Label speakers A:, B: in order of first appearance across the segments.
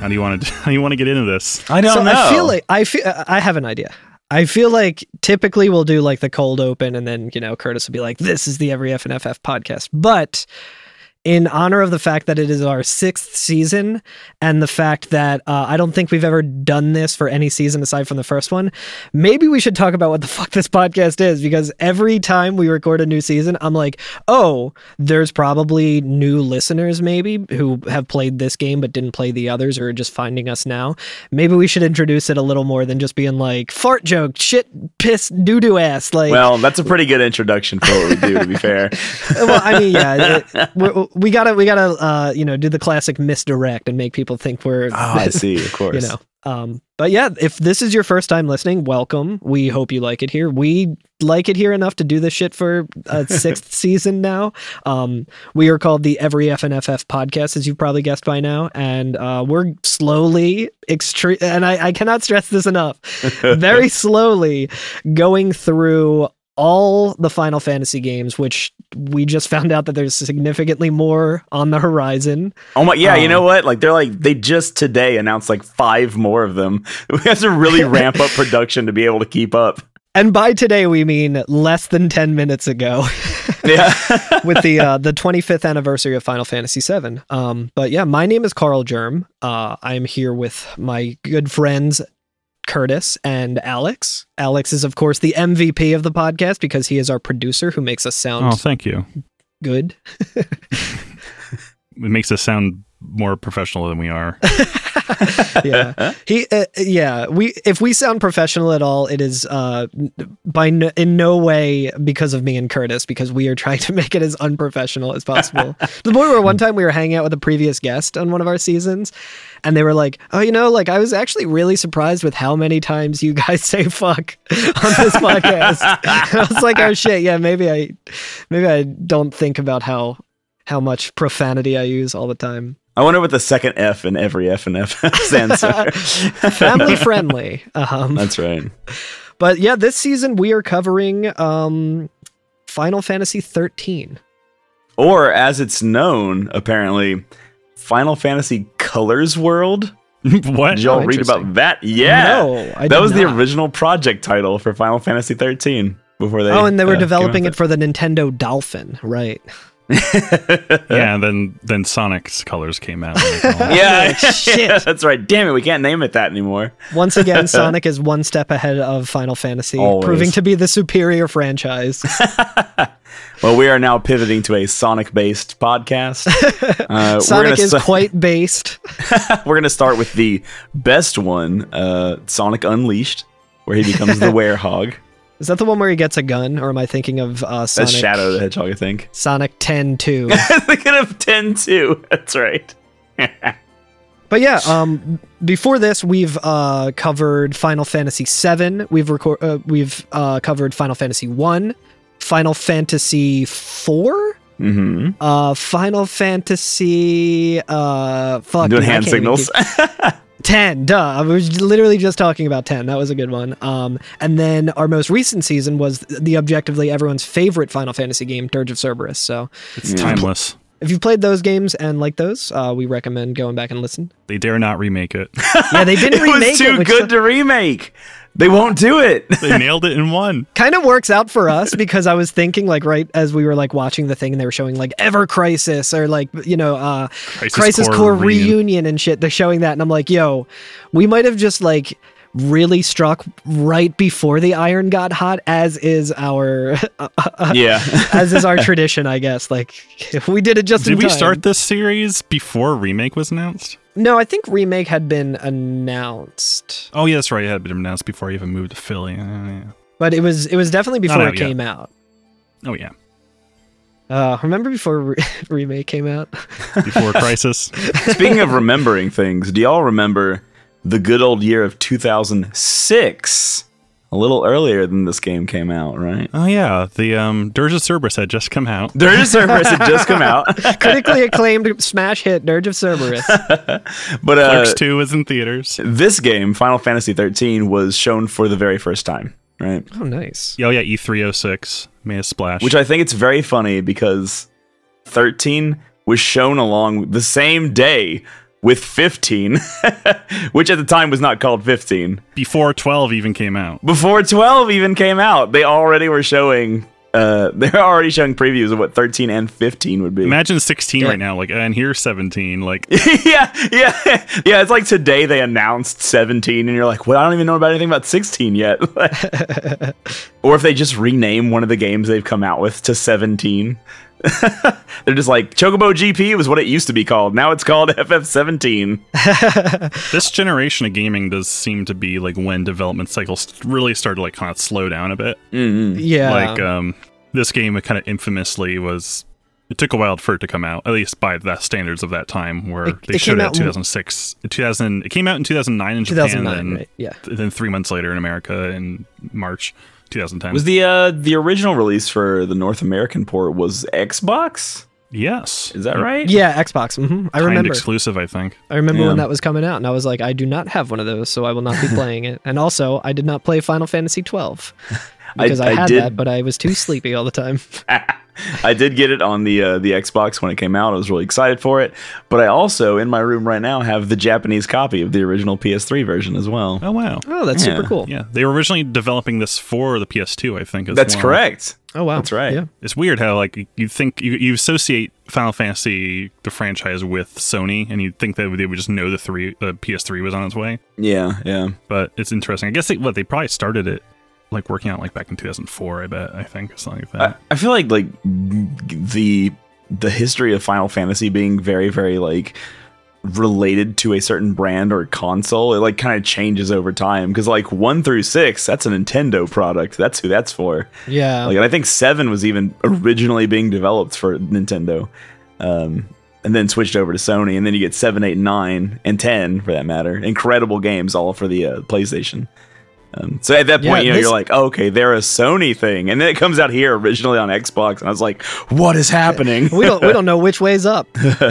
A: How do you want to? How do you want to get into this?
B: I don't
C: so
B: know.
C: I feel like I feel I have an idea. I feel like typically we'll do like the cold open, and then you know Curtis will be like, "This is the Every F and FF podcast." But in honor of the fact that it is our sixth season, and the fact that uh, I don't think we've ever done this for any season aside from the first one, maybe we should talk about what the fuck this podcast is because every time we record a new season, I'm like, "Oh, there's probably new listeners maybe who have played this game but didn't play the others or are just finding us now. Maybe we should introduce it a little more than just being like fart joke, shit, piss, doo doo ass. Like, well,
B: well, that's a pretty good introduction for what we do. To be fair,
C: I mean, yeah, it- we, we gotta we gotta uh, you know do the classic misdirect and make people think we're
B: oh, I see. Of course,
C: you know. Um, but yeah, if this is your first time listening, welcome. We hope you like it here. We like it here enough to do this shit for a sixth season now. Um, we are called the Every FNFF podcast, as you've probably guessed by now, and uh, we're slowly extreme. And I, I cannot stress this enough. very slowly going through all the Final Fantasy games, which we just found out that there's significantly more on the horizon.
B: Oh my, yeah. you know
C: Um,
B: what? Like they're like they just today announced like five more of them. We have to really ramp up production to be able to keep up.
C: And by today, we mean less than 10 minutes ago.
B: Yeah.
C: with the uh, the 25th anniversary of Final Fantasy VII. Um, but yeah, my name is Carl Germ. Uh, I am here with my good friends Curtis and Alex. Alex is of course the MVP of the podcast because he is our producer who makes us sound
A: Oh, thank you.
C: good.
A: It makes us sound more professional than we are.
C: yeah. He uh, yeah, we if we sound professional at all, it is uh n- by no, in no way because of me and Curtis because we are trying to make it as unprofessional as possible. to the point where one time we were hanging out with a previous guest on one of our seasons and they were like, "Oh, you know, like I was actually really surprised with how many times you guys say fuck on this podcast." and I was like, "Oh shit, yeah, maybe I maybe I don't think about how how much profanity I use all the time."
B: I wonder what the second F in every F and F stands for.
C: Family friendly. Um
B: That's right.
C: But yeah, this season we are covering um Final Fantasy 13.
B: Or as it's known, apparently, Final Fantasy Colors World.
A: what?
B: Did y'all
C: Oh,
B: read about
C: interesting.
B: that? Yeah.
C: No, I
B: that
C: did
B: was the
C: not.
B: original project title for Final Fantasy 13 before they
C: Oh, and they
B: uh,
C: were
B: came
C: developing
B: out
C: it for the Nintendo Dolphin, right?
B: with
A: Yeah. and Then then Sonic's colors came out. and like, oh,
B: yeah.
C: Shit.
B: That's right. Damn it, we can't name it that anymore.
C: Once again, Sonic is one step ahead of Final Fantasy,
B: Always.
C: proving to be the superior franchise.
B: Well, we are now pivoting to a Sonic-based podcast. Uh, we're
C: Sonic
B: gonna
C: is
B: sta-
C: quite based.
B: we're gonna start with the best one, uh, Sonic Unleashed, where he becomes the Werehog.
C: Is that the one where he gets a gun, or am I thinking of uh, Sonic?
B: That's Shadow the Hedgehog, I think.
C: Sonic 10 2.
B: Thinking of 10 too. That's right.
C: But yeah, um, before this, we've uh, covered Final Fantasy VII. We've reco- uh, we've uh, covered Final Fantasy One, Final Fantasy Four,
B: Mm-hmm.
C: uh, Final Fantasy uh, fuck,
B: I'm doing
C: man, I
B: hand
C: can't even
B: signals.
C: keep- ten, duh. I was literally just talking about ten. That was a good one. Um, and then our most recent season was the objectively everyone's favorite Final Fantasy game, Dirge of Cerberus. So
A: oh, It's timeless.
C: if you've played those games and like those, uh, we recommend going back and listen.
A: They dare not remake it.
C: Yeah, they didn't
B: it was
C: remake
B: too
C: which
B: good to remake. They won't do it.
A: They nailed it in one.
C: kind of works out for us because I was thinking like right as we were like watching the thing and they were showing like Ever Crisis or like you know uh Crisis, Core, reunion. and shit they're showing that and I'm like yo we might have just like really struck right before the iron got hot as is our Uh,
B: yeah.
C: as is our tradition I guess like we did it just in
A: Did we
C: time.
A: start this series before remake was announced?
C: no I think remake had been announced
A: Oh yeah, that's right. It had been announced before I even moved to Philly. Uh, yeah.
C: but it was it was definitely
A: Not
C: before
A: out
C: it
A: yet.
C: came out
A: Oh yeah,
C: uh remember before re- remake came out
A: before Crisis.
B: Speaking of remembering things, do y'all remember the good old year of 2006? A little earlier than this game came out, right?
A: Oh yeah, the um, Dirge of Cerberus had just come out.
B: Dirge of Cerberus had just come out,
C: critically acclaimed smash hit Dirge of Cerberus. Oh,
B: but uh,
A: Clerks Two is in theaters.
B: this game, Final Fantasy 13, was shown for the very first time, right?
C: Oh, nice.
A: Oh yeah, E three oh six made a splash.
B: Which I think it's very funny because 13 was shown along the same day with 15, which at the time was not called 15.
A: Before 12 even came out.
B: Before 12 even came out, they already were showing. Uh, they're already showing previews of what 13 and 15 would be.
A: Imagine 16
C: Yeah.
A: right now, like, and here's 17. Like,
B: yeah, yeah, yeah. It's like today they announced 17, and you're like, well, I don't even know about anything about 16 yet. or if they just rename one of the games they've come out with to 17. They're just like, Chocobo GP was what it used to be called. Now it's called FF17.
A: this generation of gaming does seem to be like when development cycles really started to like kind of slow down a bit.
B: Mm-hmm.
C: Yeah.
A: Like, um, this game kind of infamously was. It took a while for it to come out, at least by the standards of that time, where
C: It-
A: they
C: it
A: showed
C: came
A: it
C: out
A: in
C: in-
A: 2006. 2000, it came out in 2009 in Japan,
C: 2009,
A: and
C: right? Yeah.
A: then three months later in America in March 2010.
B: Was the uh, the original release for the North American port was Xbox?
A: yes,
B: Is that
A: Yeah.
B: right?
C: Yeah, Xbox. hmm I
A: Timed
C: remember.
A: exclusive, I think.
C: I remember
B: Yeah.
C: when that was coming out, and I was like, I do not have one of those, so I will not be playing it. And also, I did not play Final Fantasy twelve
B: I-
C: because I,
B: I
C: had
B: did-
C: that, but I was too sleepy all the time.
B: I did get it on the uh, the Xbox when it came out. I was really excited for it. But I also in my room right now have the Japanese copy of the original PS3 version as well.
A: Oh wow.
C: Oh, that's
B: Yeah.
C: super cool.
A: Yeah, they were originally developing this for the PS2, I think. As
B: That's
A: well.
B: correct.
C: Oh wow,
B: That's right.
C: Yeah,
A: It's weird how like you think you, you associate Final Fantasy the franchise with Sony, and you'd think that they would just know the three the PS3 was on its way.
B: Yeah, yeah.
A: But it's interesting. I guess they, what they probably started it like working out like back in 2004. I bet. I think or something like that.
B: I, I feel like like the the history of Final Fantasy being very very like related to a certain brand or console it like kind of changes over time because like 1 through 6 that's a Nintendo product that's who that's for
C: yeah.
B: Like, and I think Seven was even originally being developed for Nintendo, um, and then switched over to Sony, and then you get seven, eight, nine, and ten for that matter. Incredible games, all for the uh, PlayStation. Um, so at that
C: Yeah,
B: point, you know,
C: this-
B: you're like, oh, okay, they're a Sony thing, and then it comes out here originally on Xbox, and I was like, what is happening?
C: we don't we don't know which way's up.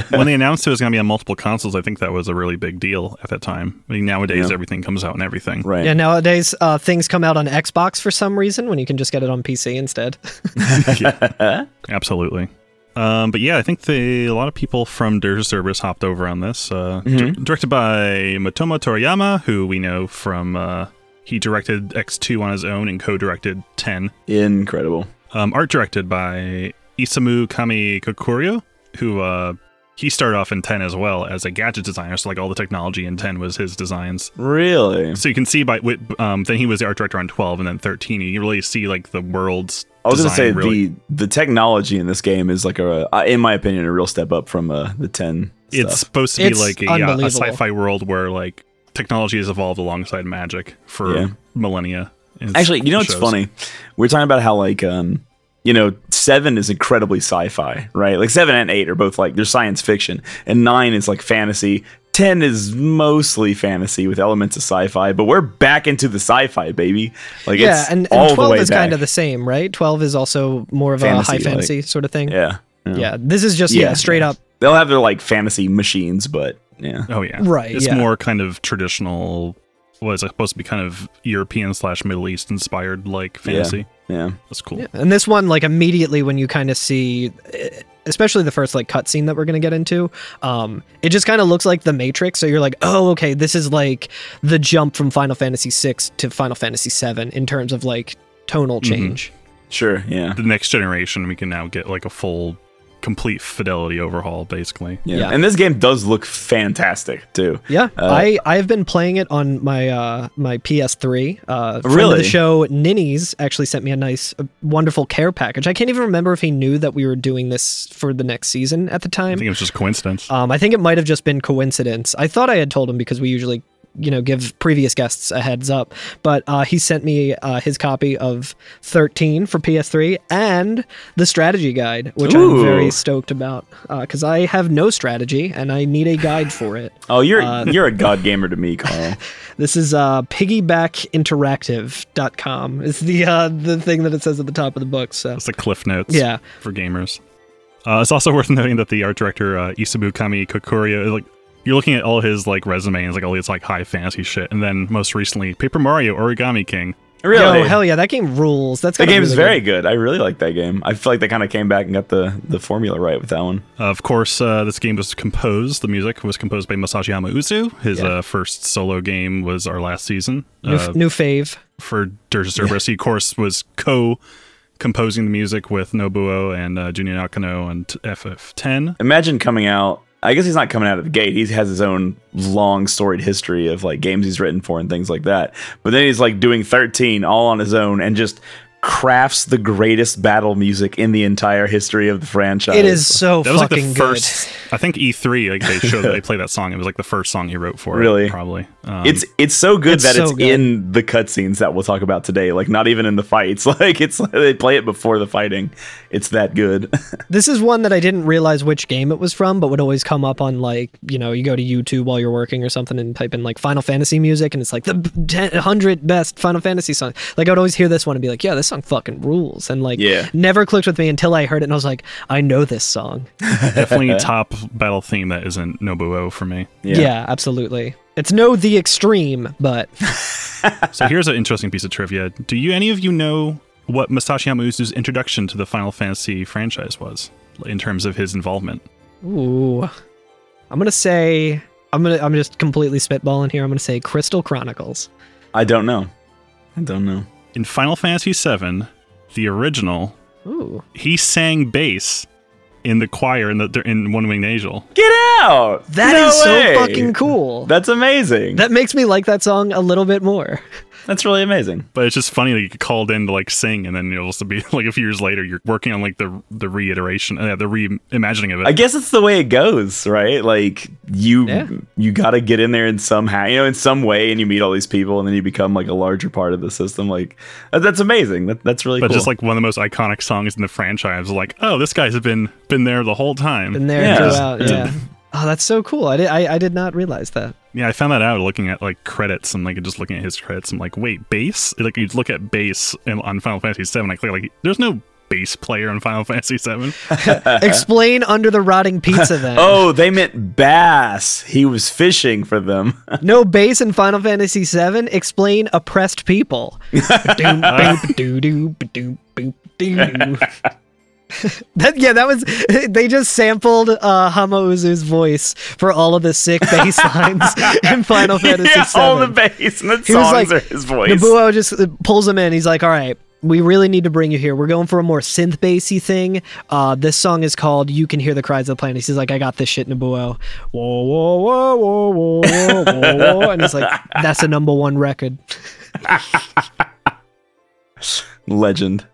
A: when they announced it was going to be on multiple consoles, I think that was a really big deal at that time. I mean, nowadays
B: Yeah.
A: everything comes out and everything.
B: right.
C: Yeah, nowadays uh, things come out on Xbox for some reason when you can just get it on PC instead.
A: Absolutely. Um, but yeah, I think the, a lot of people from Dirge Cerberus hopped over on this. Uh, di-
B: Mm-hmm.
A: directed by Motomo Toriyama, who we know from uh, he directed X2 on his own and co-directed 10.
B: Incredible.
A: Um, art directed by Isamu Kami Kokuryo, who uh, he started off in 10 as well as a gadget designer. So like all the technology in 10 was his designs.
B: Mm-hmm. Really?
A: So you can see by wi- um, then he was the art director on 12 and then 13. You really see like the world's.
B: I was going to
A: design
B: say
A: really
B: the the technology in this game is like a, uh, in my opinion, a real step up from uh, the ten.
A: it's
B: stuff.
A: supposed to be
C: It's
A: like a, yeah, a
C: unbelievable.
A: sci-fi world where like technology has evolved alongside magic for
B: Yeah.
A: millennia. It's-
B: Actually, you know what's
A: shows.
B: funny? We're talking about how like um you know, seven is incredibly sci-fi, right? Like seven and eight are both like they're science fiction, and nine is like fantasy. Ten is mostly fantasy with elements of sci-fi, but we're back into the sci-fi, baby. Like
C: yeah,
B: it's
C: and,
B: all
C: and twelve
B: the way
C: is
B: back.
C: kind of the same, right? Twelve is also more of
B: Fantasy,
C: a high
B: like-
C: fantasy sort of thing.
B: yeah.
C: Yeah, this is just yeah,
B: Yeah.
C: straight up
B: They'll have their like fantasy machines, but yeah.
A: Oh yeah,
C: Right,
A: It's
C: yeah.
A: more kind of traditional. Was supposed to be kind of European slash Middle East inspired like fantasy.
B: Yeah.
A: That's cool.
C: Yeah, and this one, like immediately when you kind of see, eh, especially the first like cutscene that we're gonna get into, um, it just kind of looks like the Matrix. So you're like, oh, okay, this is like the jump from Final Fantasy VI to Final Fantasy VII in terms of like tonal
B: Mm-hmm.
C: change.
B: Sure, yeah.
A: The next generation, we can now get like a full, complete fidelity overhaul. Basically,
B: Yeah.
C: Yeah.
B: And this game does look fantastic too.
C: Yeah,
B: Uh,
C: I I have been playing it on my uh my PS3. Uh, friend of
B: Really?
C: the show Ninnies actually sent me a nice, uh, wonderful care package. I can't even remember if he knew that we were doing this for the next season at the
A: I
C: time.
A: think it was just a coincidence.
C: Um, I think it might have just been coincidence. I thought I had told him because we usually, you know, give previous guests a heads up. But uh, he sent me uh, his copy of 13 for PS3 and the strategy guide, which I'm very
B: Ooh.
C: stoked about because I have no strategy and I need a guide for it.
B: Oh, you're
C: Uh,
B: you're a god gamer to me, Carl.
C: This is uh, piggybackinteractive.com. It's the uh, the thing that it says at the top of the book. So
A: That's the cliff notes.
C: yeah,
A: for gamers. Uh, it's also worth noting that the art director uh, Isabu Kami Kokurio, like you're looking at all his like resume, and it's like all these like high fantasy shit, and then most recently Paper Mario Origami King,
B: Really?
C: Yo, hell yeah, that game rules. That's
B: that
C: gotta be
B: game is
C: really
B: very good. I really like that game. I feel like they kind of came back and got the, the formula right with that one.
A: Of course, uh, this game was composed. The music was composed by Masayama Uzu. His
C: Yeah.
A: uh, first solo game was our last season
C: New,
A: uh,
C: new fave.
A: for Dirge of Cerberus. He, of course, was co-composing the music with Nobuo and uh, Junya Nakano and FF10.
B: Imagine coming out. I guess he's not coming out of the gate. He has his own long storied history of like games he's written for and things like that. But then he's like doing 13 all on his own and just crafts the greatest battle music in the entire history of the franchise.
C: It is so
A: That was like
C: fucking
A: the first. I think E3 like they showed they played that song. It was like the first song he wrote for. it,
B: Really?
A: probably. Um,
B: It's it's so good
C: It's
B: that it's
C: so good.
B: in the cutscenes that we'll talk about today. Like not even in the fights. Like it's they play it before the fighting. It's that good.
C: good. This is one that I didn't realize which game it was from, but would always come up on like you know you go to YouTube while you're working or something and type in like Final Fantasy music and it's like the b- 10 100 best Final Fantasy songs. Like I would always hear this one and be like, yeah, this song fucking rules, and like
B: Yeah.
C: never clicked with me until I heard it and I was like, I know this song.
A: definitely top battle theme that isn't Nobuo for me.
C: Yeah, absolutely. It's no the extreme, but
A: So here's an interesting piece of trivia. Do you any of you know what Masashi Yamauzu's introduction to the Final Fantasy franchise was in terms of his involvement?
C: ooh, I'm gonna say I'm gonna I'm just completely spitballing here. I'm gonna say Crystal Chronicles.
B: I don't know. I don't know.
A: In Final Fantasy VII, the original,
C: Ooh,
A: he sang bass in the choir in the in One Winged Angel.
B: Get out!
C: that
B: No
C: is
B: way!
C: so fucking cool. That,
B: That's amazing.
C: makes me like that song a little bit more.
B: That's really amazing.
A: But it's just funny that you get called in to like sing, and then it'll also be like a few years later you're working on like the the reiteration, uh, the reimagining of it.
B: I guess it's the way it goes, right? Like you
C: Yeah.
B: you got to get in there in somehow, you know, in some way, and you meet all these people, and then you become like a larger part of the system. Like that- that's amazing. That, that's really
A: but
B: cool.
A: just like one of the most iconic songs in the franchise, like oh, this guy's been been there the whole time.
C: Been there
B: Yeah.
C: throughout. Yeah. oh, that's so cool. I did I, I did not realize that.
A: Yeah, I found that out looking at like credits and like just looking at his credits. I'm like, wait, bass? Like you look at bass and on Final Fantasy VII, I click like, there's no bass player in Final Fantasy VII.
C: Explain under the rotting pizza then.
B: Uh-huh. oh, they meant bass. He was fishing for them.
C: No bass in Final Fantasy VII. Explain oppressed people. Doom,
B: Uh,
C: boop, doo, doo, ba, doom, boop, doo, doo. That, yeah, that was. They just sampled uh, Hama Uzu's voice for all of the sick bass lines in Final Fantasy
B: yeah,
C: VII.
B: all the bass and the
C: He was
B: songs
C: like,
B: are his voice.
C: Nobuo just uh, pulls him in. He's like, "All right, we really need to bring you here. We're going for a more synth bassy thing. Uh, this song is called "You Can Hear the Cries of the Planet." He's like, "I got this shit, Nobuo." Whoa, whoa, whoa, whoa, whoa, whoa, whoa, whoa. and it's like, "That's a number one record."
B: Legend.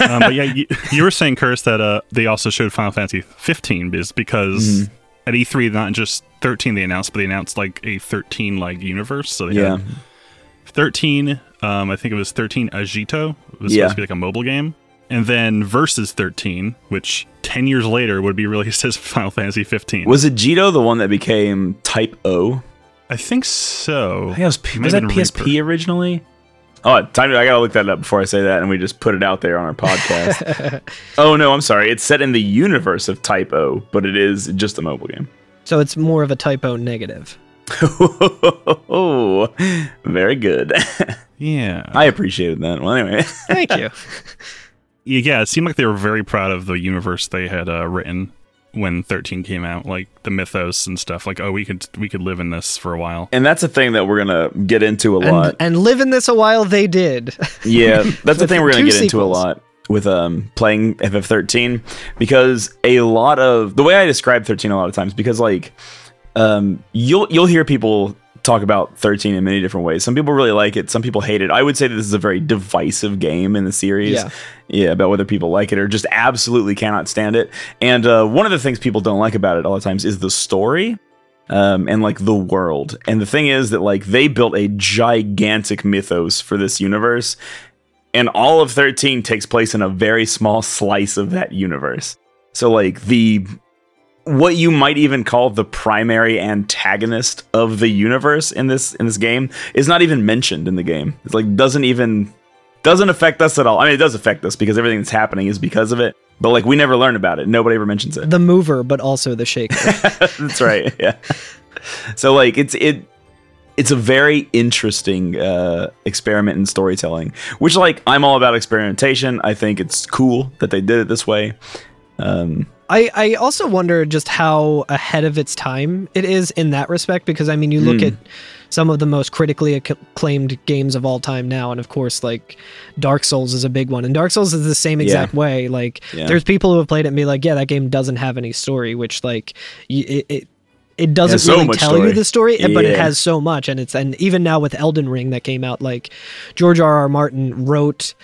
A: um, but yeah, you, you were saying, Curse, that uh, they also showed Final Fantasy 15 is because
B: Mm-hmm.
A: at E3, not just 13 they announced, but they announced like a 13 like universe. So they
B: Yeah.
A: had 13. Um, I think it was 13 Agito. It was
B: Yeah.
A: supposed to be like a mobile game. And then Versus 13, which 10 years later would be released as Final Fantasy 15.
B: Was it Jito the one that became Type O?
A: I think so.
B: I think it was, P-
A: Might
B: was
A: have
B: that
A: been
B: PSP
A: Reaper.
B: originally? Oh, time I gotta look that up before I say that, and we just put it out there on our podcast. oh no, I'm sorry. It's set in the universe of Type O, but it is just a mobile game.
C: So it's more of a typo negative.
B: Very good.
A: Yeah.
B: I appreciated that. Well, anyway,
C: Thank you.
A: Yeah, it seemed like they were very proud of the universe they had uh, written when 13 came out, like the mythos and stuff. Like, oh, we could we could live in this for a while.
B: and that's a thing that we're gonna get into a
C: and,
B: lot.
C: and live in this a while. They did.
B: Yeah, that's the thing we're gonna
C: Two
B: get into a
C: sequels.
B: lot with um playing FF13 because a lot of the way I describe 13 a lot of times because like um you'll you'll hear people talk about 13 in many different ways. Some people really like it, some people hate it. I would say that this is a very divisive game in the series.
C: Yeah.
B: Yeah, about whether people like it or just absolutely cannot stand it. And uh, one of the things people don't like about it a lot of times is the story um, and like the world. And the thing is that like they built a gigantic mythos for this universe, and all of 13 takes place in a very small slice of that universe. So like the what you might even call the primary antagonist of the universe in this in this game is not even mentioned in the game. It's like doesn't even doesn't affect us at all. I mean, it does affect us because everything that's happening is because of it. But like we never learn about it. Nobody ever mentions it.
C: The mover, but also the shaker.
B: That's right. Yeah. So like it's it it's a very interesting uh, experiment in storytelling, which like I'm all about experimentation. I think it's cool that they did it this way. Um,
C: I, I also wonder just how ahead of its time it is in that respect because I mean you look
B: Hmm.
C: at some of the most critically acc- acclaimed games of all time now and of course like Dark Souls is a big one and Dark Souls is the same exact way like
B: Yeah.
C: there's people who have played it and be like yeah that game doesn't have any story which like y- it it, it doesn't
B: so
C: really
B: much
C: tell you
B: story.
C: the story eh, but it
B: Yeah.
C: has so much and it's and even now with Elden Ring that came out like George R R Martin wrote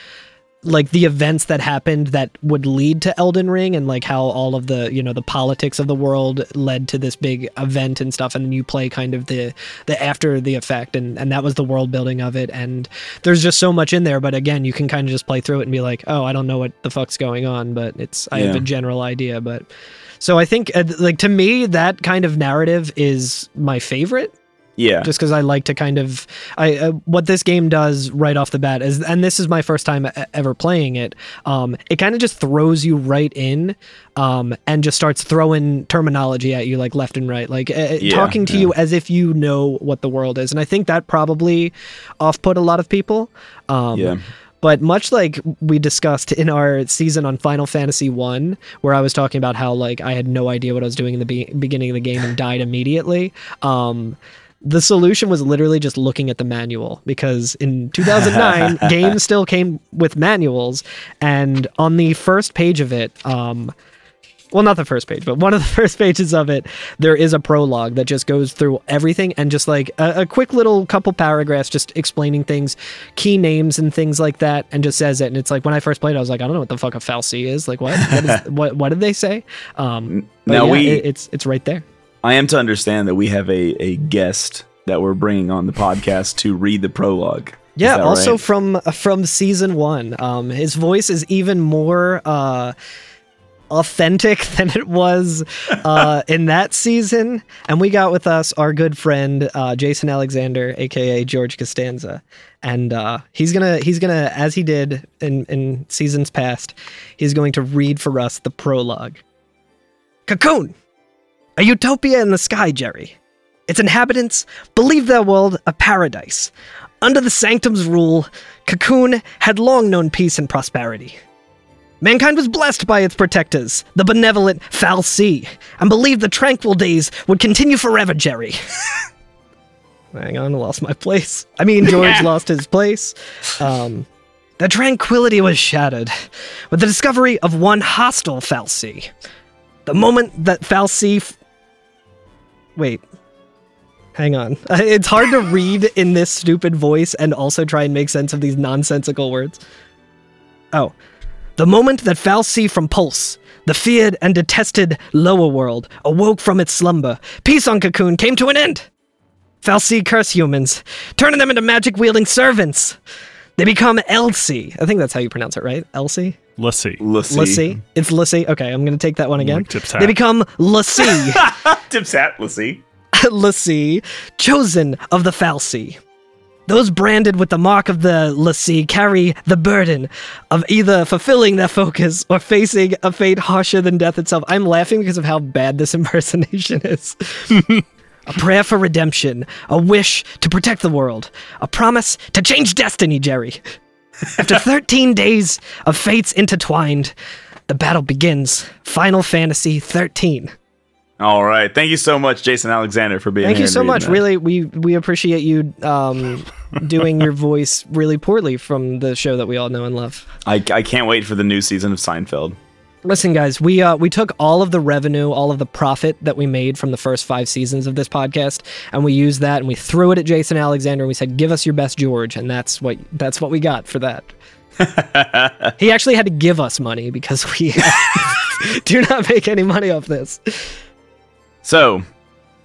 C: like the events that happened that would lead to Elden Ring and like how all of the you know the politics of the world led to this big event and stuff and then you play kind of the the after the effect and and that was the world building of it and there's just so much in there but again you can kind of just play through it and be like oh I don't know what the fuck's going on but it's I have
B: Yeah.
C: a general idea but so I think uh, like to me that kind of narrative is my favorite
B: yeah,
C: just because I like to kind of I uh, what this game does right off the bat is, and this is my first time e- ever playing it. Um, it kind of just throws you right in, um, and just starts throwing terminology at you like left and right, like uh,
B: Yeah,
C: talking to you as if you know what the world is. And I think that probably off put a lot of people. Um,
B: yeah,
C: but much like we discussed in our season on Final Fantasy 1 where I was talking about how like I had no idea what I was doing in the be- beginning of the game and died immediately um the solution was literally just looking at the manual because in 2009 games still came with manuals and on the first page of it um well not the first page but one of the first pages of it there is a prologue that just goes through everything and just like a, a quick little couple paragraphs just explaining things key names and things like that and just says it and it's like when i first played it, i was like i don't know what the fuck a falsy is like what what, is, what what did they say um but
B: Now
C: yeah,
B: we-
C: it- it's it's right there
B: I am to understand that we have a a guest that we're bringing on the podcast to read the prologue. Is
C: Yeah,
B: that
C: also
B: right?
C: from uh, from season one. Um, his voice is even more uh, authentic than it was uh, in that season. And we got with us our good friend uh, Jason Alexander, aka George Costanza, and uh, he's gonna he's gonna as he did in in seasons past, he's going to read for us the prologue. Cocoon, a utopia in the sky, Jerry. Its inhabitants believe their world a paradise. Under the sanctum's rule, Cocoon had long known peace and prosperity. Mankind was blessed by its protectors, the benevolent Falsi, and believed the tranquil days would continue forever, Jerry. Hang on, I lost my place. I mean, George lost his place. Um, the tranquility was shattered with the discovery of one hostile Falsi. The moment that Falsi. F- Wait. Hang on. It's hard to read in this stupid voice and also try and make sense of these nonsensical words. Oh. The moment that Falsi from Pulse, the feared and detested lower world, awoke from its slumber, peace on Cocoon came to an end. Falsi curse humans, turning them into magic wielding servants. They become Elsie. I think that's how you pronounce it, right? Elsie?
A: Let's see.
B: Lassie.
C: Lassie. It's Lassie. Okay, I'm going to take that one again.
A: Like Tip's
C: They
A: hat.
C: become Lassie.
B: Tips hat, Lassie.
C: Lassie, chosen of the Falsi. Those branded with the mark of the Lassie carry the burden of either fulfilling their focus or facing a fate harsher than death itself. I'm laughing because of how bad this impersonation is. a prayer for redemption, a wish to protect the world, a promise to change destiny, Jerry. After 13 days of fates intertwined, the battle begins. Final Fantasy 13.
B: All right, thank you so much, Jason Alexander, for being.
C: Thank
B: here
C: you
B: and
C: so
B: reading
C: much.
B: that.
C: Really, we we appreciate you um, doing your voice really poorly from the show that we all know and love.
B: I, I can't wait for the new season of Seinfeld.
C: Listen, guys, we uh, we took all of the revenue, all of the profit that we made from the first five seasons of this podcast, and we used that and we threw it at Jason Alexander and we said, "Give us your best, George," and that's what that's what we got for that. he actually had to give us money because we do not make any money off this.
B: So,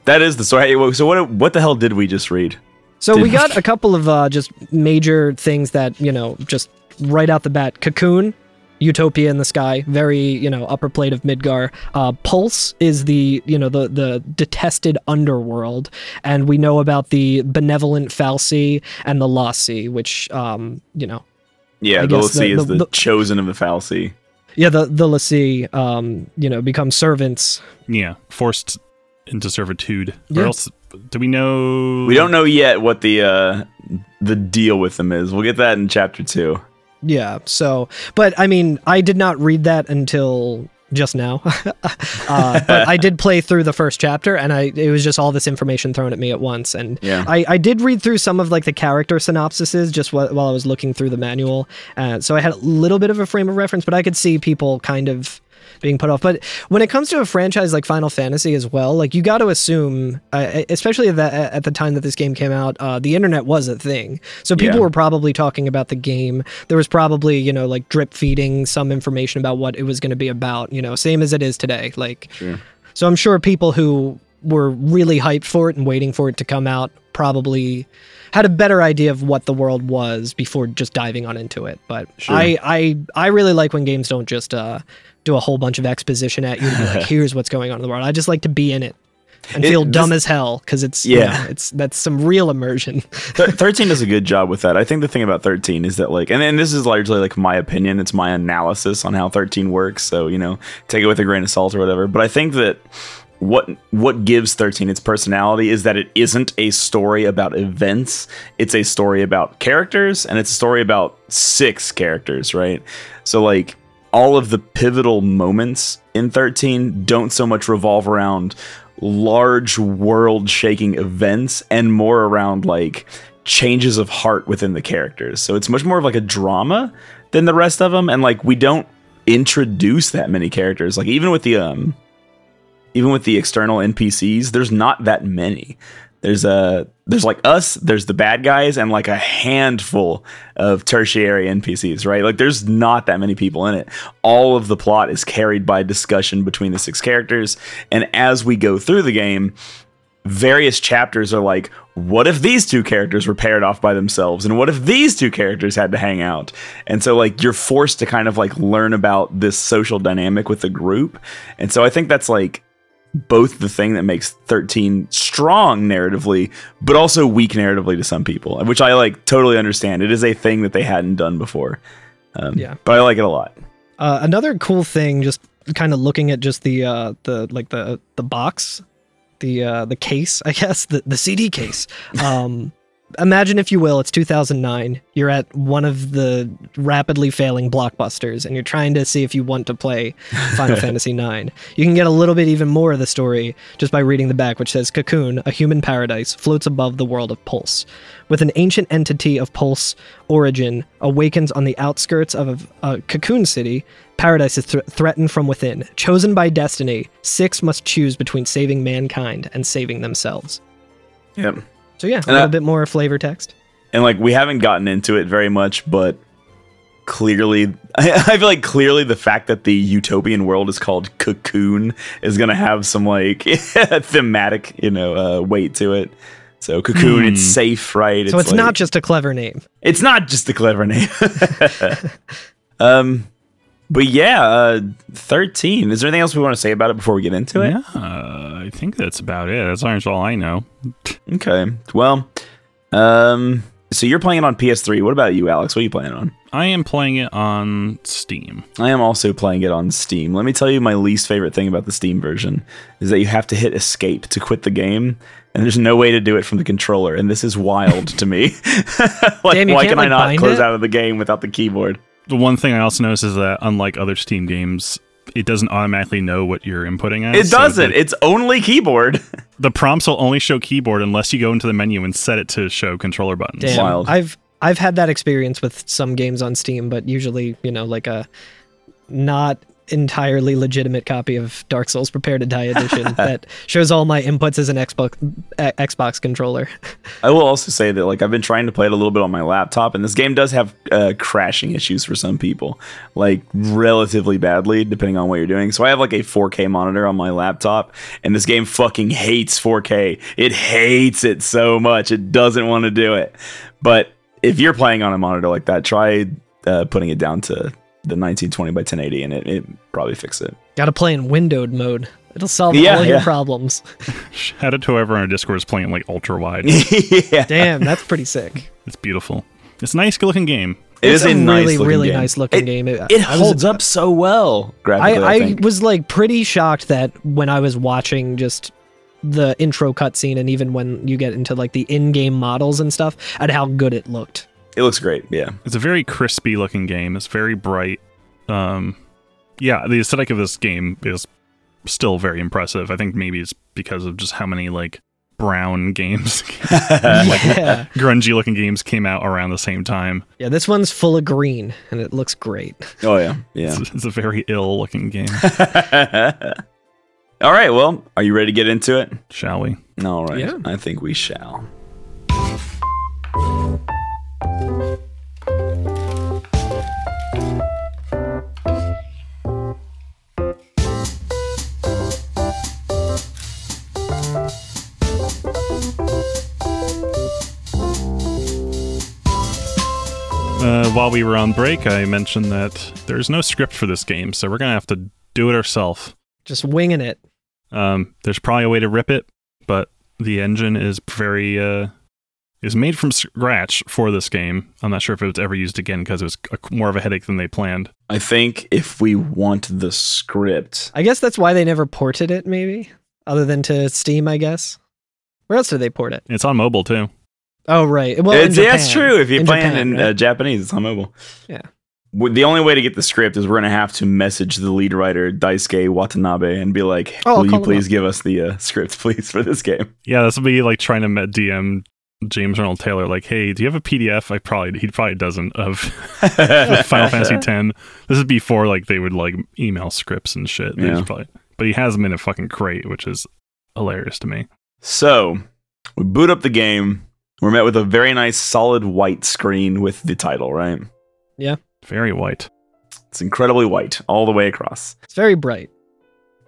B: that is the story. Hey, wha- So what what the hell did we just read?
C: So
B: Did-
C: we got a couple of uh, just major things that you know, just right out the bat. Cocoon, Utopia in the sky, very you know upper plate of Midgar. Uh, Pulse is the you know the the detested underworld, and we know about the benevolent Falsi and the Lassi, which um you know
B: Yeah,
C: I
B: the
C: guess the-
B: Lassie is
C: the-
B: the,
C: the-
B: chosen of the fallacy.
C: yeah the the Lassi um you know become servants
A: Yeah, forced into servitude,
C: Yeah.
A: or else do we know?
B: We don't know yet what the uh, the deal with them is. We'll get that in chapter two.
C: Yeah. So, but I mean, I did not read that until just now. uh, but I did play through the first chapter, and I it was just all this information thrown at me at once. And
B: Yeah.
C: I, I did read through some of like the character synopsises just wh- while I was looking through the manual. Uh, so I had a little bit of a frame of reference, but I could see people kind of being put off. But when it comes to a franchise like Final Fantasy as well, like you got to assume, uh, especially at the, at the time that this game came out, uh, the internet was a thing. So people
B: Yeah.
C: were probably talking about the game. There was probably, you know, like drip feeding some information about what it was going to be about, you know, same as it is today. Like,
B: Sure.
C: so I'm sure people who were really hyped for it and waiting for it to come out probably had a better idea of what the world was before just diving on into it. But
B: Sure.
C: I, I I really like when games don't just uh, do a whole bunch of exposition at you to be like, here's what's going on in the world. I just like to be in it and
B: It-
C: feel
B: this-
C: dumb as hell because it's you
B: Yeah.
C: know, it's that's some real immersion.
B: Th- 13 does a good job with that. I think the thing about 13 is that like and, and this is largely like my opinion, it's my analysis on how 13 works, so you know, take it with a grain of salt or whatever, but I think that what what gives 13 its personality is that it isn't a story about events. It's a story about characters and it's a story about six characters, right? So like all of the pivotal moments in 13 don't so much revolve around large world shaking events and more around like changes of heart within the characters. So it's much more of like a drama than the rest of them and like we don't introduce that many characters. Like even with the um even with the external NPCs, there's not that many. There's a there's like us, there's the bad guys, and like a handful of tertiary NPCs, right? Like there's not that many people in it. All of the plot is carried by discussion between the six characters, and as we go through the game, various chapters are like, what if these two characters were paired off by themselves? And what if these two characters had to hang out? And so, like, you're forced to kind of like learn about this social dynamic with the group. And so, I think that's like both the thing that makes 13 strong narratively, but also weak narratively to some people, which I like totally understand. It is a thing that they hadn't done before. Um,
C: Yeah.
B: But I like it a lot.
C: Uh, another cool thing, just kind of looking at just the uh, the like the the box, the uh, the case, I guess the the CD case. Um, imagine if you will, it's 2009. You're at one of the rapidly failing blockbusters, and you're trying to see if you want to play Final Fantasy IX. You can get a little bit even more of the story just by reading the back, which says Cocoon, a human paradise, floats above the world of Pulse. With an ancient entity of Pulse origin, awakens on the outskirts of a, a cocoon city, paradise is thr threatened from within. Chosen by destiny, six must choose between saving mankind and saving themselves.
B: Yep.
C: So, yeah, a
B: I-
C: little bit more flavor text.
B: and like we haven't gotten into it very much but clearly i feel like clearly the fact that the utopian world is called cocoon is gonna have some like thematic you know uh, weight to it so cocoon it's safe right
C: Hmm. so, it's
B: like-
C: not just a clever name.
B: it's not just a clever name um but yeah uh 13 is there anything else we want to say about it before we get into it
A: Yeah, I think that's about it. That's pretty much all I know.
B: okay well um so you're playing it on ps3 what about you alex what are you playing on
A: I am playing it on Steam.
B: I am also playing it on Steam. Let me tell you my least favorite thing about the Steam version is that you have to hit escape to quit the game, and there's no way to do it from the controller, and this is wild to me. like,
C: Damn, you
B: why can
C: can't,
B: I
C: like,
B: not
C: bind
B: close
C: it?
B: out of the game without the keyboard?
A: The one thing I also noticed is that unlike other Steam games, it doesn't automatically know what you're inputting as.
B: It
A: so
B: doesn't.
A: The,
B: It's only keyboard.
A: the prompts will only show keyboard unless you go into the menu and set it to show controller buttons.
C: Damn.
B: Wild.
C: I've I've had that experience with some games on Steam, but usually, you know, like a not entirely legitimate copy of Dark Souls Prepare to Die edition that shows all my inputs as an Xbox uh, Xbox controller.
B: I will also say that like I've been trying to play it a little bit on my laptop, and this game does have uh, crashing issues for some people, like relatively badly, depending on what you're doing. So I have like a 4K monitor on my laptop, and this game fucking hates 4K. It hates it so much. It doesn't want to do it. But if you're playing on a monitor like that, try uh, putting it down to the 1920 by 1080, and it it probably fix it.
C: Got to play in windowed mode. It'll solve
B: Yeah,
C: all your
B: yeah.
C: problems.
A: Shout out to whoever on our Discord is playing like ultra wide.
B: yeah,
C: Damn, that's pretty sick.
A: it's beautiful. It's a nice looking game.
B: it is
C: it's
B: a, nice
C: really,
B: looking
C: really
B: game.
C: nice looking
B: It-
C: game.
B: It
C: I was-
B: holds up so well. Graphically, I,
C: I, I
B: think.
C: was like pretty shocked that when I was watching just the intro cutscene and even when you get into like the in-game models and stuff at how good it looked.
B: It looks great. Yeah.
A: It's a very crispy looking game. It's very bright. Um, yeah, the aesthetic of this game is still very impressive. I think maybe it's because of just how many like brown games,
C: yeah.
A: grungy looking games came out around the same time.
C: yeah, this one's full of green and it looks great.
B: Oh yeah. Yeah.
A: It's, it's a very ill looking game,
B: All right. Well, are you ready to get into it?
A: shall we?
B: All right.
C: Yeah.
B: I think we shall.
A: Uh, while we were on break, I mentioned that there's no script for this game, so we're going to have to do it ourselves.
C: Just winging it.
A: Um, there's probably a way to rip it, but the engine is very uh, is made from scratch for this game. I'm not sure if it was ever used again because it was a, more of a headache than they planned.
B: I think if we want the script,
C: I guess that's why they never ported it maybe other than to Steam, I guess. Where else did they port it?
A: It's on mobile too.
C: Oh right. Well, in
B: it's, yeah, it's
C: Japan.
B: true. If you're
C: In
B: playing
C: Japan,
B: in
C: right?
B: uh, Japanese, it's on mobile.
C: Yeah.
B: W- The only way to get the script is we're gonna have to message the lead writer Daisuke Watanabe and be like,
C: Oh, I'll
B: "Will
C: call
B: you
C: him
B: please give us the uh, script, please, for this game?"
A: Yeah, this would be like trying to met DM James Arnold Taylor, like, hey, do you have a PDF? I probably he probably doesn't of Final Fantasy X. This is before like they would like email scripts and shit. They
B: Yeah.
A: just Probably, but he has them in a fucking crate, which is hilarious to me.
B: So we boot up the game. We're met with a very nice, solid white screen with the title. Right,
A: Very white.
B: it's incredibly white all the way across.
C: It's very bright.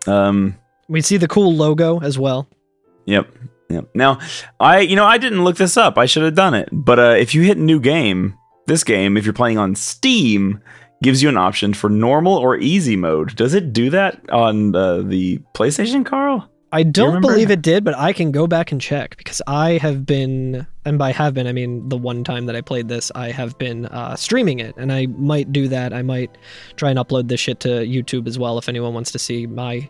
B: Um,
C: We see the cool logo as well.
B: Yep. Yep. Now, I you know I didn't look this up. I should have done it. But uh, if you hit new game, this game, if you're playing on Steam, gives you an option for normal or easy mode. Does it do that on uh, the PlayStation, Carl?
C: I don't
B: remember?
C: believe it did, but I can go back and check because I have been, and by have been, I mean the one time that I played this, I have been uh, streaming it, and I might do that. I might try and upload this shit to YouTube as well if anyone wants to see my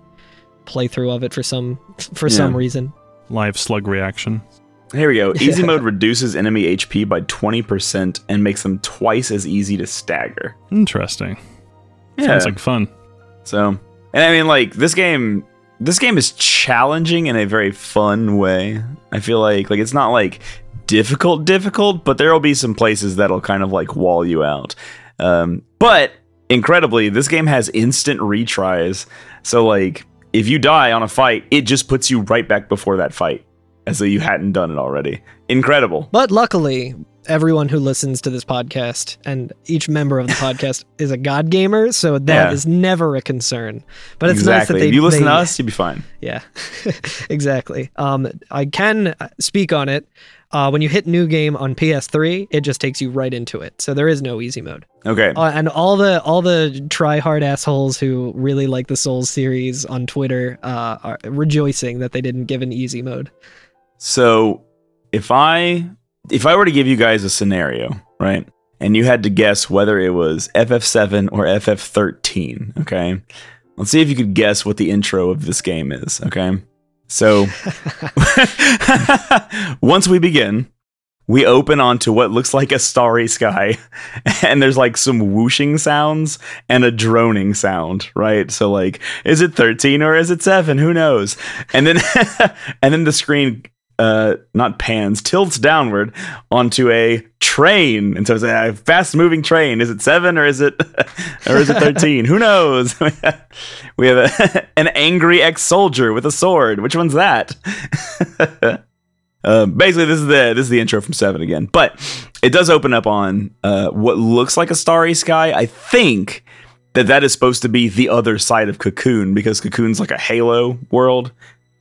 C: playthrough of it for some for some
B: Yeah.
C: reason.
A: Live slug reaction.
B: Here we go. Easy
C: Yeah.
B: mode reduces enemy HP by twenty percent and makes them twice as easy to stagger.
A: Interesting.
B: Yeah.
A: Sounds like fun.
B: so, and I mean, like this game, this game is challenging in a very fun way. I feel like like it's not like difficult, difficult, but there will be some places that'll kind of like wall you out. Um, but incredibly, this game has instant retries. So like, if you die on a fight, it just puts you right back before that fight, as though you hadn't done it already. Incredible.
C: But luckily, everyone who listens to this podcast and each member of the podcast is a god gamer, so that is
B: Yeah.
C: never a concern. But it's nice
B: exactly.
C: that they
B: if you listen
C: they-
B: to us, you'll be fine.
C: Yeah, exactly. Um, I can uh, speak on it. Uh, when you hit new game on PS3, it just takes you right into it. So there is no easy mode.
B: Okay.
C: Uh, and all the all the try hard assholes who really like the Souls series on Twitter uh, are rejoicing that they didn't give an easy mode.
B: So if I if I were to give you guys a scenario, right? And you had to guess whether it was FF7 or FF13, okay? Let's see if you could guess what the intro of this game is, okay? So once we begin, we open onto what looks like a starry sky, and there's like some whooshing sounds and a droning sound, right? So like, is it 13 or is it seven? Who knows? And then, and then the screen, uh, not pans, tilts downward onto a train, and so it's a fast-moving train. Is it seven or is it, or is it 13? Who knows? we have a, an angry ex-soldier with a sword. Which one's that? Uh, basically, this is the this is the intro from Seven again, but it does open up on uh, what looks like a starry sky. I think that that is supposed to be the other side of Cocoon because Cocoon's like a Halo world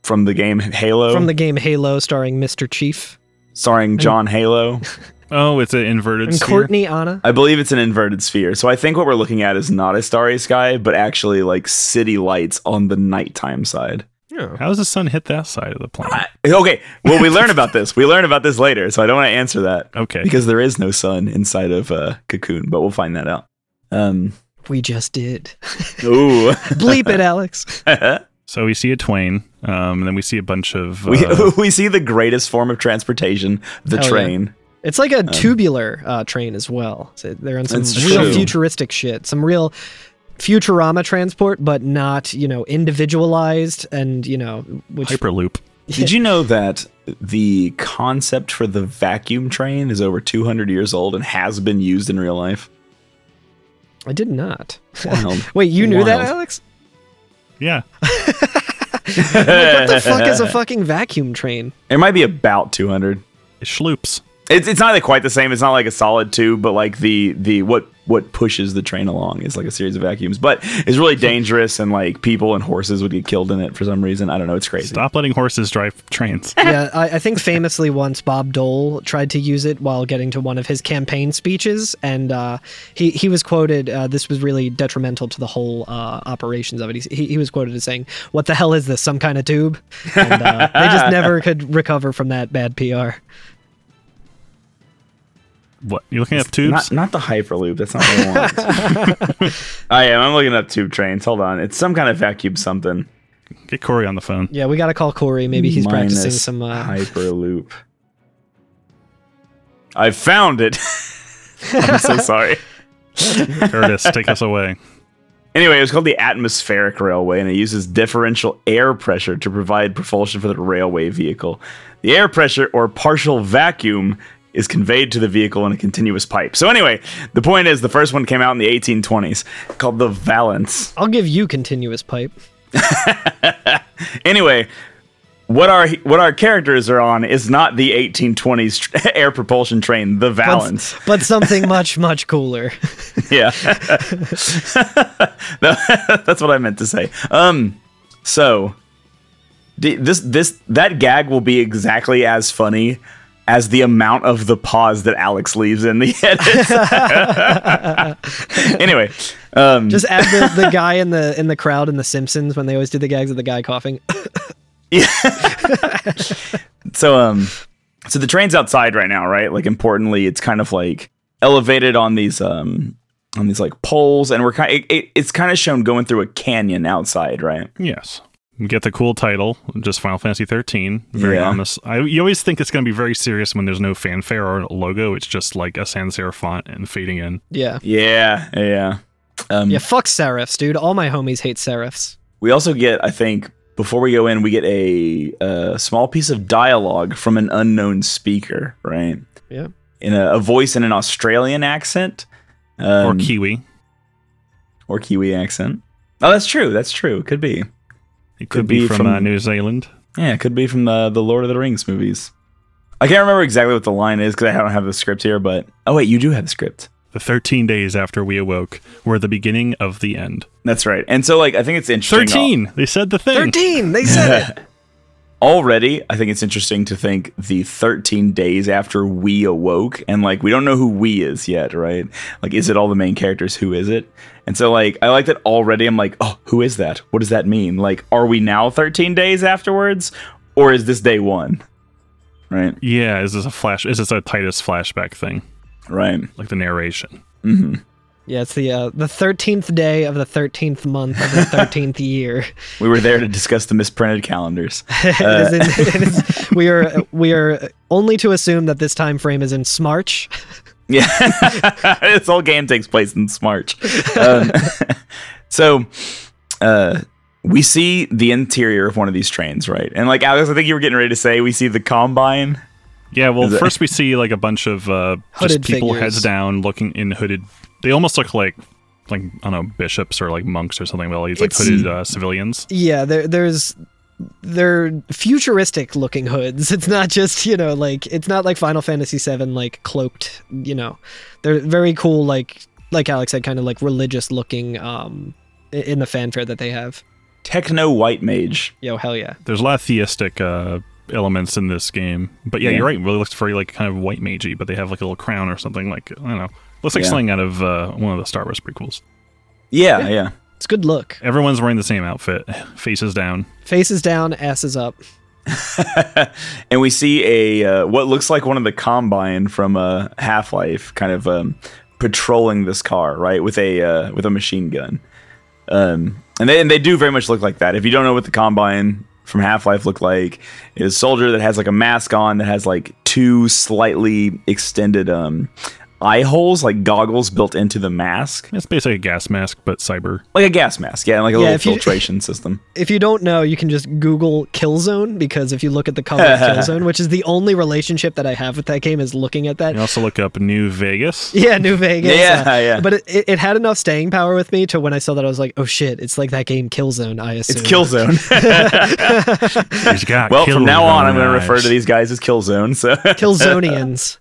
B: from the game Halo,
C: From the game Halo, starring Mr. Chief
B: starring John Halo.
A: Oh, it's an inverted
C: and
A: sphere.
C: Courtney Anna.
B: I believe it's an inverted sphere, so I think what we're looking at is not a starry sky, but actually like city lights on the nighttime side.
A: How does the sun hit that side of the planet?
B: Okay, well we learn about this. We learn about this later, so I don't want to answer that.
A: Okay.
B: because there is no sun inside of uh, cocoon but we'll find that out um
C: We just did.
B: ooh
C: Bleep it, Alex.
A: So we see a Twain, um, and then we see a bunch of. Uh,
B: We, we see the greatest form of transportation, the
C: Hell yeah.
B: train.
C: It's like a tubular uh, train as well. So they're on some
B: Um, That's
C: real
B: true.
C: futuristic shit, some real Futurama transport, but not you know individualized and you know which
A: Hyperloop.
B: Did you know that the concept for the vacuum train is over 200 years old and has been used in real life?
C: I did not.
B: Wild.
C: Wait, you knew that,
B: Wild.
C: Alex?
A: Yeah.
C: What the fuck is a fucking vacuum train?
B: It might be about 200.
A: Schloops.
B: It's it's not like quite the same. It's not like a solid tube, but like the the what what pushes the train along is like a series of vacuums. But it's really dangerous, and like people and horses would get killed in it for some reason. I don't know. It's crazy.
A: Stop letting horses drive trains.
C: yeah, I, I think famously once Bob Dole tried to use it while getting to one of his campaign speeches, and uh, he he was quoted. Uh, this was really detrimental to the whole uh, operations of it. He, he was quoted as saying, "What the hell is this? Some kind of tube?" And uh, they just never could recover from that bad PR.
A: What? You looking up
B: Not
A: tubes?
B: not the hyperloop. That's not what I want. I am. I'm looking up tube trains. Hold on. It's some kind of vacuum something.
A: Get Corey on the phone.
C: Yeah, we gotta call Corey. Maybe he's practicing
B: Minus
C: some. Uh,
B: hyperloop. I found it. I'm so sorry.
A: Curtis, take us away.
B: Anyway, it was called the atmospheric railway, and it uses differential air pressure to provide propulsion for the railway vehicle. The air pressure, or partial vacuum, is conveyed to the vehicle in a continuous pipe. So, anyway, the point is the first one came out in the 1820s called the Valence.
C: I'll give you continuous pipe.
B: Anyway, what our what our characters are on is not the 1820s tr- air propulsion train, the
C: but-
B: Valence.
C: but something much much cooler.
B: yeah. No, that's what I meant to say. Um, so d- this this that gag will be exactly as funny as the amount of the pause that Alex leaves in the edit. anyway, um,
C: Just add the, the guy in the in the crowd in The Simpsons when they always do the gags of the guy coughing.
B: so um, so the train's outside right now, right? Like importantly, it's kind of like elevated on these um on these like poles, and we're kind it, it, it's kind of shown going through a canyon outside, right?
A: Yes. You Get the cool title, just Final Fantasy 13. Very
B: Yeah.
A: honest. I, you always think it's going to be very serious when there's no fanfare or logo. It's just like a sans serif font and fading in.
C: Yeah.
B: Yeah, yeah. Um,
C: Yeah, fuck serifs, dude. All my homies hate serifs.
B: We also get, I think, before we go in, we get a, uh small piece of dialogue from an unknown speaker, right?
C: Yeah.
B: In a, a voice in an Australian accent um,
A: or Kiwi.
B: or Kiwi accent. Oh, that's true. That's true. Could be.
A: It could, be, from, uh, New Zealand.
B: Yeah, it could be from the the Lord of the Rings movies. I can't remember exactly what the line is because I don't have the script here. But oh wait, you do have the script.
A: The 13 days after we awoke were the beginning of the end.
B: That's right. And so, like, I think it's interesting.
A: 13! They said the thing.
C: 13! They said it!
B: already i think it's interesting to think the 13 days after we awoke and like we don't know who we is yet right like is it all the main characters who is it and so like i like that already i'm like oh who is that what does that mean like are we now 13 days afterwards or is this day one right
A: Yeah, is this a flash? Is this a Titus flashback thing?
B: right
A: Like the narration.
C: Yeah, it's the uh, the 13th day of the 13th month of the 13th year.
B: we were there to discuss the misprinted calendars
C: It is in- it is- we are we are only to assume that this time frame is in Smarch.
B: Yeah, this whole game takes place in Smarch. Um, so, uh, we see the interior of one of these trains, right? And like Alex, I think you were getting ready to say we see the combine.
A: Yeah, well,
B: Is it-
A: first we see like a bunch of uh, just
C: Hooded
A: people
C: figures.
A: heads down, looking in hooded. They almost look like like I don't know bishops or like monks or something. Well, these like
C: It's-
A: hooded uh, civilians.
C: Yeah, there there's they're futuristic looking hoods. It's not just, you know, like it's not like Final Fantasy 7 like cloaked, you know. They're very cool like like Alex said kind of like religious looking um i- in the fanfare that they have.
B: Techno White Mage.
C: Yo, hell yeah.
A: There's a lot of theistic uh, elements in this game, but yeah,
B: Yeah.
A: you're right. It really looks very like kind of white magey, but they have like a little crown or something. Like I don't know, looks like
B: Yeah.
A: something out of uh, one of the Star Wars prequels.
B: Yeah, yeah.
C: It's good look.
A: Everyone's wearing the same outfit, faces down.
C: Faces down, asses up.
B: and we see a uh, what looks like one of the combine from uh, Half Life, kind of um, patrolling this car, right, with a uh, with a machine gun. Um, and they and they do very much look like that. If you don't know what the combine from Half Life looked like, it is a soldier that has like a mask on that has like two slightly extended um, eye holes, like goggles built into the mask,
A: It's basically a gas mask, but cyber.
B: like a gas mask. Yeah, like a
C: Yeah,
B: little
C: if you-
B: filtration system.
C: If you don't know, you can just Google Killzone because if you look at the cover of Killzone, which is the only relationship that I have with that game, is looking at that.
A: You also look up New Vegas.
C: Yeah, New Vegas.
B: Yeah,
C: uh,
B: yeah.
C: But it, it, it had enough staying power with me to when I saw that I was like, oh shit, it's like that game Killzone. I assume
B: It's Killzone.
A: He's got
B: well, from
A: killer
B: now on, I'm going to
A: knives.
B: refer to these guys as Killzone. So,
C: Killzonians.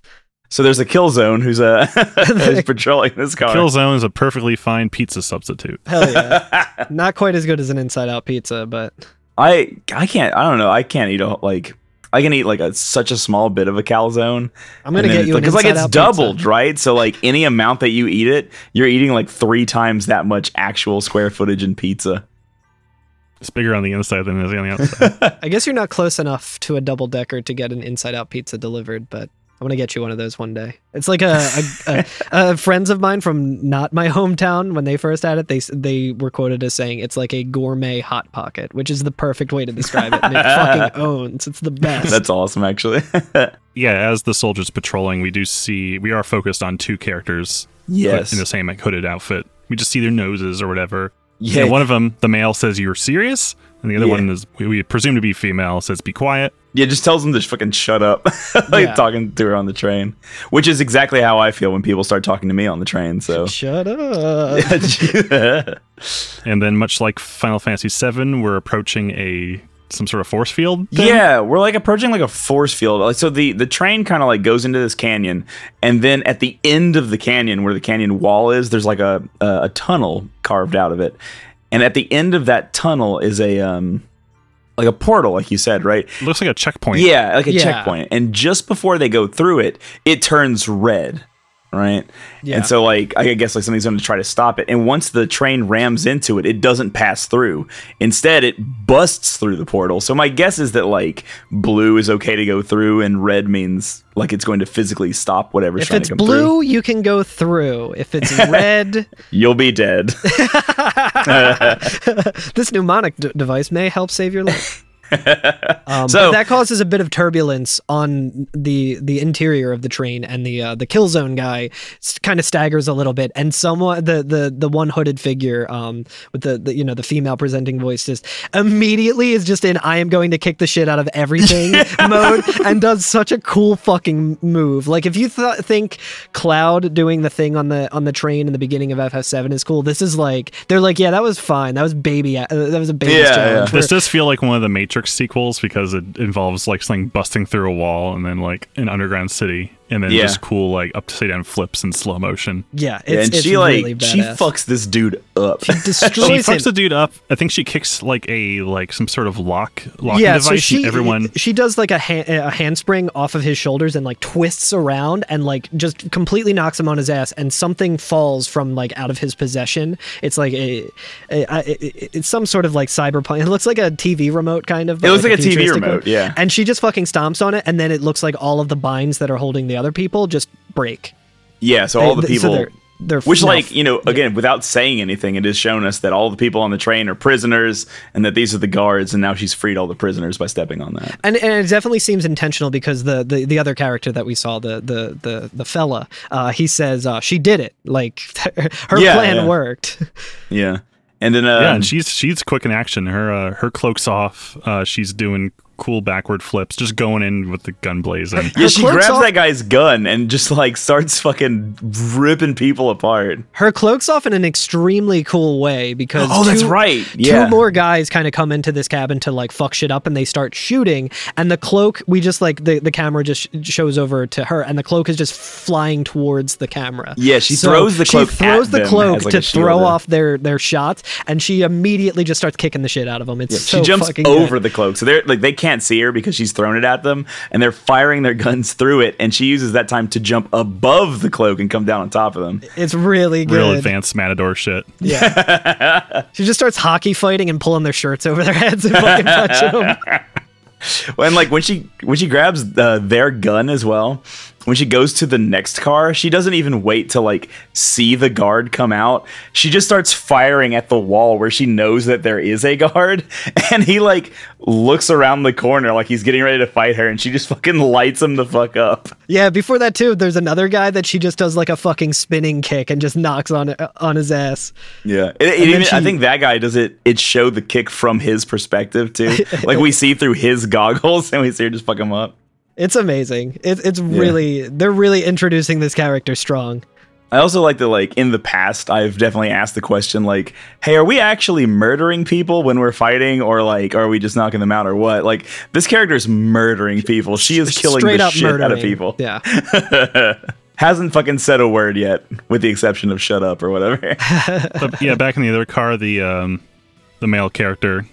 B: so there's a Killzone who's uh, who's patrolling this car.
A: Killzone is a perfectly fine pizza substitute.
C: Hell yeah. Not quite as good as an Inside Out pizza, but
B: I I can't. I don't know. I can't eat a like. I can eat like a such a small bit of a calzone.
C: I'm gonna get you an
B: because like
C: Inside
B: it's
C: Out pizza.
B: doubled, right? So like any amount that you eat it, you're eating like three times that much actual square footage in pizza.
A: It's bigger on the inside than it is on the outside.
C: I guess you're not close enough to a double decker to get an Inside Out pizza delivered, but I'm gonna get you one of those one day. It's like a, a, a, a friends of mine from not my hometown when they first had it. They s- they were quoted as saying it's like a gourmet hot pocket, which is the perfect way to describe it. And it fucking owns. It's the best.
B: That's awesome, actually.
A: yeah, as the soldiers patrolling, we do see we are focused on two characters put
B: yes.
A: in the same like, hooded outfit. We just see their noses or whatever.
B: yeah.
A: And one of them, the male says, "You're serious," and the other
B: Yeah.
A: one is we, we presume to be female says, "Be quiet."
B: yeah. Just tells them to sh- fucking shut up. like
C: Yeah.
B: talking to her on the train, which is exactly how I feel when people start talking to me on the train. So.
C: Shut up.
A: And then, much like Final Fantasy VII, we're approaching a some sort of force field. Thing.
B: Yeah, we're like approaching like a force field. Like so the the train kind of like goes into this canyon and then at the end of the canyon where the canyon wall is, there's like a a, a tunnel carved out of it. And at the end of that tunnel is a um like a portal like you said, right?
A: looks like a checkpoint.
B: Yeah, like a
C: Yeah.
B: checkpoint. And just before they go through it, it turns red, right?
C: Yeah.
B: And so, like, I guess like something's going to try to stop it. And once the train rams into it, it doesn't pass through. Instead, it busts through the portal. So my guess is that like blue is okay to go through, and red means like it's going to physically stop whatever's
C: if
B: trying
C: it's
B: to come
C: blue,
B: through.
C: you can go through. If it's red,
B: You'll be dead.
C: this mnemonic d- device may help save your life. Um,
B: So-
C: but that causes a bit of turbulence on the the interior of the train, and the uh, the kill zone guy kind of staggers a little bit, and someone the the the one hooded figure um, with the, the you know the female presenting voice just immediately is just in I am going to kick the shit out of everything mode, and does such a cool fucking move. Like if you th- think Cloud doing the thing on the on the train in the beginning of FF7 is cool, this is like they're like yeah that was fine, that was baby, uh, that was a baby
B: Yeah,
C: challenge.
B: yeah.
A: This does feel like one of the Matrix sequels because it involves like something busting through a wall and then like an underground city and then
B: Yeah.
A: just cool like upside down flips in slow motion.
C: Yeah, it's,
B: and
C: it's
B: she like
C: really
B: she
C: badass.
B: fucks this dude up.
C: She destroys
A: she fucks
C: him.
A: the dude up. I think she kicks like a like some sort of lock locking
C: yeah,
A: device.
C: so she
A: and everyone
C: she does like a ha- a handspring off of his shoulders and like twists around and like just completely knocks him on his ass and something falls from like out of his possession. It's like a, a, a- it- it's some sort of like cyberpunk. It looks like a TV remote kind of. but,
B: It looks like a TV
C: futuristic
B: remote, yeah.
C: And she just fucking stomps on it and then it looks like all of the binds that are holding the other people just break.
B: yeah, so all the
C: They- so
B: people.
C: they're, they're
B: Which,
C: now
B: like, you know, again, without saying anything, it is shown us that all the people on the train are prisoners and that these are the guards, and now she's freed all the prisoners by stepping on that.
C: and, and it definitely seems intentional because the, the, the other character that we saw the the the, the fella uh, he says uh, she did it like her
B: Yeah,
C: plan
B: yeah.
C: worked
B: Yeah. And then, uh,
A: yeah,
C: um,
A: and she's she's quick in action. Her uh, her cloak's off. Uh, she's doing cool backward flips, just going in with the gun blazing.
B: yeah, she
C: cloak's
B: grabs
C: off-
B: that guy's gun and just, like, starts fucking ripping people apart.
C: her cloak's off in an extremely cool way because
B: Oh, that's
C: two-
B: right.
C: Two
B: Yeah.
C: more guys kind of come into this cabin to like fuck shit up and they start shooting. And the cloak, we just like the, the camera just sh- shows over to her and the cloak is just flying towards the camera.
B: Yeah, she throws the cloak
C: She throws
B: at
C: the
B: them
C: cloak
B: as, like,
C: to
B: a shield,
C: throw
B: yeah.
C: off their, their shots and she immediately just starts kicking the shit out of them. It's so
B: she jumps
C: fucking good.
B: over the cloak. So they're, like, they can't see her because she's thrown it at them, and they're firing their guns through it, and she uses that time to jump above the cloak and come down on top of them.
C: It's really good.
A: Real advanced matador shit.
C: Yeah. she just starts hockey fighting and pulling their shirts over their heads and fucking punching them.
B: and like when she when she grabs uh, their gun as well when she goes to the next car, she doesn't even wait to like see the guard come out. She just starts firing at the wall where she knows that there is a guard, and he like looks around the corner like he's getting ready to fight her, and she just fucking lights him the fuck up.
C: Yeah, before that too, there's another guy that she just does like a fucking spinning kick and just knocks on on his ass.
B: Yeah, it, it
C: then
B: even, I
C: she-
B: think that guy does it. It showed the kick from his perspective too. like we see through his goggles, and we see her just fuck him up.
C: It's amazing. It, it's really they're really introducing this character strong.
B: I also like that, like in the past, I've definitely asked the question, like, "Hey, are we actually murdering people when we're fighting, or like, are we just knocking them out, or what?" Like, this character is murdering people. She is killing
C: Straight
B: the
C: up
B: shit out of
C: murdering.
B: people.
C: Yeah.
B: Hasn't fucking said a word yet, with the exception of "shut up" or whatever.
A: But yeah, back in the other car, the um, the male character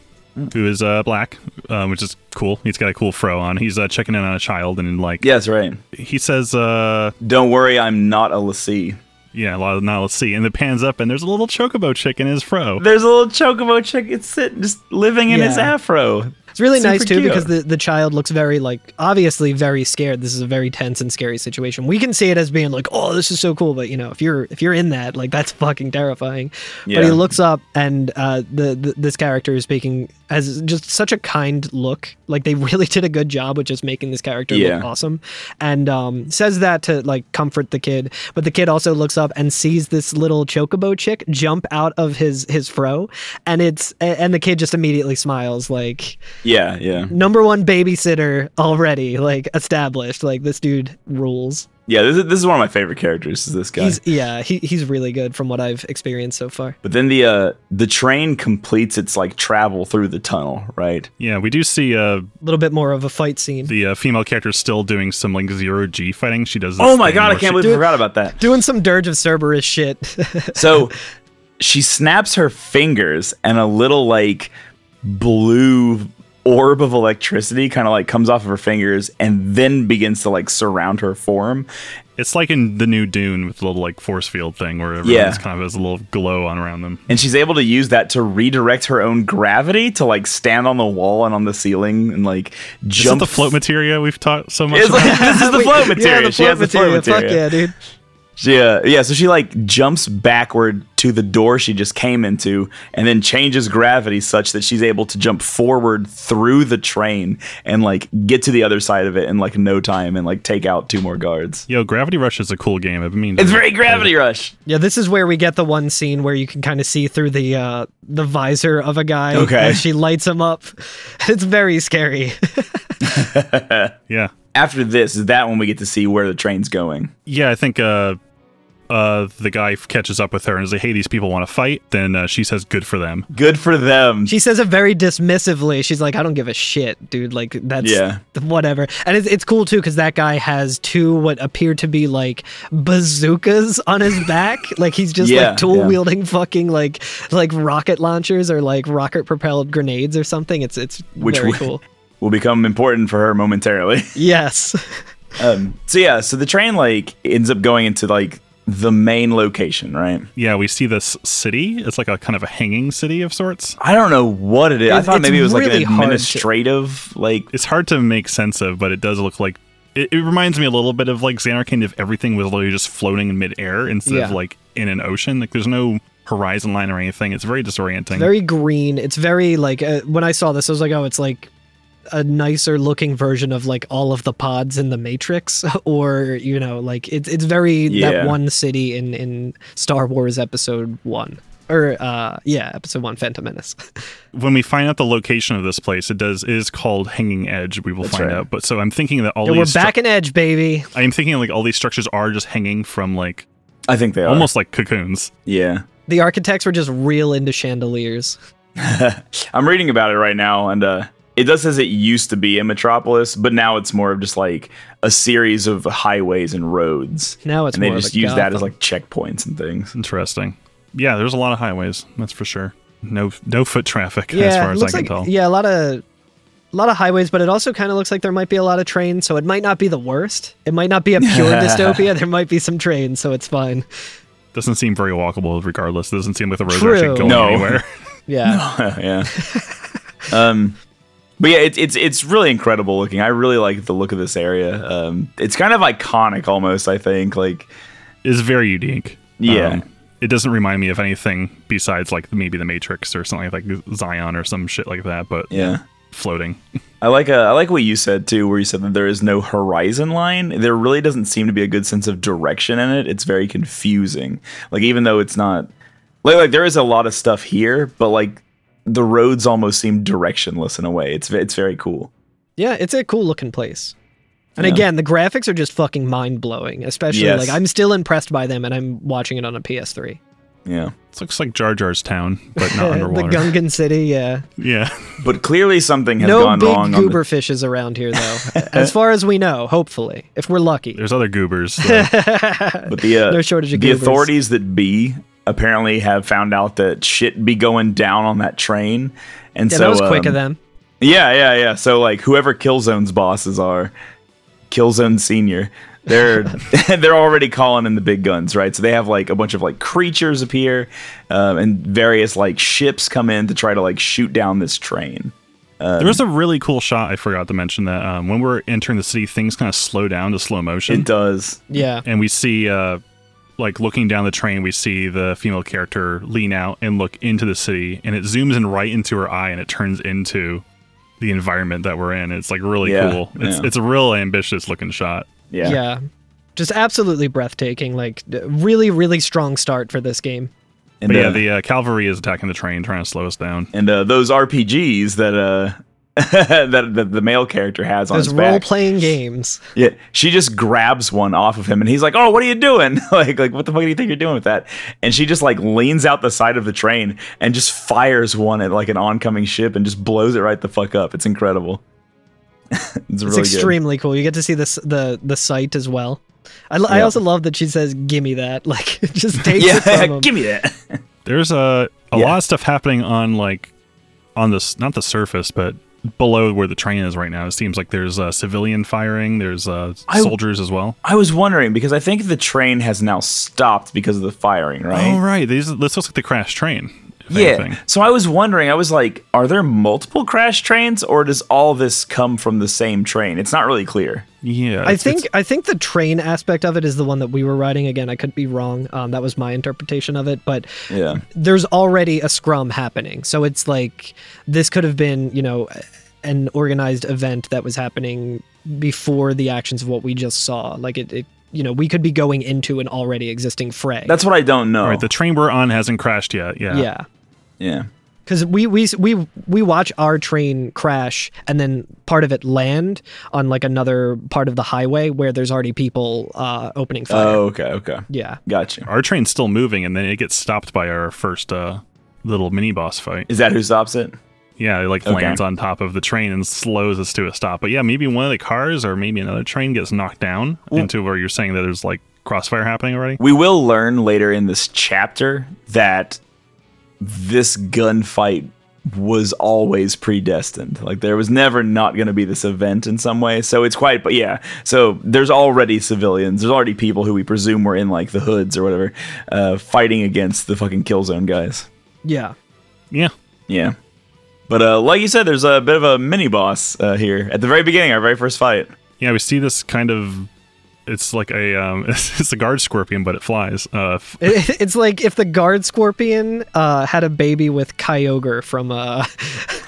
A: who is uh, black, um, which is cool. He's got a cool fro on. He's uh, checking in on a child, and like
B: yes, right.
A: he says, uh,
B: Don't worry, I'm not a lassie.
A: yeah, a lot of now let's see. And it pans up, and there's a little chocobo chick in his fro.
B: There's a little chocobo chick. It's sitting, just living in his
C: Yeah.
B: afro.
C: It's really
B: Super
C: nice too
B: cute.
C: because the, the child looks very like obviously very scared. This is a very tense and scary situation. We can see it as being like, oh, this is so cool, but you know, if you're if you're in that, like that's fucking terrifying. But
B: Yeah.
C: he looks up and uh, the, the this character is speaking has just such a kind look. Like they really did a good job with just making this character
B: Yeah.
C: look awesome, and um, says that to like comfort the kid. But the kid also looks up and sees this little chocobo chick jump out of his his fro, and it's a- and the kid just immediately smiles like
B: Yeah, yeah,
C: number one babysitter already, like established. Like this dude rules.
B: yeah. This is this is one of my favorite characters. Is this guy?
C: He's yeah, he, he's really good from what I've experienced so far.
B: But then the uh, the train completes its like travel through the tunnel, right?
A: Yeah, we do see uh,
C: A little bit more of a fight scene.
A: the uh, female character still doing some like zero G fighting. She does. This
B: Oh my
A: thing
B: god, I
A: where
B: can't
A: she-
B: believe I forgot about that.
C: Doing some dirge of Cerberus shit.
B: So she snaps her fingers and a little like blue orb of electricity kind of like comes off of her fingers and then begins to like surround her form.
A: It's like in the new Dune with the little like force field thing where everyone's
B: Yeah.
A: kind of has a little glow on around them.
B: And she's able to use that to redirect her own gravity to like stand on the wall and on the ceiling and like
A: Is it
B: jump
A: the float material we've taught so much
B: It's
A: about?
B: like, this is the
C: Wait,
B: float material.
C: Yeah, the
B: she
C: float
B: has the float
C: material.
B: material.
C: Fuck yeah, dude.
B: Yeah, yeah. So she like jumps backward to the door she just came into, and then changes gravity such that she's able to jump forward through the train and like get to the other side of it in like no time and like take out two more guards.
A: Yo, Gravity Rush is a cool game. I mean,
B: It's very gravity rush.
C: Yeah, this is where we get the one scene where you can kind of see through the uh, the visor of a guy
B: Okay.
C: as she lights him up. It's very scary.
A: Yeah,
B: After this is that when we get to see where the train's going.
A: yeah. I think uh, uh, the guy catches up with her and is like, "Hey, these people want to fight." Then uh, she says, "Good for them."
B: Good for them.
C: She says it very dismissively. She's like, I don't give a shit, dude. Like, that's
B: Yeah.
C: whatever. And it's, it's cool, too, because that guy has two what appear to be like bazookas on his back. like, he's just
B: Yeah,
C: like tool
B: yeah.
C: wielding fucking like like rocket launchers or like rocket propelled grenades or something. It's, it's
B: Which
C: very
B: we-
C: cool.
B: Will become important for her momentarily.
C: Yes.
B: um, so yeah, so the train like ends up going into like the main location, right?
A: Yeah, we see this city. It's like a kind of a hanging city of sorts.
B: I don't know what it is. I
C: It-
B: thought
C: it's
B: maybe it was like an
C: really hard to-
B: administrative, like
A: It's hard to make sense of, but it does look like it, it reminds me a little bit of like Xanarkand if everything was literally just floating in midair instead of
C: Yeah.
A: like in an ocean. Like there's no horizon line or anything. It's very disorienting.
C: very green. It's very like, uh, when I saw this, I was like, oh, it's like a nicer looking version of like all of the pods in the matrix or you know like it's it's very
B: Yeah.
C: that one city in in star wars episode one or uh yeah episode one phantom menace
A: when we find out the location of this place, it does it is called Hanging Edge. We will find
B: right.
A: out. But so I'm thinking that all
C: and we're
A: these stru-
C: back in edge baby
A: I'm thinking like all these structures are just hanging from like
B: I think they are.
A: almost like cocoons.
B: Yeah.
C: the architects were just real into chandeliers
B: I'm reading about it right now, and uh, it does says it used to be a metropolis, but now it's more of just like a series of highways and roads,
C: now it's
B: and they
C: more
B: just
C: of a
B: use that as
C: Gotham.
B: like checkpoints and things.
A: Interesting. Yeah, there's a lot of highways. That's for sure. No no foot traffic
C: yeah
A: as far as I
C: looks
A: can
C: like
A: tell.
C: yeah a lot of a lot of highways, but it also kind of looks like there might be a lot of trains, so it might not be the worst. It might not be a pure dystopia. There might be some trains, so it's fine.
A: Doesn't seem very walkable. Regardless, doesn't seem like the roads are
C: True.
A: actually going
B: No.
A: anywhere.
C: Yeah.
B: yeah. um, But yeah, it's it's it's really incredible looking. I really like the look of this area. Um, it's kind of iconic almost. I think like
A: It's very unique. Um,
B: Yeah.
A: it doesn't remind me of anything besides like maybe the Matrix or something like Zion or some shit like that, but
B: yeah.
A: floating.
B: I like uh, I like what you said too, where you said that there is no horizon line. There really doesn't seem to be a good sense of direction in it. It's very confusing. Like even though it's not like like there is a lot of stuff here, but like the roads almost seem directionless in a way. It's ve- it's very cool.
C: Yeah, it's a cool looking place. And
B: Yeah.
C: again, the graphics are just fucking mind blowing. Especially
B: Yes.
C: like I'm still impressed by them, and I'm watching it on a PS3.
B: Yeah.
A: It looks like Jar Jar's town, but
C: the
A: not underwater.
C: Gungan City, yeah.
A: yeah,
B: But clearly something has
C: no
B: gone
C: big
B: wrong. on the-
C: goober fishes around here, though. as far as we know, hopefully, if we're lucky.
A: there's other goobers. though.
B: But the uh,
C: No shortage of
B: the
C: goobers.
B: authorities that be apparently have found out that shit be going down on that train, and
C: Yeah,
B: so
C: that was quick
B: um,
C: of them.
B: Yeah, yeah, yeah. So like whoever Killzone's bosses are, Killzone Senior, they're they're already calling in the big guns, right? So they have like a bunch of like creatures appear, um, and various like ships come in to try to like shoot down this train.
A: there was a really cool shot I forgot to mention that um, when we're entering the city, things kind of slow down to slow motion.
C: Mm-hmm.
B: It does.
C: Yeah.
A: and we see uh like looking down the train we see the female character lean out and look into the city and it zooms in right into her eye and it turns into the environment that we're in it's like really
B: Yeah,
A: cool it's
B: yeah.
A: it's a real ambitious looking shot
B: Yeah.
C: yeah. Just absolutely breathtaking. Like, d- really, really strong start for this game.
B: And,
A: but yeah
B: uh,
A: the uh, cavalry is attacking the train trying to slow us down
B: and uh, those RPGs that uh that, that the male character has on
C: Those
B: his
C: role
B: back.
C: playing games.
B: Yeah, she just grabs one off of him, and he's like, "Oh, what are you doing? like, like what the fuck do you think you're doing with that?" And she just like leans out the side of the train and just fires one at like an oncoming ship and just blows it right the fuck up. It's incredible. it's
C: It's
B: really good.
C: extremely cool. You get to see this the the site as well. I, lo- I
B: Yeah.
C: also love that she says, "Give me that!" Like, it just takes it
B: Yeah,
C: from 'em.
B: give me that.
A: there's a a
B: Yeah.
A: lot of stuff happening on like on this not the surface but below where the train is right now it seems like there's uh, civilian firing there's uh,
B: I-
A: soldiers as well
B: I was wondering because I think the train has now stopped because of the firing, right?
A: oh right these this looks like the crash train if anything.
B: Yeah. So I was wondering, I was like, are there multiple crash trains or does all this come from the same train? It's not really clear.
A: yeah
C: I
A: it's- it's-
C: think I think the train aspect of it is the one that we were riding. Again, I could be wrong. Um, that was my interpretation of it, but
B: Yeah.
C: there's already a scrum happening. So it's like this could have been, you know, an organized event that was happening before the actions of what we just saw. Like it, it you know, we could be going into an already existing fray.
B: That's what I don't know.
A: All right, the train we're on hasn't crashed yet. Yeah.
C: yeah.
B: yeah.
C: Because we, we we we watch our train crash and then part of it land on like another part of the highway where there's already people uh, opening fire.
B: Oh, okay, okay.
C: Yeah.
B: Gotcha.
A: Our train's still moving, and then it gets stopped by our first uh, little mini boss fight.
B: Is that who stops it?
A: Yeah, it like
B: Okay.
A: lands on top of the train and slows us to a stop. But yeah, maybe one of the cars or maybe another train gets knocked down into where you're saying that there's like crossfire happening already.
B: We will learn later in this chapter that this gunfight was always predestined. Like there was never not going to be this event in some way. So it's quite, but yeah. So there's already civilians. There's already people who we presume were in like the hoods or whatever, uh, fighting against the fucking kill zone guys.
C: Yeah.
A: Yeah.
B: Yeah. But uh, like you said, there's a bit of a mini boss uh, here at the very beginning, our very first fight.
A: Yeah, we see this kind of. It's like a um, it's a guard scorpion, but it flies. Uh, f-
C: It, it's like if the guard scorpion uh, had a baby with Kyogre from uh, from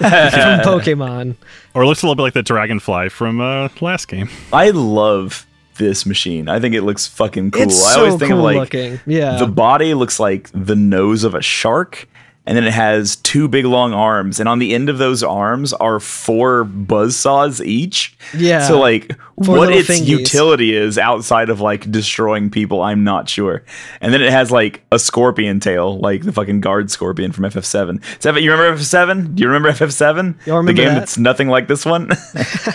C: Pokemon.
A: or it looks a little bit like the dragonfly from uh, last game.
B: I love this machine. I think it looks fucking cool.
C: It's
B: I
C: so
B: always think
C: cool
B: of like
C: looking. Yeah.
B: the body looks like the nose of a shark, and then it has two big long arms, and on the end of those arms are four buzzsaws each.
C: Yeah.
B: So like
C: Four
B: what
C: little
B: its
C: thingies.
B: utility is outside of like destroying people, I'm not sure. And then it has like a scorpion tail, like the fucking guard scorpion from FF7. Seven, you remember FF7? Do you remember FF7?
C: Y'all remember
B: the game
C: that?
B: that's nothing like this one.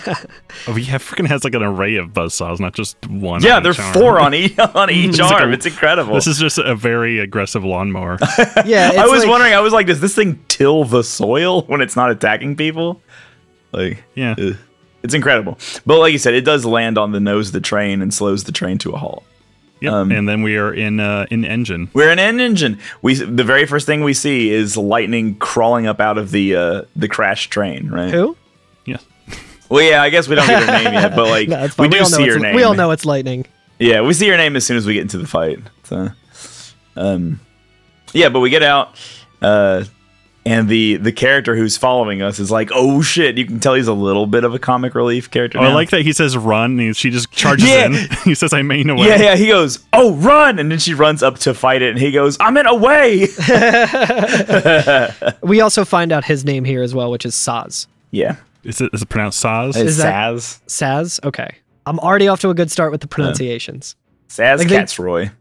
A: Oh yeah, it freaking has like an array of buzzsaws, not just one.
B: yeah,
A: on
B: there
A: each
B: are
A: arm.
B: four on each on each
A: like a-
B: arm. it's incredible.
A: This is just a very aggressive lawnmower.
C: yeah.
B: I
C: it's
B: was
C: like-
B: wondering. I was like, does this thing till the soil when it's not attacking people? Like,
A: Yeah.
B: ugh. it's incredible. But like you said, it does land on the nose of the train and slows the train to a halt.
A: Yep.
B: Um,
A: and then we are in uh, in engine.
B: We're in an engine. We the very first thing we see is lightning crawling up out of the uh, the crash train. Right?
C: who?
A: Yeah.
B: Well, yeah, I guess we don't get her name yet, but like
C: No, it's
B: we
C: fine.
B: do
C: all know
B: see
C: it's-
B: her name.
C: We all know it's lightning.
B: Yeah, we see her name as soon as we get into the fight. So, um, yeah, but we get out, uh, and the the character who's following us is like, "Oh shit!" You can tell he's a little bit of a comic relief character.
A: Oh, I
B: now.
A: like that he says run and she just charges
B: Yeah.
A: in. he says, I mean away.
B: Yeah, yeah. He goes, "Oh, run!" And then she runs up to fight it, and he goes, "I'm in a way."
C: We also find out his name here as well, which is Saz.
B: yeah,
A: Is, it, is it pronounced Saz?
B: it's
C: that-
B: Saz.
C: Saz. Okay, I'm already off to a good start with the pronunciations.
B: Saz
C: Like they-
B: Catsroy.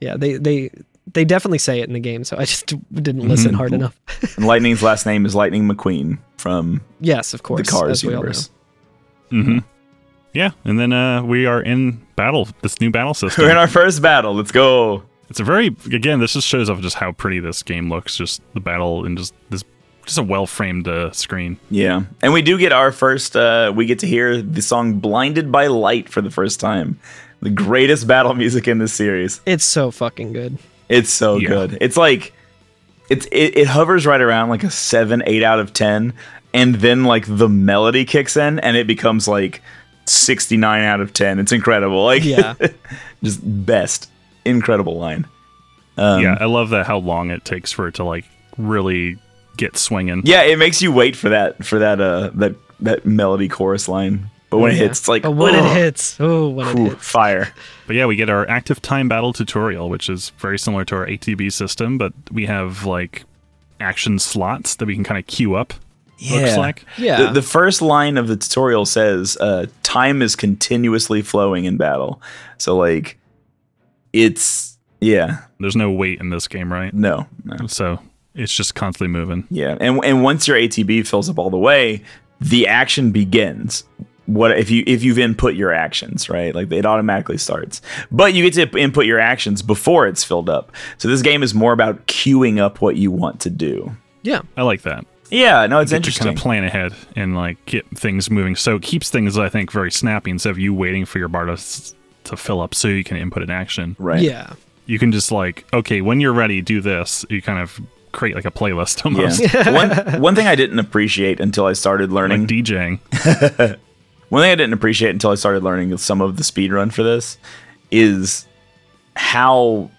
C: Yeah, they they they definitely say it in the game, so I just
B: Mm-hmm.
C: didn't listen hard enough.
B: And Lightning's last name is Lightning McQueen from
C: yes, of course.
B: the Cars
C: as we all know.
B: universe.
A: hmm Yeah, and then uh, we are in battle, this new battle system.
B: We're in our first battle. Let's go.
A: it's a very, again, this just shows off just how pretty this game looks. Just the battle and just this, just a well framed uh, screen.
B: Yeah. And we do get our first, uh, we get to hear the song Blinded by Light for the first time. The greatest battle music in this series.
C: It's so fucking good.
B: It's so
A: Yeah.
B: good. It's like, it's, it, it hovers right around like a 7, 8 out of 10. And then like the melody kicks in and it becomes like 69 out of 10. It's incredible. Like,
C: Yeah.
B: just best. Incredible line. Um,
A: yeah, I love that how long it takes for it to like really get swinging.
B: Yeah, it makes you wait for that for that uh that that melody chorus line. But when it
C: Yeah.
B: hits, it's like
C: But when
B: ugh,
C: it hits, oh, when it
B: whew,
C: hits.
B: fire.
A: But yeah, we get our active time battle tutorial, which is very similar to our ATB system, but we have like action slots that we can kind of queue up. Looks like.
C: Yeah.
B: The, the first line of the tutorial says, uh, "Time is continuously flowing in battle." So like, it's yeah,
A: There's no weight in this game, right?
B: no, no.
A: So it's just constantly moving.
B: Yeah, and and once your ATB fills up all the way, the action begins. What if you if you've input your actions right? Like it automatically starts, but you get to input your actions before it's filled up. So this game is more about queuing up what you want to do.
C: yeah.
A: I like that.
B: Yeah, no, it's
A: To kind
B: interesting.
A: of plan ahead and like get things moving. So it keeps things, I think, very snappy instead of you waiting for your bar to, s- to fill up so you can input an action.
B: right.
C: Yeah.
A: You can just like, okay, when you're ready, do this. You kind of create like a playlist almost.
B: Yeah. one one thing I didn't appreciate until I started learning
A: Like DJing.
B: One thing I didn't appreciate until I started learning some of the speed run for this is how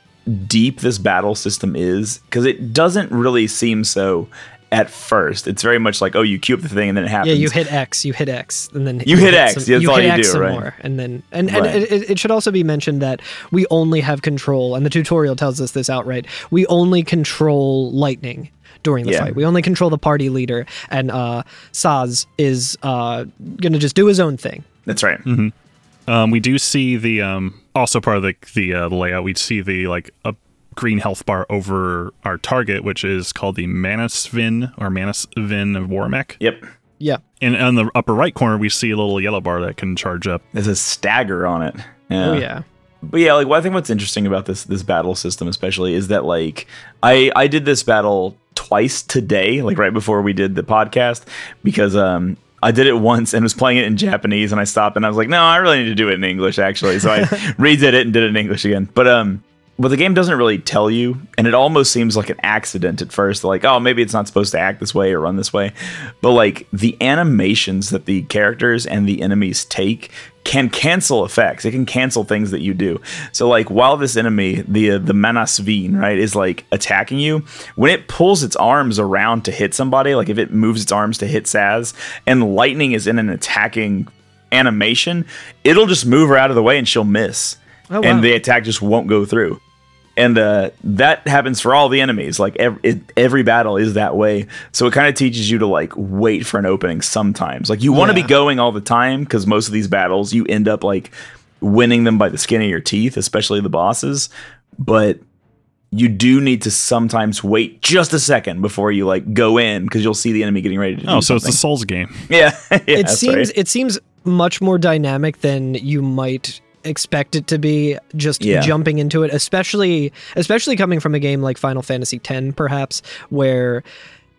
B: deep this battle system is because it doesn't really seem so at first. It's very much like, oh, you queue up the thing and then it
C: Yeah,
B: happens.
C: you hit X, you hit X, and then
B: You hit X, that's all
C: hit
B: you
C: X
B: do,
C: some
B: right?
C: More, and then and, and
B: Right.
C: it, it- it should also be mentioned that we only have control, and the tutorial tells us this outright. We only control lightning during the
B: Yeah.
C: fight. We only control the party leader, and uh, Saz is uh, gonna just do his own thing.
B: That's right.
C: Mm-hmm.
A: Um, we do see the um, also part of the the uh, layout. We see the like a green health bar over our target, which is called the Manasvin or Manasvin Warmech.
B: Yep.
C: Yeah,
A: And on the upper right corner, we see a little yellow bar that can charge up.
B: There's a stagger on it.
C: oh yeah,
B: But yeah, like well, I think what's interesting about this this battle system especially is that like I I did this battle twice today, like right before we did the podcast, because um I did it once and was playing it in Japanese and I stopped and I was like, no, I really need to do it in English actually. So I redid it and did it in English again. But um but the game doesn't really tell you, and it almost seems like an accident at first. Like, oh, maybe it's not supposed to act this way or run this way. But like the animations that the characters and the enemies take can cancel effects. It can cancel things that you do. So like while this enemy, the uh, the Manasveen, right, is like attacking you, when it pulls its arms around to hit somebody, like if it moves its arms to hit Saz, and lightning is in an attacking animation, it'll just move her out of the way and she'll miss.
C: Oh, wow.
B: And the attack just won't go through and uh, that happens for all the enemies like ev- it, every battle is that way so it kind of teaches you to like wait for an opening sometimes like you want to
C: Yeah.
B: be going all the time because most of these battles you end up like winning them by the skin of your teeth especially the bosses but you do need to sometimes wait just a second before you like go in because you'll see the enemy getting ready to do
A: Oh, so it's
B: something.
A: the Souls game.
B: yeah, yeah
C: it
B: that's
C: seems
B: right.
C: it seems much more dynamic than you might expect it to be just
B: Yeah.
C: jumping into it especially especially coming from a game like final fantasy x perhaps where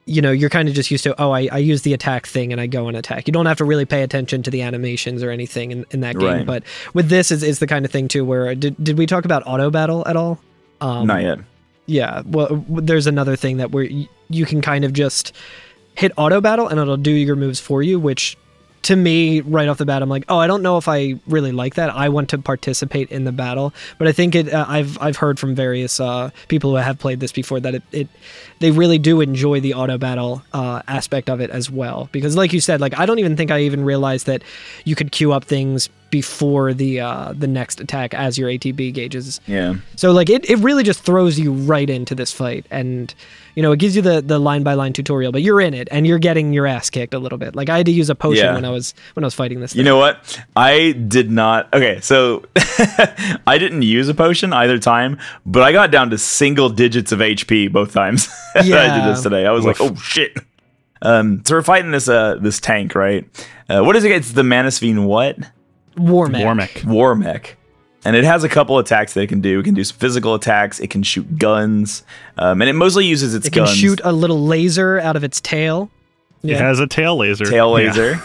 C: you know you're kind of just used to oh I, I use the attack thing and i go and attack you don't have to really pay attention to the animations or anything in, in that game
B: Right.
C: but with this is, is the kind of thing too where did, did we talk about auto battle at all um,
B: not yet
C: yeah well w- there's another thing that where y- you can kind of just hit auto battle and it'll do your moves for you which to me right off the bat i'm like oh i don't know if i really like that i want to participate in the battle but i think it uh, i've i've heard from various uh, people who have played this before that it, it they really do enjoy the auto battle uh, aspect of it as well because like you said like i don't even think i even realized that you could queue up things before the uh, the next attack as your atb gauges
B: Yeah.
C: so like it, it really just throws you right into this fight and you know it gives you the the line by line tutorial but you're in it and you're getting your ass kicked a little bit. Like I had to use a potion
B: Yeah.
C: when I was when I was fighting this
B: You
C: thing.
B: know what? I did not. Okay, so I didn't use a potion either time, but I got down to single digits of HP both times. that I
C: Yeah.
B: did this today. I was like, oh shit. Um, so we're fighting this uh this tank, right? Uh, what is it? It's the Manisvine what?
C: Warmec.
A: Warmec.
B: War mech. And it has a couple attacks that it can do. It can do some physical attacks. It can shoot guns, um, and it mostly uses its
C: It can
B: guns.
C: shoot a little laser out of its tail.
A: It has a tail laser.
B: tail
A: Yeah.
B: laser.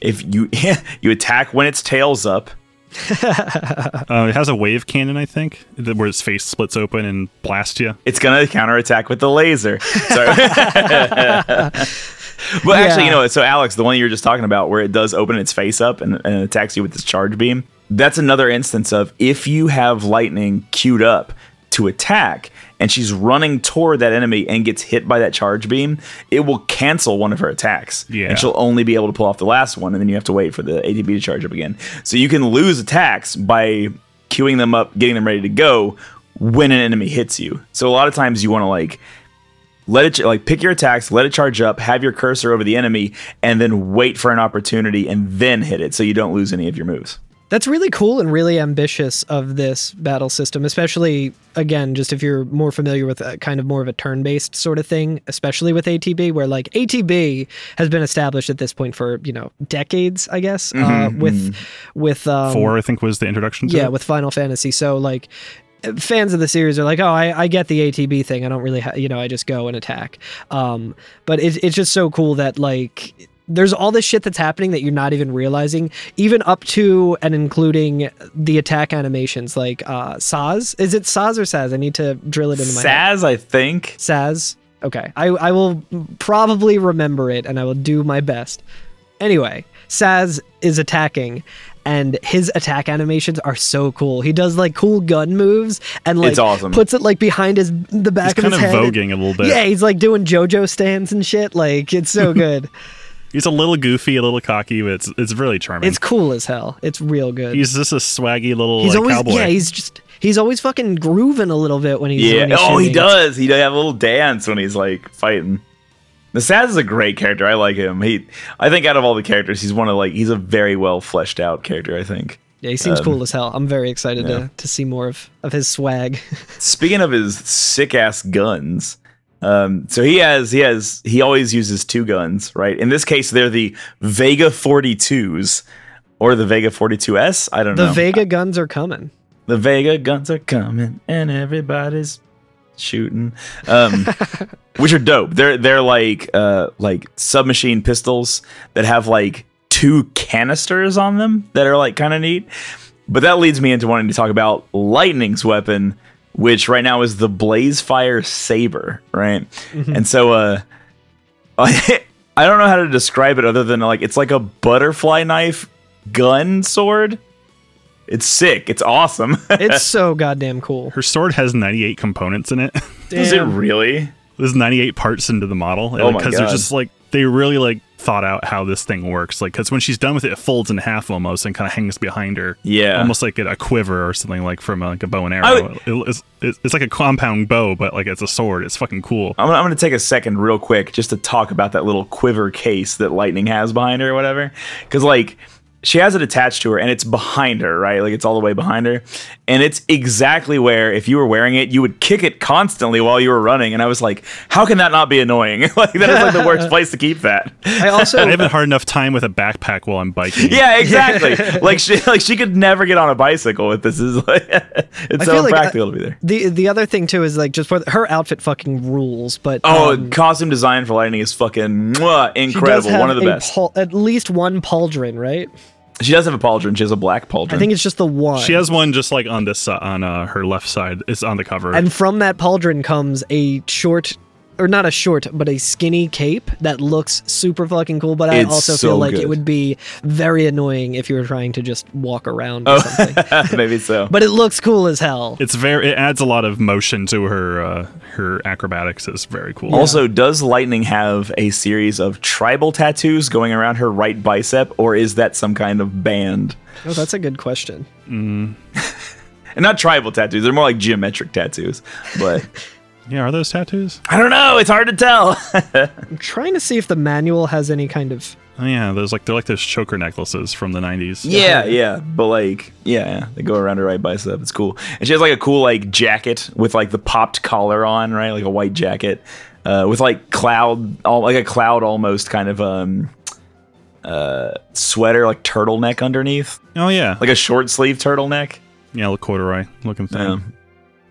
B: If you you attack when its tail's up,
A: Uh, it has a wave cannon, I think, that- where its face splits open and blasts you.
B: it's gonna counterattack with the laser. So, but actually, you
C: Yeah.
B: know, so Alex, the one you were just talking about, where it does open its face up and, and attacks you with this charge beam, that's another instance of if you have lightning queued up to attack, and she's running toward that enemy and gets hit by that charge beam, it will cancel one of her attacks,
A: Yeah.
B: and she'll only be able to pull off the last one, and then you have to wait for the ATB to charge up again. So you can lose attacks by queuing them up, getting them ready to go when an enemy hits you. So a lot of times you want to like let it like pick your attacks, let it charge up, have your cursor over the enemy, and then wait for an opportunity and then hit it so you don't lose any of your moves.
C: That's really cool and really ambitious of this battle system, especially again, just if you're more familiar with a, kind of more of a turn-based sort of thing, especially with ATB, where like ATB has been established at this point for you know decades, I guess,
B: Mm-hmm,
C: uh, with with um,
A: Four, I think, was the introduction to
C: yeah
A: it.
C: with final fantasy so like fans of the series are like oh i, I get the atb thing i don't really ha- you know i just go and attack um but it, it's just so cool that like there's all this shit that's happening that you're not even realizing even up to and including the attack animations like uh saz is it saz or saz i need to drill it into my head
B: Saz, I think.
C: saz okay i i will probably remember it and i will do my best Anyway, Saz is attacking, and his attack animations are so cool. He does like cool gun moves and like
B: It's awesome.
C: puts it like behind his the
A: He's
C: back of
A: kind
C: his
A: of
C: head. and-
A: voguing a little bit.
C: yeah, he's like doing JoJo stands and shit. Like it's so good.
A: He's a little goofy, a little cocky, but it's it's really charming.
C: it's cool as hell. It's real good.
A: he's just a swaggy little
C: He's
A: like,
C: always
A: cowboy.
C: yeah. He's just he's always fucking grooving a little bit when he's
B: Yeah.
C: when he's
B: oh, he
C: shooting.
B: does. He does have a little dance when he's like fighting. The Saz is a great character. I like him. He, I think, out of all the characters, he's one of like he's a very well fleshed out character. I think.
C: Yeah, he
B: Um,
C: seems cool as hell. I'm very excited to, to see more of of his swag.
B: Speaking of his sick ass guns, um, so he has he has he always uses two guns, right? In this case, they're the Vega 42s or the Vega 42s. I don't
C: the
B: know.
C: Vega guns are coming.
B: the Vega guns are coming, and everybody's shooting, um, which are dope. They're they're like uh, like submachine pistols that have like two canisters on them that are like kind of neat. But that leads me into wanting to talk about Lightning's weapon, which right now is the Blazefire Saber, right? And so, uh, I don't know how to describe it other than like it's like a butterfly knife gun sword. It's sick. It's awesome.
C: It's so goddamn cool.
A: Her sword has 98 components in it.
B: Is it
C: Damn.
B: really?
A: There's 98 parts into the model
B: Oh my
A: because they're
B: God.
A: just like they really like thought out how this thing works. Like because when she's done with it, it folds in half almost and kind of hangs behind her.
B: Yeah.
A: almost like a quiver or something like from uh, like a bow and
B: I
A: arrow. It- it's, it's- it's like a compound bow, but like it's a sword. It's fucking cool.
B: I'm, I'm going to take a second, real quick, just to talk about that little quiver case that Lightning has behind her or whatever. Because, like, she has it attached to her and it's behind her, right? Like, it's all the way behind her. And it's exactly where, if you were wearing it, you would kick it constantly while you were running. And I was like, how can that not be annoying? like, that is like the worst place to keep that.
C: I also
A: I have a hard enough time with a backpack while I'm biking.
B: Yeah, exactly. like she, like she could never get on a bicycle with this. Is like, it's so
C: feel like I-
B: impractical to be there.
C: The the other thing too is like just for her outfit fucking rules, but
B: Oh,
C: um,
B: costume design for Lightning is fucking mwah,
C: she does
B: incredible.
C: have
B: One of the
C: a
B: best.
C: pul- at least one pauldron, right?
B: she does have a pauldron. She has a black pauldron.
C: I think it's just the one.
A: She has one just like on this uh, on uh, her left side. It's on the cover.
C: and from that pauldron comes a short or not a short, but a skinny cape that looks super fucking cool. But I
B: It's
C: also
B: so
C: feel like
B: good.
C: it would be very annoying if you were trying to just walk around or something.
B: Oh, maybe so.
C: But it looks cool as hell.
A: It's very. It adds a lot of motion to her. Uh, her acrobatics is very cool.
B: Also, does Lightning have a series of tribal tattoos going around her right bicep, or is that some kind of band?
C: oh, that's a good question.
B: And not tribal tattoos; they're more like geometric tattoos. But
A: yeah, are those tattoos?
B: I don't know; it's hard to tell.
C: I'm trying to see if the manual has any kind of.
A: Oh, yeah, those like they're like those choker necklaces from the '90s.
B: yeah, yeah, but like, yeah, yeah, they go around her right bicep. It's cool, and she has like a cool like jacket with like the popped collar on, right? Like a white jacket uh, with like cloud, all, like a cloud almost kind of um uh sweater, like turtleneck underneath,
A: Oh yeah. Like
B: like a short sleeve turtleneck.
A: yeah, look corduroy looking thing.
B: Yeah.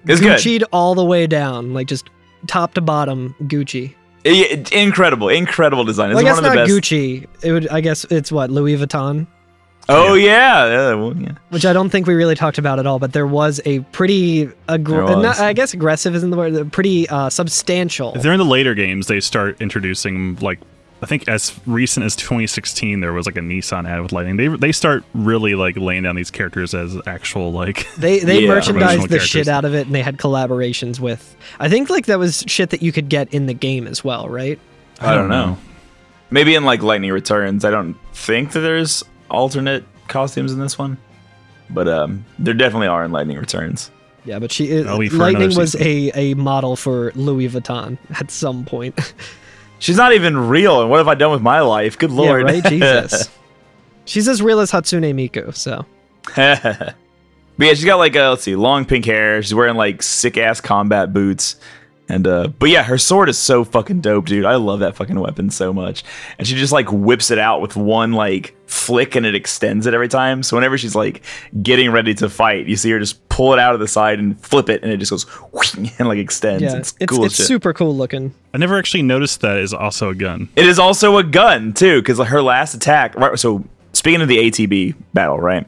B: It's good.
C: Gucci'd all the way down, like just top to bottom Gucci.
B: I- I- incredible, incredible design. It's
C: Well, I guess
B: one of
C: not
B: the best.
C: Gucci. It would, I guess it's what Louis Vuitton,
B: Oh yeah, yeah, well, yeah.
C: which I don't think we really talked about at all. But there was a pretty,
B: There
C: aggr-
B: was.
C: not, I guess aggressive isn't the word. a Pretty uh, substantial.
A: If they're in the later games, they start introducing like I think as recent as 2016, there was like a Nissan ad with lightning. They they start really like laying down these characters as actual like.
C: They they
B: Yeah.
C: merchandised
A: Original
C: the
A: characters.
C: shit out of it, and they had collaborations with. I think like that was shit that you could get in the game as well, right?
B: I don't know. Maybe in like Lightning Returns, I don't think that there's alternate costumes in this one, but um, there definitely are in Lightning Returns.
C: Yeah, but she uh,
A: That'll be for
C: Lightning
A: another
C: was
A: season.
C: a a model for Louis Vuitton at some point.
B: She's not even real, and what have I done with my life? Good
C: yeah,
B: lord,
C: right, Jesus. She's as real as Hatsune Miku, so
B: but yeah, she's got like uh, let's see, long pink hair. She's wearing like sick ass combat boots, and uh, but yeah, her sword is so fucking dope, dude. I love that fucking weapon so much. And she just like whips it out with one like flick, and it extends it every time. So whenever she's like getting ready to fight, you see her just pull it out of the side and flip it, and it just goes whoosh, and like extends.
C: yeah,
B: it's,
C: it's it's,
B: cool as shit.
C: super cool looking.
A: I never actually noticed that is also a gun.
B: It is also a gun too, because her last attack. Right. So speaking of the ATB battle, right?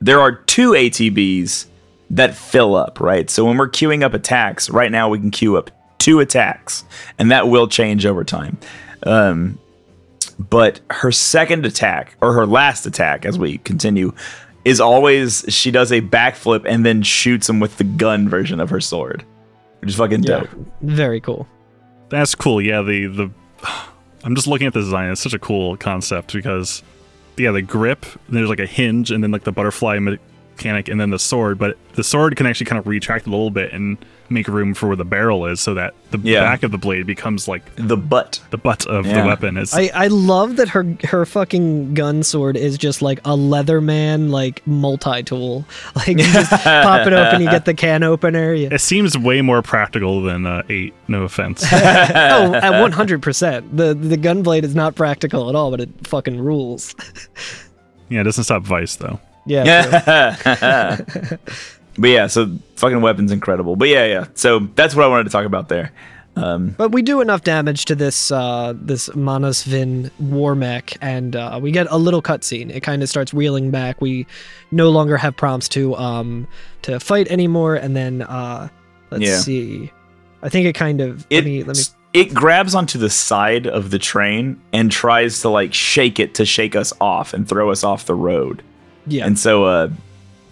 B: There are two ATBs that fill up, right? So when we're queuing up attacks, right now we can queue up two attacks, and that will change over time. Um, but her second attack, or her last attack, as we continue, is always she does a backflip and then shoots him with the gun version of her sword, which is fucking dope.
C: Very cool.
A: That's cool. Yeah, the the I'm just looking at the design. It's such a cool concept because yeah, the grip, and there's like a hinge and then like the butterfly mechanic and then the sword, but the sword can actually kind of retract a little bit and make room for where the barrel is so that the
B: Yeah.
A: back of the blade becomes like
B: The butt.
A: the butt of
B: Yeah.
A: the weapon. It's
C: I, I love that her her fucking gun sword is just like a Leatherman like multi tool. Like you just pop it open, you get the can opener. You,
A: It seems way more practical than uh, eight. No offense.
C: oh, at one hundred percent. The the gun blade is not practical at all, but it fucking rules.
A: yeah, it doesn't stop Vice though.
C: Yeah. true.
B: Yeah. but yeah, so fucking weapons incredible. But yeah, yeah. So that's what I wanted to talk about there. Um,
C: But we do enough damage to this uh, this Manos Vin war mech, and uh, we get a little cutscene. It kind of starts reeling back. We no longer have prompts to um to fight anymore, and then uh, let's
B: Yeah.
C: see. I think it kind of
B: it
C: let me let me
B: it grabs onto the side of the train and tries to like shake it to shake us off and throw us off the road.
C: yeah
B: And so uh,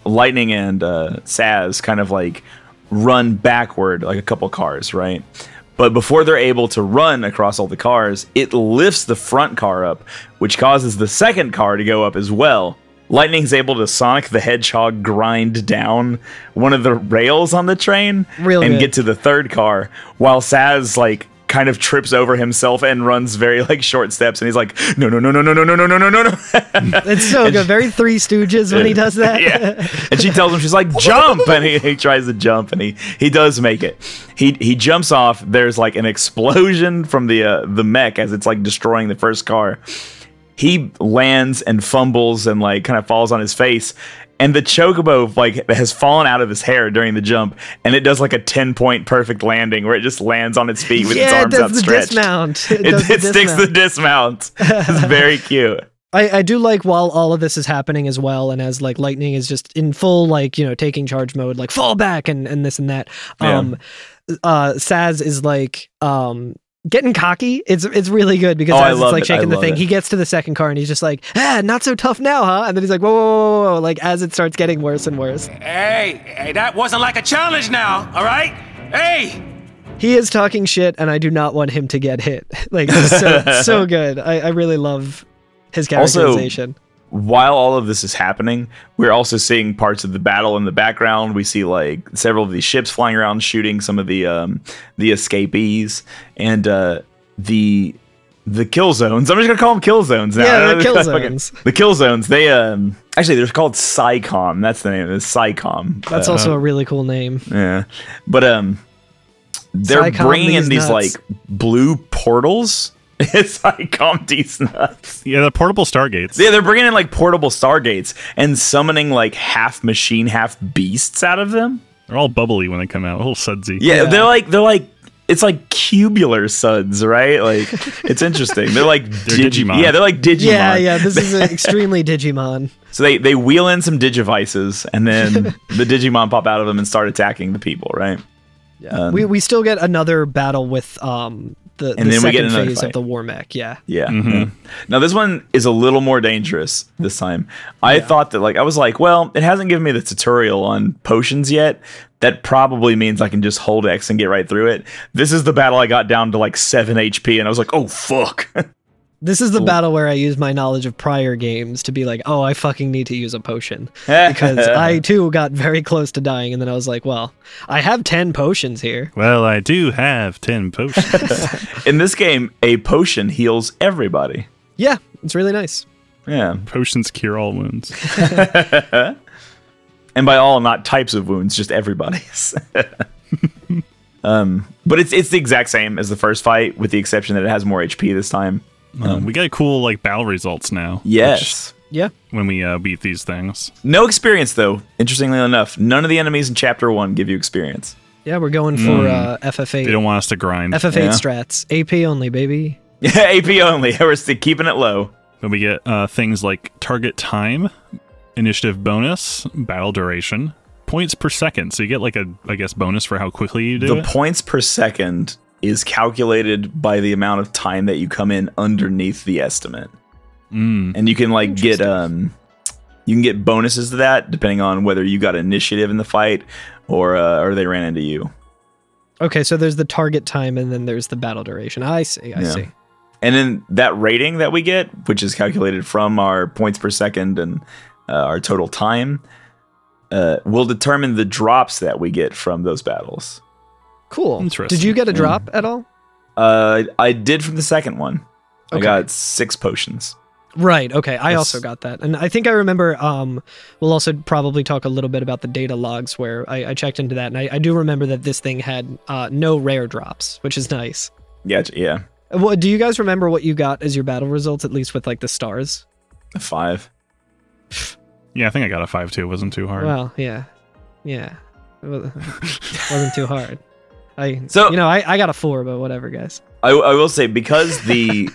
B: Lightning and uh, Saz kind of like run backward like a couple cars, right? But before they're able to run across all the cars, it lifts the front car up, which causes the second car to go up as well. Lightning's able to Sonic the Hedgehog grind down one of the rails on the train
C: Real
B: and
C: good.
B: get to the third car, while Saz like kind of trips over himself and runs very like short steps, and he's like, no, no, no, no, no, no, no, no, no, no, no.
C: it's so good. Very Three Stooges when he does that.
B: yeah. And she tells him she's like jump, and he, he tries to jump, and he he does make it. He he jumps off. There's like an explosion from the uh, the mech as it's like destroying the first car. He lands and fumbles and like kind of falls on his face. And the chocobo like has fallen out of his hair during the jump, and it does like a ten point perfect landing where it just lands on its feet with its
C: yeah, it
B: arms
C: does the
B: outstretched.
C: dismount. It,
B: It,
C: does
B: it
C: the
B: sticks
C: dismount.
B: the dismount. It's very cute.
C: I, I do like while all of this is happening as well, and as like lightning is just in full like you know taking charge mode, like fall back and and this and that.
B: Yeah.
C: Um, uh, Saz is like um, getting cocky. It's it's really good because
B: Oh, I
C: Saz is
B: love
C: like
B: it. I
C: shaking the
B: love
C: thing.
B: it.
C: He gets to the second car and he's just like, ah, not so tough now, huh? And then he's like, whoa, whoa, whoa, whoa, like as it starts getting worse and worse.
D: Hey, hey, that wasn't like a challenge now, all right? Hey!
C: He is talking shit, and I do not want him to get hit. Like it's so so good. I, I really love his
B: Also-
C: characterization.
B: while all of this is happening, we're also seeing parts of the battle in the background. We see like several of these ships flying around, shooting some of the um, the escapees and uh, the the kill zones. I'm just gonna call them kill zones now.
C: Yeah, the kill
B: Fucking-
C: zones.
B: the kill zones. They um, actually they're called SciComm. That's the name. It's SciComm.
C: That's
B: Uh,
C: also a really cool name.
B: yeah, but um, they're
C: SciComm
B: bringing in
C: these
B: these
C: nuts.
B: like blue portals. It's SciComm these nuts.
A: Yeah, the portable stargates.
B: Yeah, they're bringing in like portable stargates and summoning like half machine, half beasts out of them.
A: They're all bubbly when they come out. A little sudsy.
B: Yeah, they're like they're like it's like cubular suds, right? Like it's interesting. They're like digi-
A: Digimon.
B: Yeah, they're like Digimon.
C: Yeah, yeah. This is extremely Digimon.
B: So they they wheel in some digivices and then the Digimon pop out of them and start attacking the people, right? Yeah. Um,
C: we we still get another battle with um the, the
B: And then we get
C: second
B: another
C: phase
B: fight.
C: of the war mech. Yeah,
B: Yeah. yeah. Now this one is a little more dangerous this time. I thought that like I was like, well, it hasn't given me the tutorial on potions yet. That probably means I can just hold X and get right through it. This is the battle I got down to like seven HP, and I was like, oh fuck.
C: this is the battle where I use my knowledge of prior games to be like, oh, I fucking need to use a potion because I too got very close to dying, and then I was like, well, I have ten potions here.
A: Well, I do have 10 potions.
B: in this game, a potion heals everybody.
C: Yeah, it's really nice.
B: Yeah,
A: potions cure all wounds.
B: and by all, not types of wounds, just everybody's. um, but it's it's the exact same as the first fight, with the exception that it has more HP this time.
A: Um, we get cool like battle results now.
B: Yes.
C: Yeah,
A: which- when we uh, beat these things.
B: No experience, though. Interestingly enough, none of the enemies in Chapter 1 give you experience.
C: yeah, we're going for
B: Hmm.
C: uh,
A: They
C: FF8,
A: don't want us to grind.
C: FF8
B: Yeah.
C: strats, AP only, baby.
B: Yeah, AP only. We're still keeping it low.
A: But we get uh, things like target time, initiative bonus, battle duration, points per second. So you get like a, I guess, bonus for how quickly you do
B: The
A: it.
B: points per second is calculated by the amount of time that you come in underneath the estimate.
A: Mm.
B: And you can like get um you can get bonuses to that depending on whether you got initiative in the fight or uh, or they ran into you.
C: Okay, so there's the target time, and then there's the battle duration. I see, I
B: Yeah.
C: see.
B: And then that rating that we get, which is calculated from our points per second and uh, our total time, uh, will determine the drops that we get from those battles.
C: Cool. Did
A: Interesting.
C: you
B: Hmm.
C: get a drop at all?
B: Uh, I did from the second one. I
C: Okay.
B: got six potions.
C: Right. Okay. I
B: That's-
C: also got that, and I think I remember. Um, we'll also probably talk a little bit about the data logs where I, I checked into that, and I, I do remember that this thing had uh, no rare drops, which is nice.
B: Gotcha. Yeah,
C: Well, do you guys remember what you got as your battle results, at least with like the stars?
B: a five.
A: Yeah, I think I got a 5 2. It wasn't too hard.
C: Well, yeah, yeah, it wa- wasn't too hard. I
B: So-
C: so you know I, I got a four, but whatever, guys.
B: I, I will say because the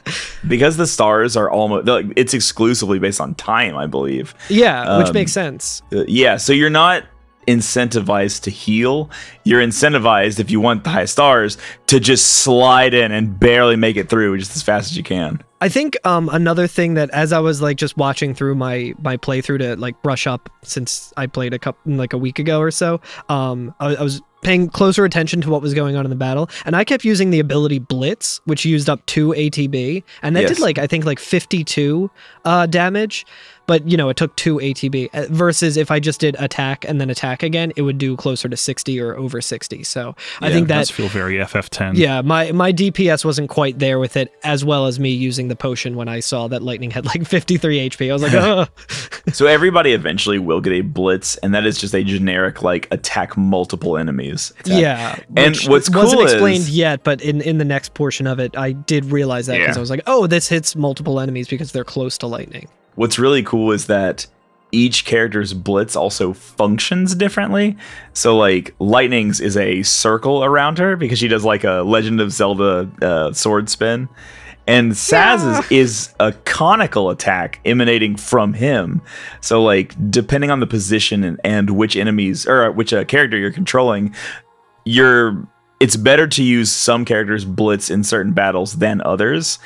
B: because the stars are almost like, it's exclusively based on time, I believe.
C: Yeah, which
B: Um,
C: makes sense.
B: Uh, yeah, so you're not incentivized to heal. You're incentivized if you want the high stars to just slide in and barely make it through just as fast as you can.
C: I think um, another thing that as I was like just watching through my my playthrough to like brush up since I played a couple like a week ago or so, um, I, I was paying closer attention to what was going on in the battle, and I kept using the ability Blitz, which used up two ATB, and that
B: Yes.
C: did like I think like fifty two uh, damage, but you know it took two ATB uh, versus if I just did attack and then attack again, it would do closer to sixty or over sixty. So I
B: Yeah,
C: think
A: It
C: that
A: does feel very FF10.
C: yeah, my my DPS wasn't quite there with it, as well as me using the potion when I saw that lightning had like 53 HP. I was like, Ugh.
B: So everybody eventually will get a blitz, and that is just a generic like attack multiple enemies. attack.
C: yeah.
B: And
C: which
B: what's cool
C: wasn't explained
B: is-
C: yet, but in in the next portion of it, I did realize that because
B: Yeah.
C: I was like, oh, this hits multiple enemies because they're close to lightning.
B: What's really cool is that each character's blitz also functions differently. So like Lightning's is a circle around her because she does like a Legend of Zelda uh, sword spin. And Saz's is a conical attack emanating from him. So like depending on the uh, position and, and which enemies or which uh, character you're controlling, your it's better to use some characters blitz in certain battles than others,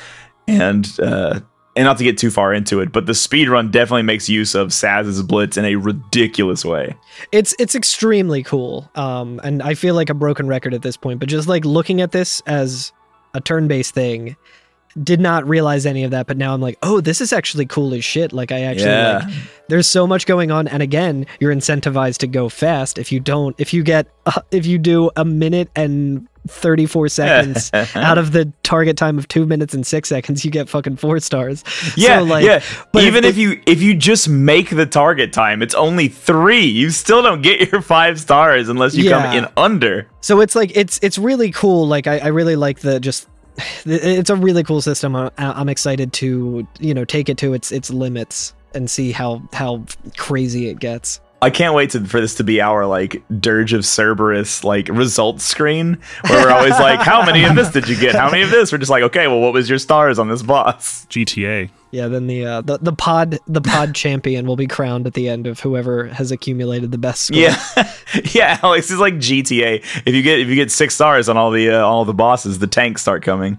B: and uh, and not to get too far into it, but the speed run definitely makes use of Saz's blitz in a ridiculous way.
C: it's it's extremely cool um and i feel like a broken record at this point but just like looking at this as a turn-based thing did not realize any of that but now i'm like oh this is actually cool as shit like i actually
B: Yeah.
C: like there's so much going on and again you're incentivized to go fast if you don't if you get if you do a minute and 34 seconds out of the target time of two minutes and six seconds you get fucking four stars
B: Yeah,
C: so, like
B: yeah.
C: but
B: Even
C: it-
B: if you if you just make the target time, it's only three. You still don't get your five stars unless you come
C: Yeah.
B: in under.
C: So it's like it's it's really cool. Like I, I really like the just. It's a really cool system. I- I'm excited to you know take it to its its limits and see how how crazy it gets.
B: I can't wait to, for this to be our like dirge of Cerberus like results screen where we're always like, how many of this did you get? How many of this? We're just like, okay, well, what was your stars on this boss?
A: GTA.
C: Yeah. Then the uh, the the pod the pod champion will be crowned at the end of whoever has accumulated the best. Score.
B: Yeah, yeah. Alex is like GTA. If you get if you get six stars on all the uh, all the bosses, the tanks start coming.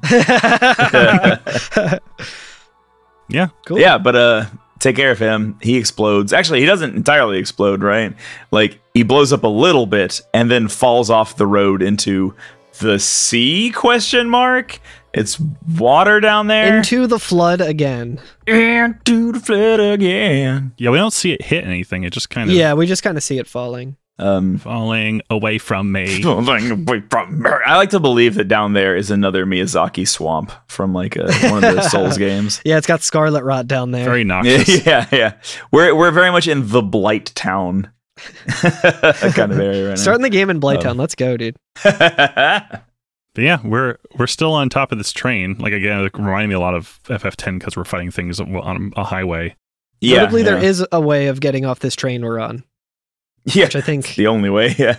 A: Yeah.
C: Cool.
B: Yeah, but uh take care of him. He explodes. Actually, he doesn't entirely explode, right? Like he blows up a little bit and then falls off the road into the sea question mark. It's water down there.
C: Into the flood again.
B: Into the flood again.
A: Yeah, we don't see it hit anything. It just kind of
C: Yeah, we just kind of see it falling.
B: Um
A: falling away from me.
B: I like to believe that down there is another Miyazaki swamp from like a, one of those Souls games.
C: Yeah, it's got scarlet rot down there.
A: Very noxious.
B: yeah, yeah. We're we're very much in the Blight Town kind of area right now.
C: Starting the game in Blighttown. Let's go, dude.
A: But yeah, we're we're still on top of this train. Like again, it reminded me a lot of FF10 because we're fighting things on a highway.
B: yeah,
C: Notably,
B: yeah.
C: there is a way of getting off this train we're on,
B: Yeah,
C: which I think
B: the only way. Yeah,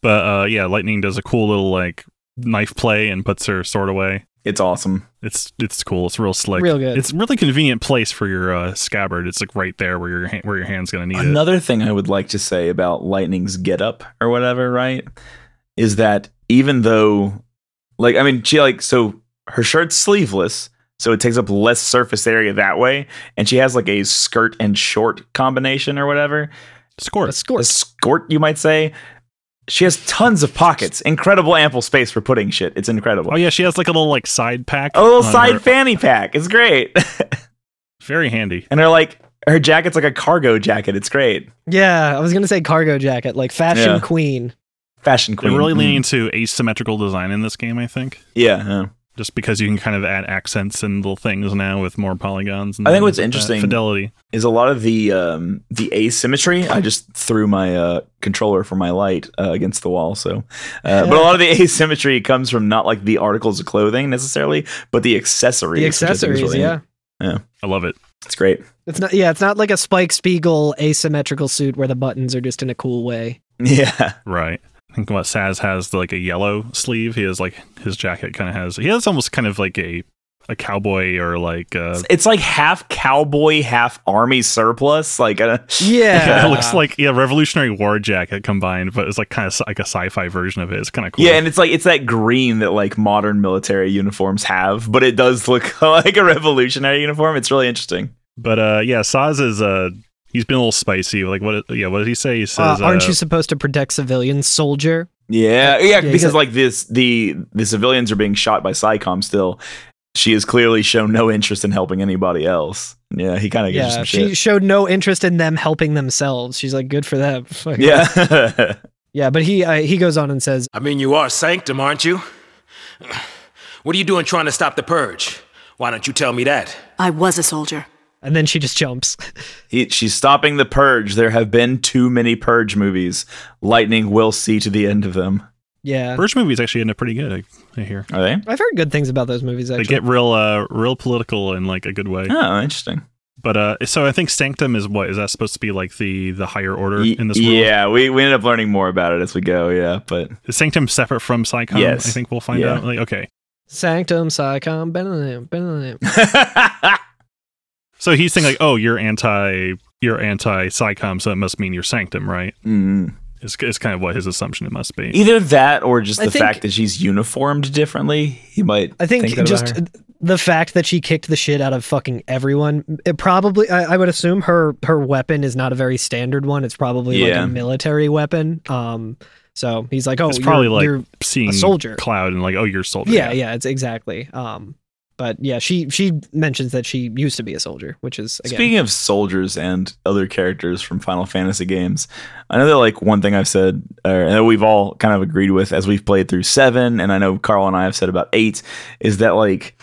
A: But uh, yeah, Lightning does a cool little like knife play and puts her sword away.
B: it's awesome.
A: It's it's cool. It's real slick.
C: Real good.
A: It's a really convenient place for your uh, scabbard. It's like right there where your ha- where your hand's gonna need it.
B: Another thing I would like to say about Lightning's getup or whatever, right, is that even though, like, I mean, she like so her shirt's sleeveless, so it takes up less surface area that way, and she has like a skirt and short combination or whatever,
A: Score.
C: a score.
B: a skirt you might say. She has tons of pockets, incredible ample space for putting shit. It's incredible.
A: Oh yeah, Oh, she has like a little like side pack.
B: A little
A: on
B: side
A: her-
B: fanny pack. It's great.
A: Very handy.
B: and her like her jacket's like a cargo jacket. It's great.
C: Yeah, I was gonna say cargo jacket, like fashion
B: Yeah.
C: queen.
B: Fashion queen.
A: They're really
B: Mm.
A: leaning into asymmetrical design in this game. I think.
B: Yeah. yeah.
A: just because you can kind of add accents and little things now with more polygons. And
B: I think what's
A: things like that.
B: interesting-
A: fidelity.
B: Is a lot of the um, the asymmetry. I just threw my uh, controller for my light uh, against the wall. So, uh, but a lot of the asymmetry comes from not like the articles of clothing necessarily, but the accessories.
C: The
B: which I think is
C: accessories,
B: really-
C: yeah.
A: I love it.
B: it's great.
C: It's not yeah, it's not like a Spike Spiegel asymmetrical suit where the buttons are just in a cool way.
B: Yeah,
A: Right. I think what Saz has like a yellow sleeve. He has like his jacket kind of has. He has almost kind of like a a cowboy or like uh
B: it's like half cowboy, half army surplus. Like, uh,
C: Yeah,
A: it looks like yeah Revolutionary War jacket combined, but it's like kind of like a sci-fi version of it. It's kind of cool.
B: yeah, and it's like it's that green that like modern military uniforms have, but it does look like a revolutionary uniform. It's really interesting.
A: but uh yeah, Saz is uh he's been a little spicy. Like what? Yeah, what did he say? He
C: Uh,
A: says,
C: aren't
A: uh,
C: you supposed to protect civilians, soldier?
B: Yeah, yeah,
C: Yeah,
B: because
C: exact-
B: like this, the the civilians are being shot by SciComm still. She has clearly shown no interest in helping anybody else. Yeah, he kind of gives her
C: Yeah,
B: some
C: she
B: shit.
C: showed no interest in them helping themselves. She's like, good for them. Like,
B: yeah,
C: yeah. But he uh, he goes on and says,
D: I mean, you are Sanctum, aren't you? What are you doing trying to stop the purge? Why don't you tell me that?
E: I was a soldier.
C: and then she just jumps.
B: he, she's stopping the purge. There have been too many purge movies. Lightning will see to the end of them.
C: yeah,
A: Birch movies actually end up pretty good. I, I hear.
B: Are they?
C: I've heard good things about those movies.
A: They
C: Actually,
A: get real, uh, real political in like a good way.
B: Oh, interesting.
A: But uh, so I think sanctum is what is that supposed to be like the the higher order in this world?
B: yeah, we we ended up learning more about it as we go. Yeah, but
A: Is sanctum separate from psychom?
B: Yes.
A: I think we'll find
B: Yeah.
A: out. Like, okay,
C: Sanctum, Psycom, Benelem, Benelem.
A: so he's saying like, oh, you're anti, you're anti psychom, so it must mean you're sanctum, right?
B: Mm.
A: Is, is kind of what his assumption it must be.
B: Either that or just
C: I
B: the
C: think-
B: fact that she's uniformed differently. He might.
C: I think,
B: that about
C: just
B: her.
C: the fact that she kicked the shit out of fucking everyone. It probably, I, I would assume her her weapon is not a very standard one. It's probably like
B: Yeah.
C: a military weapon. Um, so he's like, oh,
A: it's
C: you're-
A: probably
C: you're-
A: like seeing
C: soldier.
A: Cloud and like, oh, you're a soldier.
C: yeah, yeah, it's exactly. Um, but yeah, she she mentions that she used to be a soldier, which is again,
B: Speaking of soldiers and other characters from Final Fantasy games, I know that like one thing I've said, or that we've all kind of agreed with as we've played through seven, and I know Carl and I have said about eight, is that like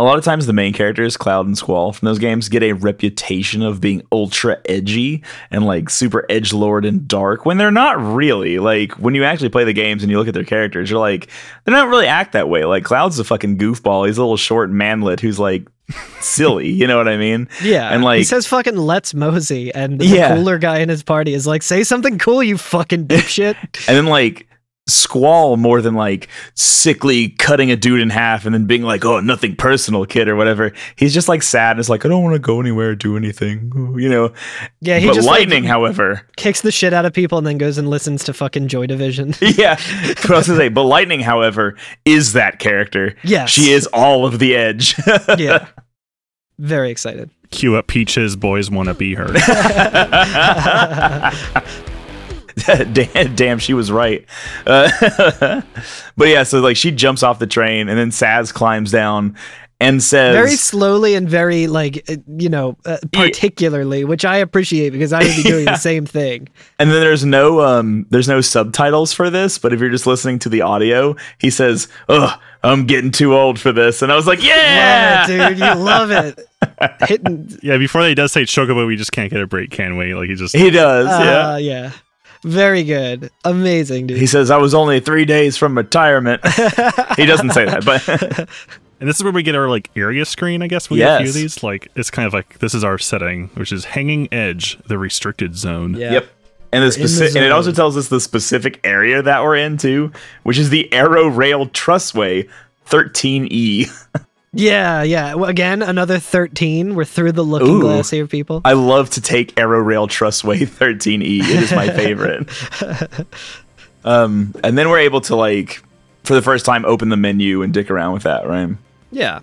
B: a lot of times the main characters, Cloud and Squall from those games, get a reputation of being ultra edgy and like super edge lord and dark when they're not really. Like when you actually play the games and you look at their characters, you're like, they don't really act that way. Like Cloud's a fucking goofball. He's a little short manlet who's like silly. You know what I mean?
C: yeah,
B: and,
C: he
B: like-
C: says fucking let's mosey, and the
B: Yeah.
C: cooler guy in his party is like, say something cool, you fucking dipshit.
B: and then like squall more than like sickly cutting a dude in half and then being like oh nothing personal kid or whatever he's just like sad and it's like i don't want to go anywhere or do anything you know
C: yeah, he
B: but
C: just like,
B: lightning however
C: kicks the shit out of people and then goes and listens to fucking Joy Division.
B: yeah what else to say but lightning however is that character
C: Yes.
B: she is all of the edge
C: yeah. Very excited.
A: Cue up Peaches, boys want to be her.
B: damn, damn, she was right. Uh, but yeah, so like she jumps off the train, and then Saz climbs down and says,
C: Very slowly and very like uh, you know uh, particularly, which I appreciate because I would be doing
B: Yeah.
C: the same thing.
B: and then there's no um, there's no subtitles for this. But if you're just listening to the audio, he says, "Ugh, I'm getting too old for this," and I was like, "Yeah."
C: Love it, Ah, dude, you love it. Hitting,
A: yeah, before they does say Chocobo, we just can't get a break, can we? Like he just
B: He does,
C: uh, yeah,
B: yeah.
C: Very good, amazing, dude.
B: He says, "I was only three days from retirement." he doesn't say that, but
A: And this is where we get our like area screen, I guess. We get a few of
B: Yes.
A: these. Like it's kind of like this is our setting, which is Hanging Edge, the restricted zone.
C: yeah.
B: Yep. And the
C: in the
B: specific, and it also
C: zone.
B: tells us the specific area that we're in too, which is the Arrow Rail E. Trussway 13E.
C: yeah, yeah. Well, again, another thirteen. We're through the looking
B: Ooh.
C: glass here, people.
B: I love to take Arrow Rail Trussway 13E. It is my favorite. um, and then we're able to like, for the first time, open the menu and dick around with that, right?
C: yeah,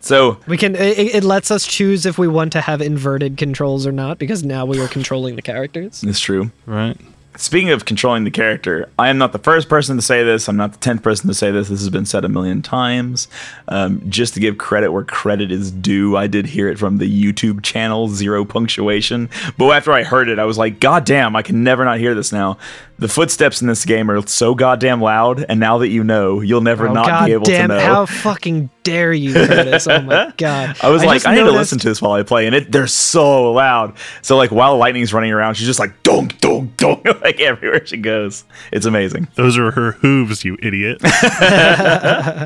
B: So
C: we can. It, it lets us choose if we want to have inverted controls or not because now we are controlling the characters.
B: it's true.
A: Right.
B: Speaking of controlling the character, I am not the first person to say this. I'm not the tenth person to say this. This has been said a million times. Um, just to give credit where credit is due, I did hear it from the YouTube channel Zero Punctuation. But after I heard it, I was like, God damn, I can never not hear this now. The footsteps in this game are so goddamn loud, and now that you know, you'll never
C: Oh,
B: not
C: god
B: be able
C: damn,
B: to know.
C: How fucking dare you, Curtis? Oh my god.
B: I was like,
C: just
B: I need to
C: noticed-
B: listen to this while I play, and it they're so loud. So like while Lightning's running around, she's just like dong dong dong like everywhere she goes. It's amazing.
A: Those are her hooves, you idiot.
B: But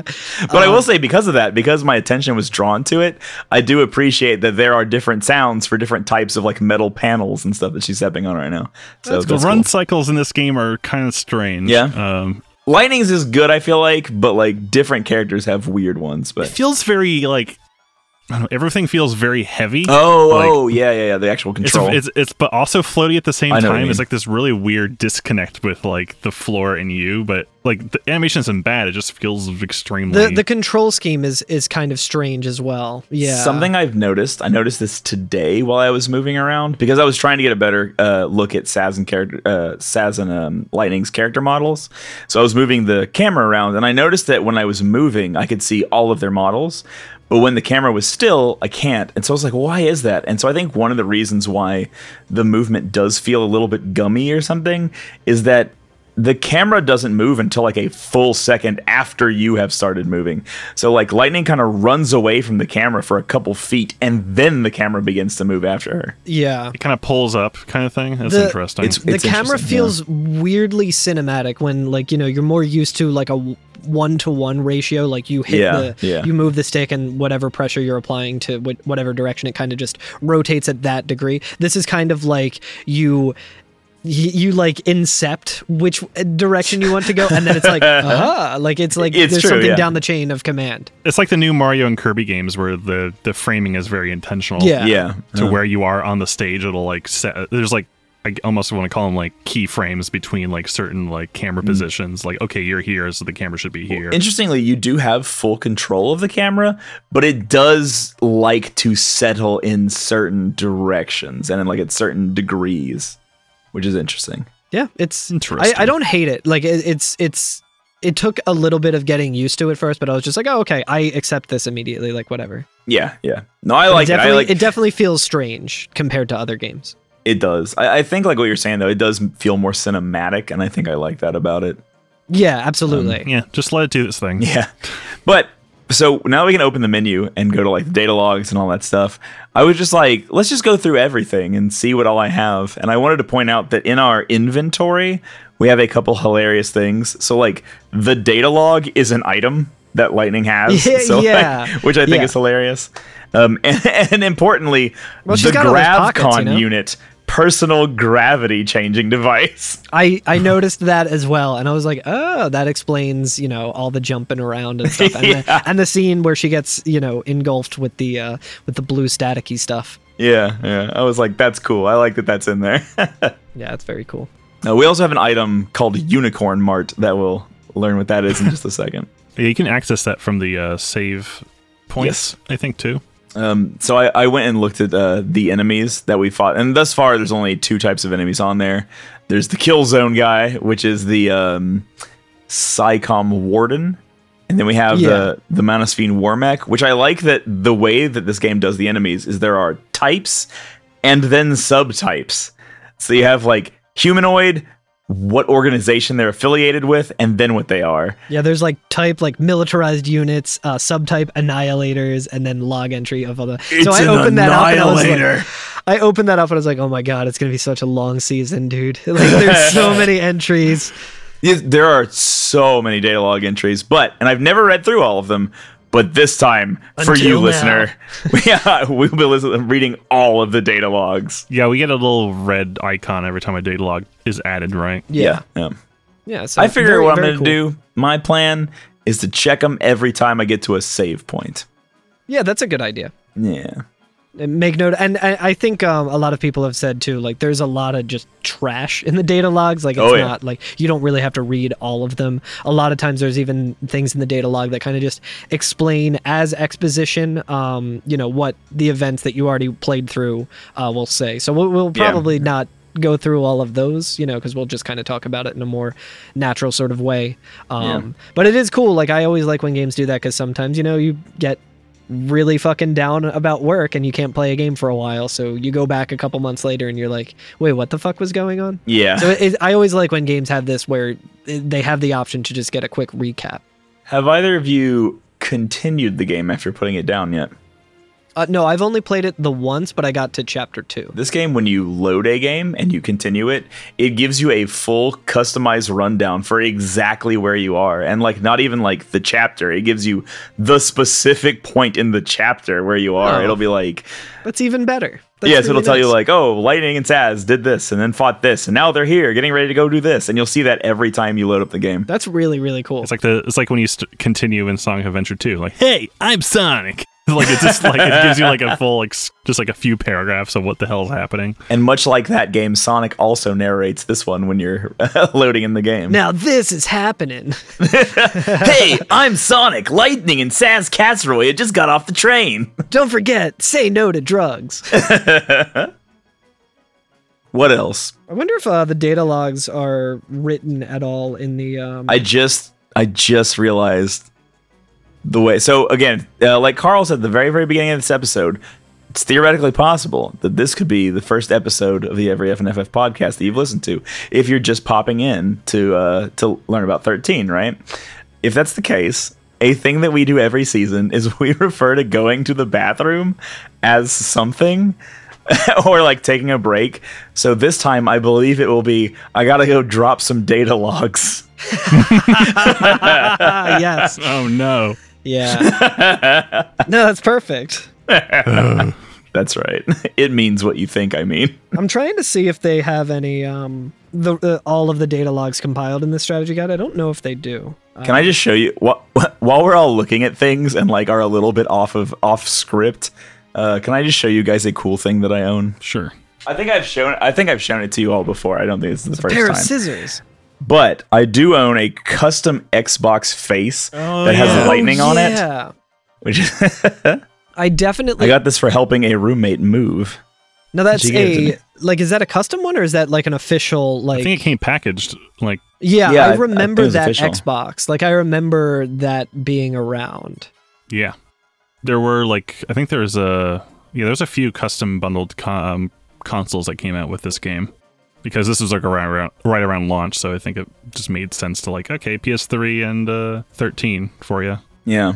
B: I
A: Um,
B: will say because of that, because my attention was drawn to it, I do appreciate that there are different sounds for different types of like metal panels and stuff that she's stepping on right now. So
A: the run cycles in this game are kind of strange.
B: Yeah.
A: Um,
B: cool. Lightning's is good, I feel like, but like different characters have weird ones.
A: it
B: But
A: feels very like I don't know. Everything feels very heavy.
B: oh,
A: Like,
B: oh yeah, yeah, yeah. The actual
A: It's,
B: control.
A: it's it's but also floaty at the same
B: I know what
A: time.
B: you
A: It's
B: mean.
A: like this really weird disconnect with like the floor and you, but like the animation isn't bad. It just feels extremely.
C: the the control scheme is is kind of strange as well. Yeah.
B: Something I've noticed, I noticed this today while I was moving around because I was trying to get a better uh, look at Saz and character, uh, Saz and um, Lightning's character models. So I was moving the camera around, and I noticed that when I was moving, I could see all of their models, but when the camera was still, I can't. And so I was like, why is that? And so I think one of the reasons why the movement does feel a little bit gummy or something is that the camera doesn't move until like a full second after you have started moving. So like lightning kind of runs away from the camera for a couple feet and then the camera begins to move after her.
C: Yeah.
A: it kind of pulls up, kind of thing. That's
C: The-
A: interesting.
B: It's-
C: The camera
B: interesting, yeah.
C: feels weirdly cinematic when like, you know, you're more used to like a one to one ratio like you hit
B: Yeah,
C: the
B: yeah.
C: you move the stick and whatever pressure you're applying to wh- whatever direction it kind of just rotates at that degree this is kind of like you y- you like incept which uh, direction you want to go and then it's like aha like it's like
B: It's
C: there's
B: true,
C: something
B: yeah.
C: down the chain of command
A: it's like the new Mario and Kirby games where the the framing is very intentional.
C: Yeah.
B: Yeah.
A: To where you are on the stage, it'll like set. There's like I almost want to call them like keyframes between like certain like camera positions. Like, okay, you're here, so the camera should be here.
B: Interestingly, you do have full control of the camera, but it does like to settle in certain directions and in like at certain degrees, which is interesting.
C: Yeah, it's I,
A: Interesting.
C: I don't hate it. Like it, it's it's it took a little bit of getting used to it first, but I was just like, oh okay, I accept this immediately. Like whatever.
B: Yeah, yeah. No, I like it.
C: it,
B: I
C: definitely,
B: like
C: it definitely feels strange compared to other games.
B: It does. I, I think like what you're saying though, it does feel more cinematic, and I think I like that about it.
C: Yeah, absolutely.
B: Um,
A: yeah, just let it do its thing.
B: Yeah. But so now we can open the menu and go to like the data logs and all that stuff. I was just like, let's just go through everything and see what all I have. And I wanted to point out that in our inventory, we have a couple hilarious things. So like the data log is an item that Lightning has.
C: Yeah,
B: so like,
C: yeah.
B: which I think
C: Yeah.
B: is hilarious. Um, and, and importantly,
C: Well,
B: the
C: she's got all those
B: GravCon
C: pockets, you know?
B: unit personal gravity changing device.
C: I I noticed that as well, and I was like, oh, that explains you know all the jumping around and stuff, and,
B: Yeah.
C: the, and the scene where she gets you know engulfed with the uh, with the blue staticky stuff.
B: Yeah, yeah. I was like, that's cool. I like that that's in there.
C: Yeah, it's very cool.
B: Uh, we also have an item called Unicorn Mart that we'll learn what that is in just a second.
A: Yeah, you can access that from the uh, save points, I think too.
B: Um, so I, I went and looked at uh, the enemies that we fought, and thus far there's only two types of enemies on there. There's the kill zone guy, which is the um, Psycom Warden, and then we have the the Manasphine Warmac, which I like that the way that this game does the enemies is there are types and then subtypes. So you have like humanoid, what organization they're affiliated with, and then what they are.
C: Yeah, there's like type like militarized units, uh, subtype annihilators, and then log entry of other. so I opened that up. And I, was like, I opened that up and I was like, oh my god, it's gonna be such a long season, dude. Like there's so many entries.
B: Yes, There are so many data log entries, but and I've never read through all of them. But this time, for
C: Until
B: you,
C: now.
B: listener, yeah, we'll be listen- reading all of the data logs.
A: Yeah, we get a little red icon every time a data log is added, right?
C: Yeah,
B: yeah.
C: yeah. so
B: I figure
C: very,
B: what I'm
C: very
B: going to
C: cool.
B: do. My plan is to check them every time I get to a save point.
C: Yeah, that's a good idea.
B: Yeah.
C: And make note and I, I think um, a lot of people have said too like there's a lot of just trash in the data logs like it's
B: Oh, yeah.
C: not like you don't really have to read all of them a lot of times there's even things in the data log that kind of just explain as exposition um, you know what the events that you already played through uh, will say so we'll, we'll
B: Yeah.
C: probably not go through all of those you know because we'll just kind of talk about it in a more natural sort of way um, but it is cool like i always like when games do that because sometimes you know you get really fucking down about work and you can't play a game for a while. So you go back a couple months later and you're like, wait, what the fuck was going on?
B: Yeah.
C: So it, it- I always like when games have this where they have the option to just get a quick recap.
B: Have either of you continued the game after putting it down yet?
C: Uh, no, I've only played it the once, but I got to chapter two.
B: This game, when you load a game and you continue it, it gives you a full customized rundown for exactly where you are. And like not even like the chapter. It gives you the specific point in the chapter where you are.
C: Oh.
B: It'll be like
C: That's even better. That's
B: Yes, it'll
C: really
B: tell you
C: nice.
B: like, oh, Lightning and Saz did this and then fought this, and now they're here getting ready to go do this. And you'll see that every time you load up the game.
C: That's really, really cool.
A: It's like the it's like when you st- continue in Sonic Adventure 2, like, "Hey, I'm Sonic." like it's just like it gives you like a full like s- just like a few paragraphs of what the hell's happening.
B: And much like that game, Sonic also narrates this one when you're loading in the game.
C: now this is happening.
B: hey, I'm Sonic, Lightning, and Saz Casseroy. I just got off the train.
C: Don't forget, say no to drugs.
B: What else?
C: I wonder if uh, the data logs are written at all in the. Um,
B: I just I just realized the way. So again, uh, like Carl said at the very very beginning of this episode, it's theoretically possible that this could be the first episode of the Every FNFF podcast that you've listened to. If you're just popping in to uh, to learn about thirteen, right? If that's the case. A thing that we do every season is we refer to going to the bathroom as something or like taking a break. So this time I believe it will be I gotta go drop some data logs.
C: ah, yes.
A: Oh no.
C: Yeah. no, that's perfect.
B: That's right. It means what you think I mean.
C: I'm trying to see if they have any um the uh, all of the data logs compiled in the strategy guide. I don't know if they do. Uh,
B: Can I just show you what while we're all looking at things and like are a little bit off of off script, uh, can I just show you guys a cool thing that I own?
A: Sure.
B: I think I've shown I think I've shown it to you all before. I don't think it's the first
C: Pair
B: time.
C: of scissors.
B: but I do own a custom Xbox face
A: Oh,
B: that has
A: yeah.
B: lightning on it.
C: Yeah.
B: Which
C: I definitely
B: I got this for helping a roommate move.
C: Now that's
B: She gave it to
C: a
B: me.
C: like is that a custom one or is that like an official
A: I
C: like
A: think it came packaged like
C: Yeah,
B: Yeah, I- I
C: I
B: think it
C: remember
B: was
C: that
B: official.
C: Xbox. Like I remember that being around.
A: Yeah, there were like I think there's a yeah there's a few custom bundled co- um, consoles that came out with this game because this was like around, around right around launch, so I think it just made sense to like okay PS3 and uh, 13 for you.
B: Yeah.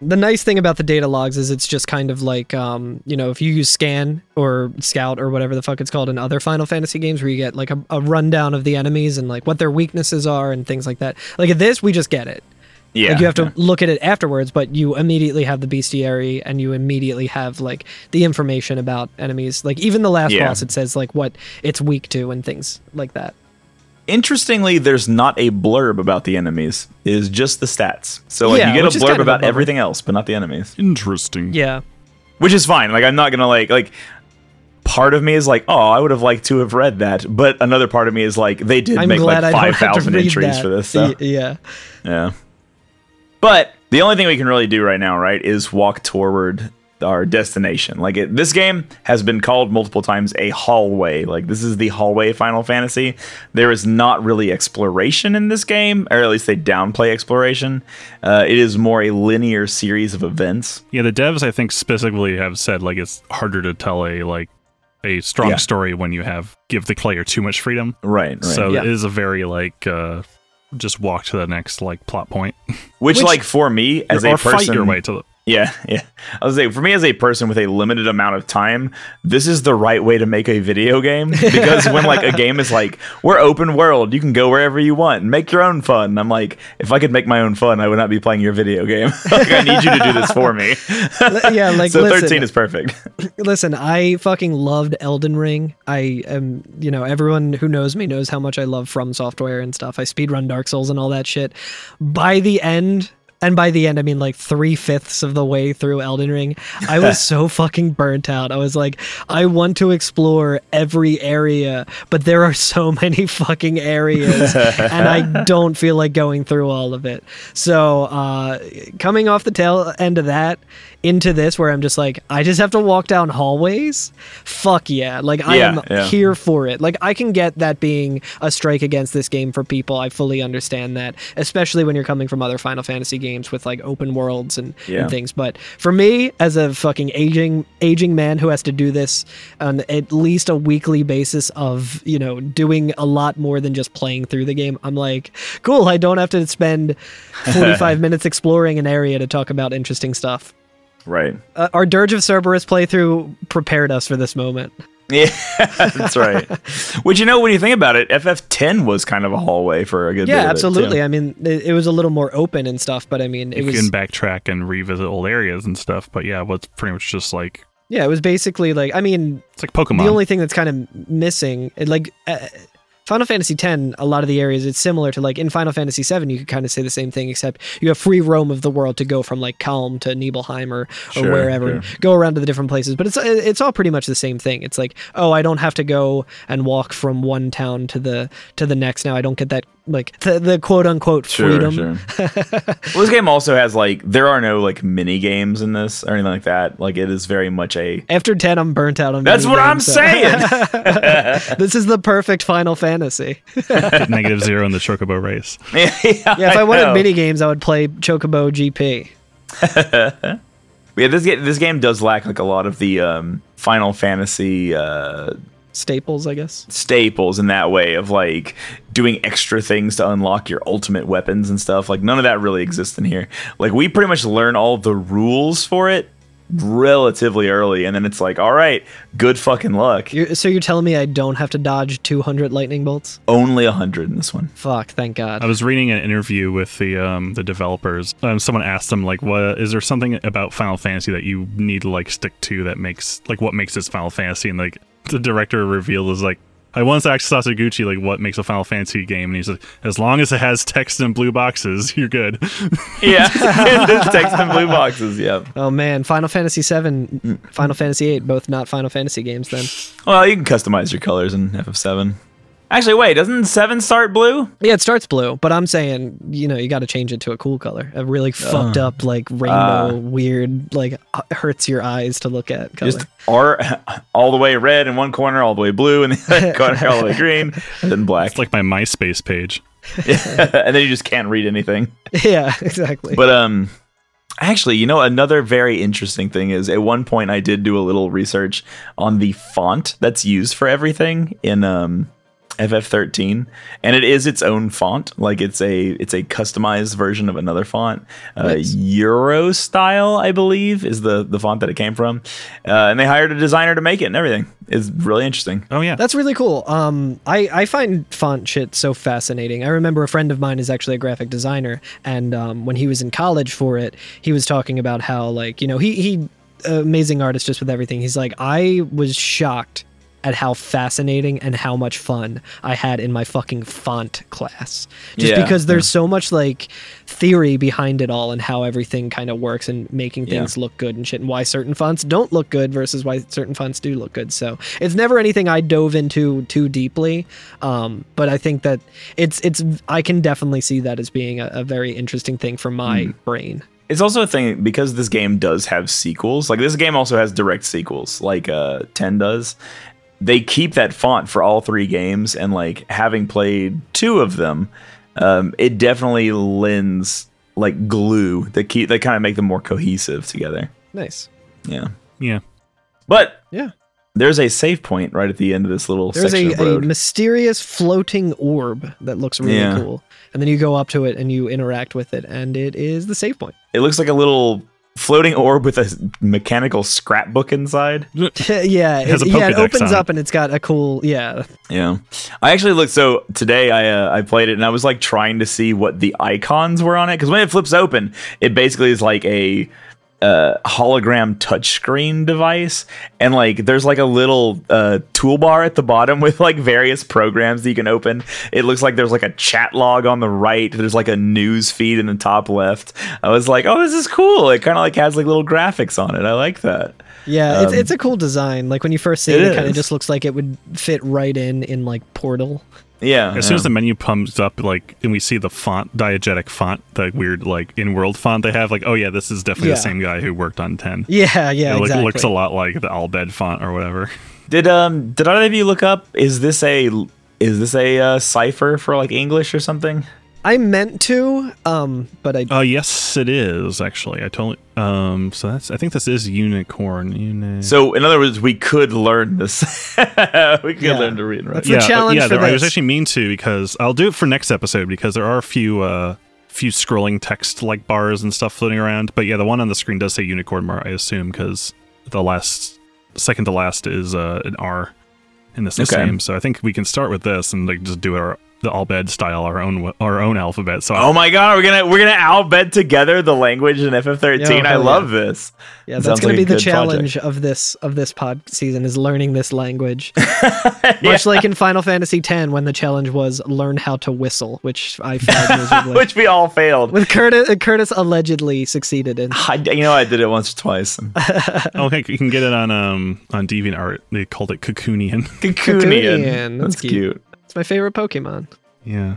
C: The nice thing about the data logs is it's just kind of like um, you know, if you use scan or scout or whatever the fuck it's called in other Final Fantasy games where you get like a, a rundown of the enemies and like what their weaknesses are and things like that. Like at this we just get it.
B: Yeah.
C: Like you have to look at it afterwards, but you immediately have the bestiary and you immediately have like the information about enemies. Like even the last
B: Yeah.
C: boss, it says like what it's weak to and things like that.
B: Interestingly, there's not a blurb about the enemies. It is just the stats. So like
C: Yeah,
B: you get
C: which
B: a
C: is
B: blurb
C: kind of a
B: about
C: bummer.
B: everything else, but not the enemies.
A: Interesting.
C: Yeah,
B: Which is fine. Like I'm not gonna like like part of me is like, oh, I would have liked to have read that. But another part of me is like, they did
C: I'm
B: make like
C: glad I don't
B: five
C: have to
B: thousand
C: read
B: entries
C: that.
B: for this. So.
C: Y- yeah,
B: Yeah. But the only thing we can really do right now, right, is walk toward our destination. Like it, this game has been called multiple times a hallway. Like this is the hallway of Final Fantasy. There is not really exploration in this game, or at least they downplay exploration. Uh, it is more a linear series of events.
A: Yeah, the devs I think specifically have said like it's harder to tell a like a strong
B: Yeah.
A: story when you have give the player too much freedom.
B: Right. right.
A: So
C: Yeah.
A: it is a very like uh just walk to the next like plot point
B: which,
C: which-
B: like for me as
A: or
B: a person,
A: fight your way to the
B: Yeah, yeah. I was saying, for me as a person with a limited amount of time, this is the right way to make a video game because when like a game is like we're open world, you can go wherever you want, and make your own fun. And I'm like, if I could make my own fun, I would not be playing your video game. like, I need you to do this for me.
C: Li- yeah. Like
B: so
C: listen,
B: thirteen is perfect.
C: listen. I fucking loved Elden Ring. I am, you know, everyone who knows me knows how much I love From Software and stuff. I speedrun Dark Souls and all that shit. By the end. And by the end, I mean like three fifths of the way through Elden Ring. I was so fucking burnt out. I was like, I want to explore every area, but there are so many fucking areas, and I don't feel like going through all of it. So, uh, coming off the tail end of that into this, where I'm just like, I just have to walk down hallways. Fuck yeah! Like I
B: Yeah,
C: am
B: yeah.
C: here for it. Like I can get that being a strike against this game for people. I fully understand that, especially when you're coming from other Final Fantasy games with like open worlds and,
B: Yeah.
C: and things. But for me, as a fucking aging aging man who has to do this on at least a weekly basis of you know doing a lot more than just playing through the game, I'm like, cool. I don't have to spend 45 minutes exploring an area to talk about interesting stuff.
B: Right.
C: Uh, our Dirge of Cerberus playthrough prepared us for this moment.
B: Yeah, that's right. Which you know, when you think about it, FF10 was kind of a hallway for a good. bit
C: Yeah,
B: of it, too.
C: absolutely. I mean, it, it was a little more open and stuff, but I mean, it
A: you
C: was
A: can backtrack and revisit old areas and stuff. But yeah, what's pretty much just like
C: yeah, it was basically like I mean,
A: it's like Pokemon.
C: the only thing that's kind of missing, it, like uh, Final Fantasy X, a lot of the areas it's similar to like in Final Fantasy VII, you could kind of say the same thing, except you have free roam of the world to go from like Calm to Nibelheim or, or
B: Sure,
C: wherever, and go around to the different places. But it's uh, it's all pretty much the same thing. It's like oh, I don't have to go and walk from one town to the to the next now. I don't get that like the, the quote unquote freedom.
B: sure. well, this game also has like there are no like mini games in this or anything like that. Like it is very much a.
C: After ten, I'm burnt out on.
B: That's
C: video
B: what I'm
C: games, so-
B: saying.
C: this is the perfect Final Fantasy.
A: negative zero in the Chocobo race.
B: yeah,
C: Yeah, if I,
B: I
C: wanted
B: know.
C: mini games, I would play Chocobo GP.
B: Yeah, this game, this game does lack like a lot of the um, Final Fantasy uh,
C: Staples, I guess.
B: staples in that way of like doing extra things to unlock your ultimate weapons and stuff. Like none of that really exists in here. Like we pretty much learn all the rules for it relatively early, and then it's like, all right, good fucking luck.
C: You're, so you're telling me I don't have to dodge 200 lightning bolts?
B: Only hundred in this one.
C: Fuck, thank God.
A: I was reading an interview with the um, the developers. Um, someone asked them like, "What is there something about Final Fantasy that you need to like stick to that makes like what makes this Final Fantasy?" And like the director revealed is like, I once asked Sasaguchi like what makes a Final Fantasy game, and he said, "As long as it has text and blue boxes, you're good."
B: Yeah, text and blue boxes. Yeah.
C: Oh man, Final Fantasy VII, Final Fantasy VIII, both not Final Fantasy games. Then
B: Well, you can customize your colors in FF7. Actually, wait, doesn't seven start blue?
C: yeah, it starts blue, but I'm saying you know you got to change it to a cool color, a really fucked up like rainbow, weird like h- hurts your eyes to look at color.
B: Just R all the way red in one corner, all the way blue in the other corner, all the way green, and then black.
A: It's like my MySpace page.
B: and then you just can't read anything.
C: yeah, exactly.
B: But um actually, you know another very interesting thing is at one point I did do a little research on the font that's used for everything in um FF13 and it is its own font like it's a it's a customized version of another font uh,
C: Nice.
B: Euro style I believe is the the font that it came from uh, and they hired a designer to make it and everything it's really interesting
A: Oh yeah,
C: That's really cool. Um, I, I find font shit so fascinating. I remember a friend of mine is actually a graphic designer, and um, when he was in college for it, he was talking about how like you know he he amazing artist just with everything. He's like I was shocked at how fascinating and how much fun I had in my fucking font class. Just
B: Yeah.
C: because there's so much like theory behind it all and how everything kind of works and making
B: Yeah.
C: things look good and shit and why certain fonts don't look good versus why certain fonts do look good. So it's never anything I dove into too deeply. Um, but I think that it's it's I can definitely see that as being a, a very interesting thing for my
B: Mm.
C: brain.
B: It's also a thing because this game does have sequels. Like this game also has direct sequels, like uh, Ten does. They keep that font for all three games, and like having played two of them, um, it definitely lends like glue that keep that kind of make them more cohesive together.
C: Nice.
B: Yeah,
A: yeah.
B: but
C: Yeah.
B: there's a save point right at the end of this little
C: There's
B: section
C: a,
B: of
C: a
B: road.
C: mysterious floating orb that looks really
B: Yeah.
C: cool. And then you go up to it and you interact with it, and it is the save point.
B: it looks like a little floating orb with a mechanical scrapbook inside.
C: yeah, it,
A: has a
C: yeah, it
A: Pokédex on
C: opens
A: it.
C: up and it's got a cool, yeah,
B: Yeah, I actually looked. So today I uh, I played it and I was like trying to see what the icons were on it because when it flips open, it basically is like a uh, hologram touchscreen device, and like there's like a little uh, toolbar at the bottom with like various programs that you can open. It looks like there's like a chat log on the right. There's like a news feed in the top left. I was like, oh, this is cool. It kind of like has like little graphics on it. I like that.
C: Yeah, it's, it's a cool design. Like when you first see it,
B: it
C: it, kind of
B: is.
C: just looks like it would fit right in in like Portal.
B: Yeah.
A: As soon as the menu comes up, like, and we see the font, diegetic font, that weird, like, in world font they have, like, oh, yeah, this is definitely
C: Yeah.
A: the same guy who worked on 10.
C: Yeah, yeah,
A: it look-
C: exactly.
A: looks a lot like the All Dead font or whatever.
B: Did um did either of you look up is this a is this a uh, cipher for like English or something?
C: I meant to, um, but I
A: Uh, yes, it is, actually. I totally. Um, so that's, I think this is Unicorn. Uni-
B: So in other words, we could learn this. we could
C: Yeah.
B: learn to read and write.
C: That's- the challenge
A: yeah,
C: for
A: there- I was
C: this.
A: actually mean to because I'll do it for next episode because there are a few uh few scrolling text like bars and stuff floating around. But yeah, the one on the screen does say unicorn mar, I assume, because the last second to last is uh, an R in this
B: Okay.
A: game. So I think we can start with this and like just do it our the all bed style, our own wa- our own alphabet. So
B: Oh my god, we're gonna we're gonna albed together the language in FF13.
C: Yo,
B: I
C: hell
B: love this.
C: yeah, that's
B: Sounds
C: gonna
B: like
C: be
B: a
C: the
B: good project.
C: challenge of this of this pod season is learning this language. Much like in Final Fantasy X, when the challenge was learn how to whistle, which I failed miserably.
B: Which we all failed.
C: with Curtis, Curtis allegedly succeeded in.
B: I, you know, I did it once or twice.
A: okay, you can get it on um on DeviantArt. They called it Cocoonian.
B: Cocoonian.
C: Cocoonian, that's
B: That's
C: cute.
B: cute.
C: It's my favorite Pokemon.
A: yeah.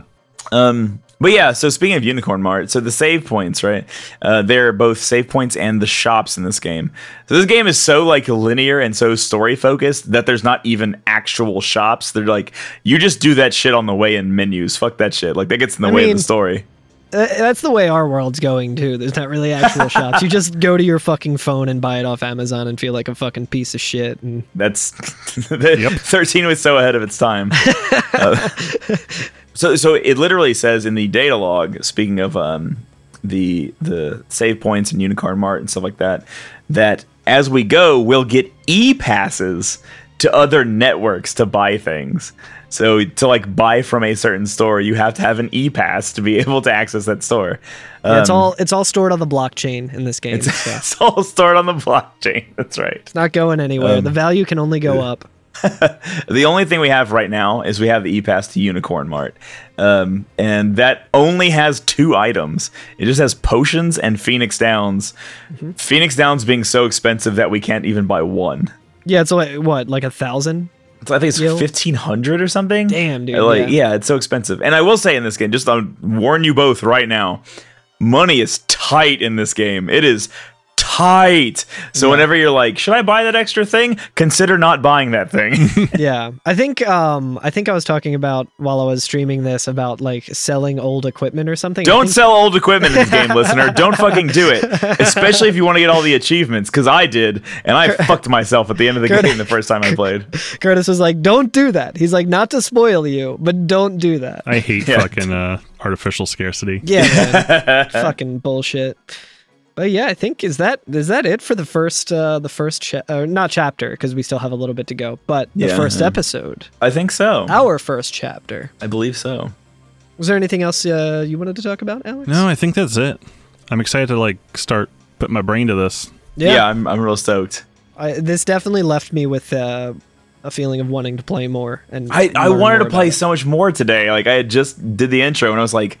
B: Um, but yeah, so speaking of Unicorn Mart, so the save points, right? Uh, there are both save points and the shops in this game. So this game is so like linear and so story focused that there's not even actual shops. They're like, you just do that shit on the way in menus. Fuck that shit. Like that gets in the
C: I
B: way
C: mean-
B: of the story.
C: Uh, that's the way our world's going too. There's not really actual shops. You just go to your fucking phone and buy it off Amazon and feel like a fucking piece of shit. And
B: That's thirteen was so ahead of its time. Uh, so so it literally says in the data log. Speaking of um, the the save points and Unicorn Mart and stuff like that, that as we go, we'll get e passes to other networks to buy things. So to like buy from a certain store, you have to have an e pass to be able to access that store.
C: yeah, it's
B: Um,
C: all it's all stored on the blockchain in this game. so It's,
B: it's all stored on the blockchain. That's right. Um,
C: not going anywhere. the value can only go up.
B: the only thing we have right now is we have the e-pass to Unicorn Mart, um, and that only has two items. It just has potions and Phoenix Downs.
C: Mm-hmm.
B: Phoenix Downs being so expensive that we can't even buy one.
C: Yeah, it's like what, like a thousand?
B: So I think it's
C: Yo.
B: fifteen hundred or something.
C: Damn, dude,
B: Like,
C: yeah.
B: yeah. it's so expensive. And I will say in this game, just I'll warn you both right now, money is tight in this game. It is tight. So whenever you're like, should I buy that extra thing? Consider not buying that thing.
C: yeah. I think um I think I was talking about while I was streaming this about like selling old equipment or something. I
B: Don't
C: think-
B: sell old equipment in this game, listener. Don't fucking do it. Especially if you want to get all the achievements, because I did, and I fucked myself at the end of the game the first time I played.
C: Curtis was like, "Don't do that." He's like, "Not to spoil you, but don't do that."
A: I hate fucking uh, artificial scarcity.
C: Yeah, man. fucking bullshit. But yeah, I think is that is that it for the first uh the first cha- uh, not chapter because we still have a little bit to go, but the
B: Yeah. Mm-hmm.
C: first episode,
B: I think so.
C: our first chapter.
B: I believe so.
C: Was there anything else uh, you wanted to talk about, Alex?
A: No, I think that's it. I'm excited to like start putting my brain to this.
B: Yeah, I'm, I'm real stoked.
C: I, this definitely left me with uh, a feeling of wanting to play more. And
B: I, I
C: learn
B: wanted
C: more
B: to play
C: about it.
B: so much more today. Like I had just did the intro and I was like,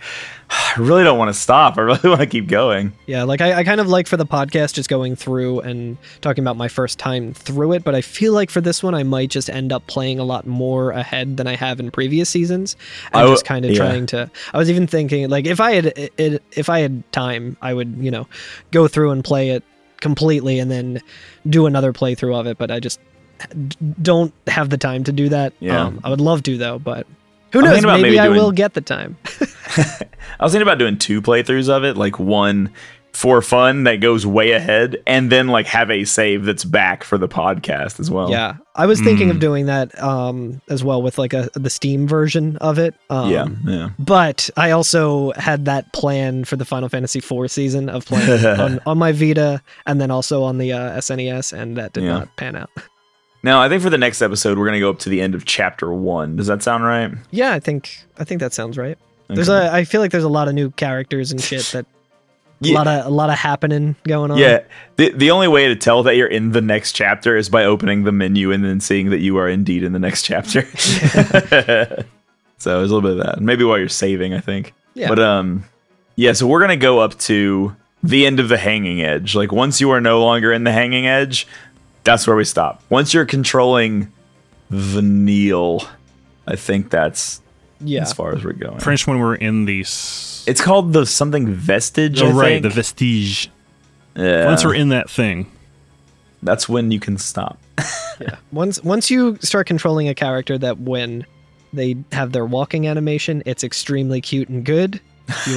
B: I really don't want to stop. I really want to keep going.
C: Yeah, like I, I kind of like for the podcast just going through and talking about my first time through it, but I feel like for this one I might just end up playing a lot more ahead than I have in previous seasons.
B: I
C: I'm
B: w-
C: just kind of
B: yeah.
C: trying to. I was even thinking like if I had i i- if I had time, I would you know go through and play it completely and then do another playthrough of it. But I just d- don't have the time to do that. Um,
B: Yeah.
C: I would love to though, but who
B: I'm
C: knows?
B: thinking about
C: Maybe,
B: maybe
C: I
B: doing-
C: will get the time.
B: I was thinking about doing two playthroughs of it, like one for fun that goes way ahead, and then like have a save that's back for the podcast as well.
C: Yeah, I was thinking of
A: Mm.
C: doing that um, as well with like a the Steam version of it. Um,
B: yeah, yeah.
C: But I also had that plan for the Final Fantasy IV season of playing on, on my Vita and then also on the uh, SNES, and that did
B: Yeah.
C: not pan out.
B: Now I think for the next episode we're gonna go up to the end of chapter one. Does that sound right?
C: Yeah, I think I think that sounds right. There's
B: Okay.
C: a I feel like there's a lot of new characters and shit that
B: Ye-
C: a lot of a lot of happening going on.
B: yeah. The the only way to tell that you're in the next chapter is by opening the menu and then seeing that you are indeed in the next chapter. so there's a little bit of that. Maybe while you're saving, I think.
C: Yeah.
B: But um yeah, so we're gonna go up to the end of the hanging edge. Like once you are no longer in the hanging edge, that's where we stop. Once you're controlling the Neil, I think that's
C: yeah.
B: as far as we're going.
A: French when we're in the s-
B: It's called the something vestige.
A: oh,
B: I
A: right, the
B: think.
A: vestige.
B: yeah.
A: Once we're in that thing,
B: that's when you can stop.
C: Once once you start controlling a character that when they have their walking animation, it's extremely cute and good. You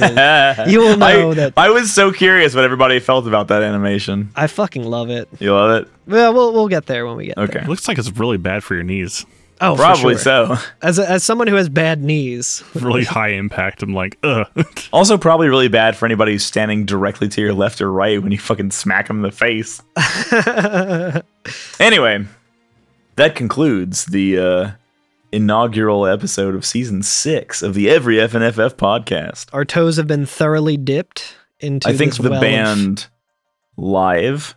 C: will, you will know
B: I,
C: that
B: I was so curious what everybody felt about that animation.
C: I fucking love it.
B: You love it?
C: Well, we'll we'll get there when we get
B: Okay.
C: there.
A: it looks like it's really bad for your knees.
C: Oh, for
B: Uh, Probably so.
C: sure. As a, as someone who has bad knees,
A: Really high impact. I'm like, ugh.
B: Also, probably really bad for anybody who's standing directly to your left or right when you fucking smack them in the face. anyway, that concludes the uh, inaugural episode of season six of the Every FNFF podcast.
C: our toes have been thoroughly dipped into.
B: I think
C: this
B: the
C: well of-
B: band live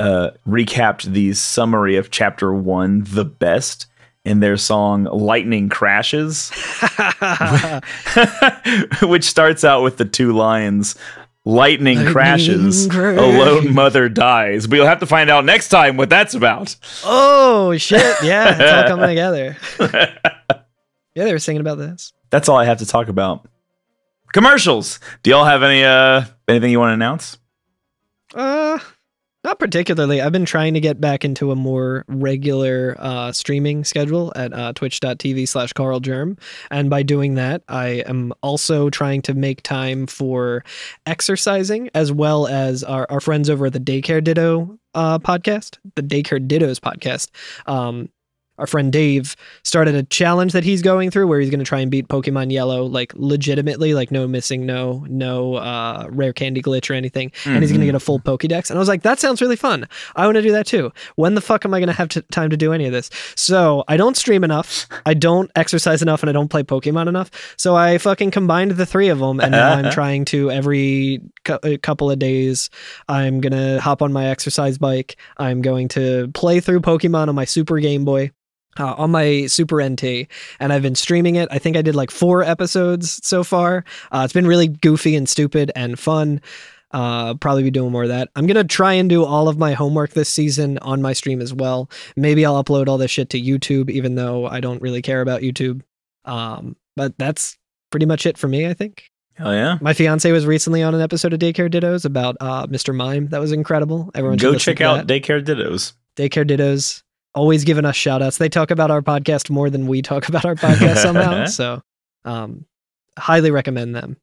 B: uh, recapped the summary of chapter one the best in their song "Lightning Crashes," which starts out with the two lines. Lightning,
C: Lightning
B: crashes,
C: crash-
B: a lone mother dies. We'll have to find out next time what that's about.
C: oh shit! Yeah, it's all coming together. yeah, they were singing about this.
B: That's all I have to talk about. Commercials. Do y'all have any uh anything you want to announce?
C: Uh, not particularly. I've been trying to get back into a more regular uh, streaming schedule at uh, twitch.tv slash Carl Germ. And by doing that, I am also trying to make time for exercising as well as our, our friends over at the Daycare Ditto uh, podcast, the Daycare Dittos podcast. Um, our friend Dave started a challenge that he's going through where he's going to try and beat Pokemon Yellow, like legitimately, like no missing, no, no uh, rare candy glitch or anything. And he's going to
B: Mhm.
C: get a full Pokedex. And I was like, that sounds really fun. I want to do that too. When the fuck am I going to have t- time to do any of this? So I don't stream enough, I don't exercise enough, and I don't play Pokemon enough. So I fucking combined the three of them, and now I'm trying to every cou- a couple of days. I'm gonna hop on my exercise bike. I'm going to play through Pokemon on my Super Game Boy. uh, on my Super NT, and I've been streaming it. I think I did like four episodes so far. Uh, it's been really goofy and stupid and fun. Uh, probably be doing more of that. I'm gonna try and do all of my homework this season on my stream as well. Maybe I'll upload all this shit to YouTube, even though I don't really care about YouTube. Um, but that's pretty much it for me. I think.
B: Hell yeah.
C: My fiance was recently on an episode of Daycare Dittos about uh, Mr. Mime. That was incredible. Everyone should
B: Go
C: listen
B: check
C: to
B: out
C: that.
B: Daycare Dittos.
C: Daycare Dittos. Always giving us shout outs. They talk about our podcast more than we talk about our podcast somehow. So, um, highly recommend them.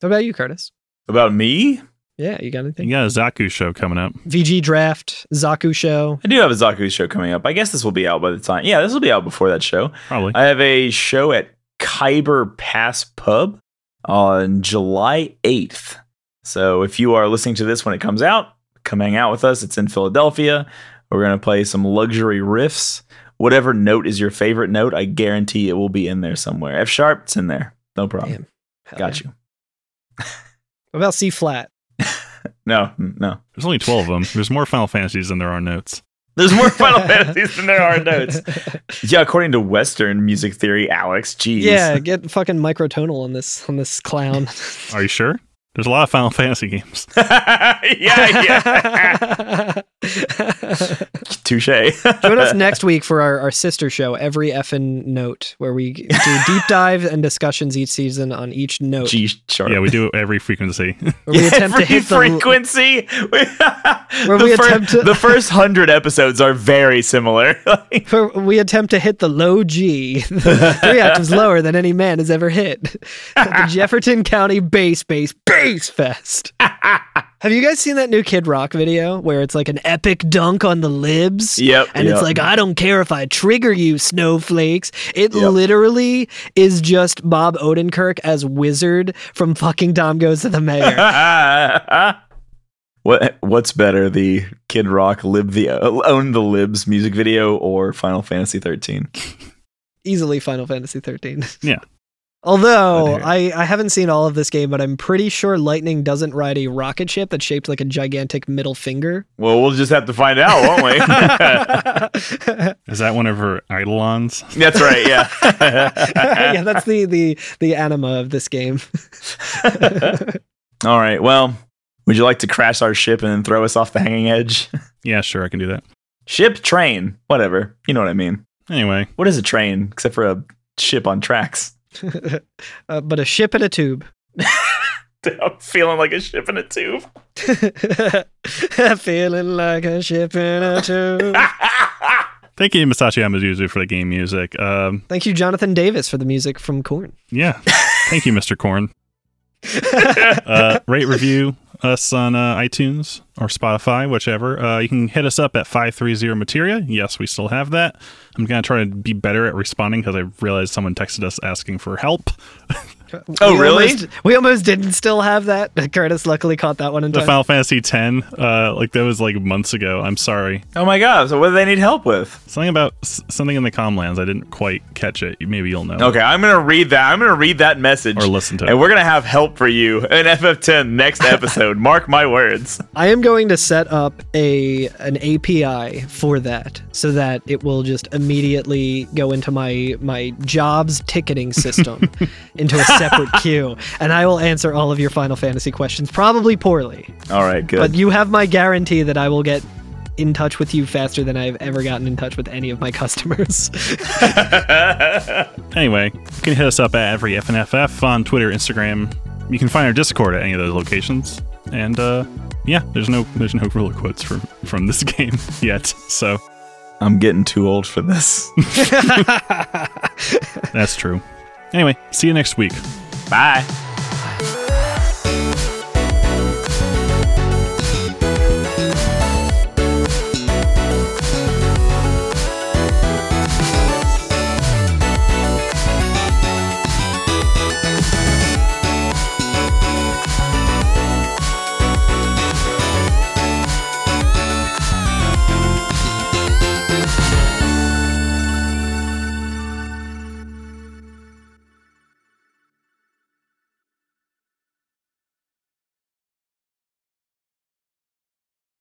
C: What about you, Curtis?
B: About me?
C: Yeah, you got anything?
A: You got a Zaku show coming up.
C: VG Draft, Zaku Show.
B: I do have a Zaku show coming up. I guess this will be out by the time. Yeah, this will be out before that show.
A: Probably.
B: I have a show at Khyber Pass Pub on July 8th. So if you are listening to this when it comes out, come hang out with us. It's in Philadelphia. We're going to play some luxury riffs. Whatever note is your favorite note, I guarantee it will be in there somewhere. F sharp, it's in there. No problem.
C: Damn. Hell
B: Got
C: yeah.
B: you.
C: What about C flat?
B: No, mm, no.
A: There's only 12 of them. There's more Final Fantasies than there are notes.
B: There's more Final Fantasies than there are notes. Yeah, according to Western music theory, Alex, geez.
C: yeah, get fucking microtonal on this on this clown.
A: Are you sure? There's a lot of Final Fantasy games.
B: yeah, yeah. Touche.
C: Join us next week for our, our sister show, Every Effin' Note, where we do deep dives and discussions each season on each note.
B: G sharp.
A: Yeah, we do it every frequency.
C: where we attempt
B: Every
C: to hit the
B: frequency.
C: Where
B: the,
C: we
B: fir-
C: attempt to-
B: the first hundred episodes are very similar. Like,
C: where we attempt to hit the low G, three octaves lower than any man has ever hit. the Jefferson County Bass Bass Bass Fest. Have you guys seen that new Kid Rock video where it's like an epic dunk on the libs?
B: Yep,
C: And it's
B: yep.
C: like, I don't care if I trigger you, snowflakes. It
B: Yep.
C: literally is just Bob Odenkirk as Wizard from fucking Tom Goes to the Mayor.
B: what what's better, the Kid Rock lib the own the libs music video or Final Fantasy thirteen?
C: Easily Final Fantasy 13.
A: Yeah.
C: Although
B: I'd hear
C: I, I haven't seen all of this game, but I'm pretty sure Lightning doesn't ride a rocket ship that's shaped like a gigantic middle finger.
B: Well, we'll just have to find out, won't we?
A: Is that one of her Eidolons?
B: That's right. Yeah.
C: yeah, that's the the the anima of this game.
B: All right. Well, would you like to crash our ship and then throw us off the hanging edge?
A: Yeah, sure, I can do that.
B: Ship, train, whatever. You know what I mean.
A: Anyway,
B: What is a train except for a ship on tracks?
C: Uh, but a ship in a tube.
B: I'm feeling like a ship in a tube.
C: Feeling like a ship in a tube.
A: thank you, Masashi Amazuzu, for the game music. Um,
C: Thank you, Jonathan Davis, for the music from Korn.
A: yeah, thank you, Mr. Korn. uh, rate review us on uh, iTunes or Spotify, whichever. Uh, you can hit us up at 530 Materia. Yes, we still have that. I'm going to try to be better at responding because I realized someone texted us asking for help.
B: Oh,
C: We
B: really?
C: almost- we almost didn't still have that. Curtis luckily caught that one in
A: The
C: time.
A: Final Fantasy X, uh, like that was like months ago. I'm sorry.
B: oh my god! So what do they need help with?
A: Something about s- something in the Comlands. I didn't quite catch it. Maybe you'll know.
B: Okay, I'm gonna read that. I'm gonna read that message
A: Or listen to it.
B: and we're gonna have help for you in FF10 next episode. Mark my words.
C: I am going to set up a an API for that so that it will just immediately go into my my jobs ticketing system into a separate queue and I will answer all of your Final Fantasy questions probably poorly
B: All right, good.
C: but you have my guarantee that I will get in touch with you faster than I've ever gotten in touch with any of my customers.
A: Anyway, you can hit us up at every FNFF on Twitter, Instagram. You can find our Discord at any of those locations. And uh, yeah, there's no there's no ruler quotes from from this game yet. So
B: I'm getting too old for this.
A: that's true. Anyway, see you next week.
B: Bye.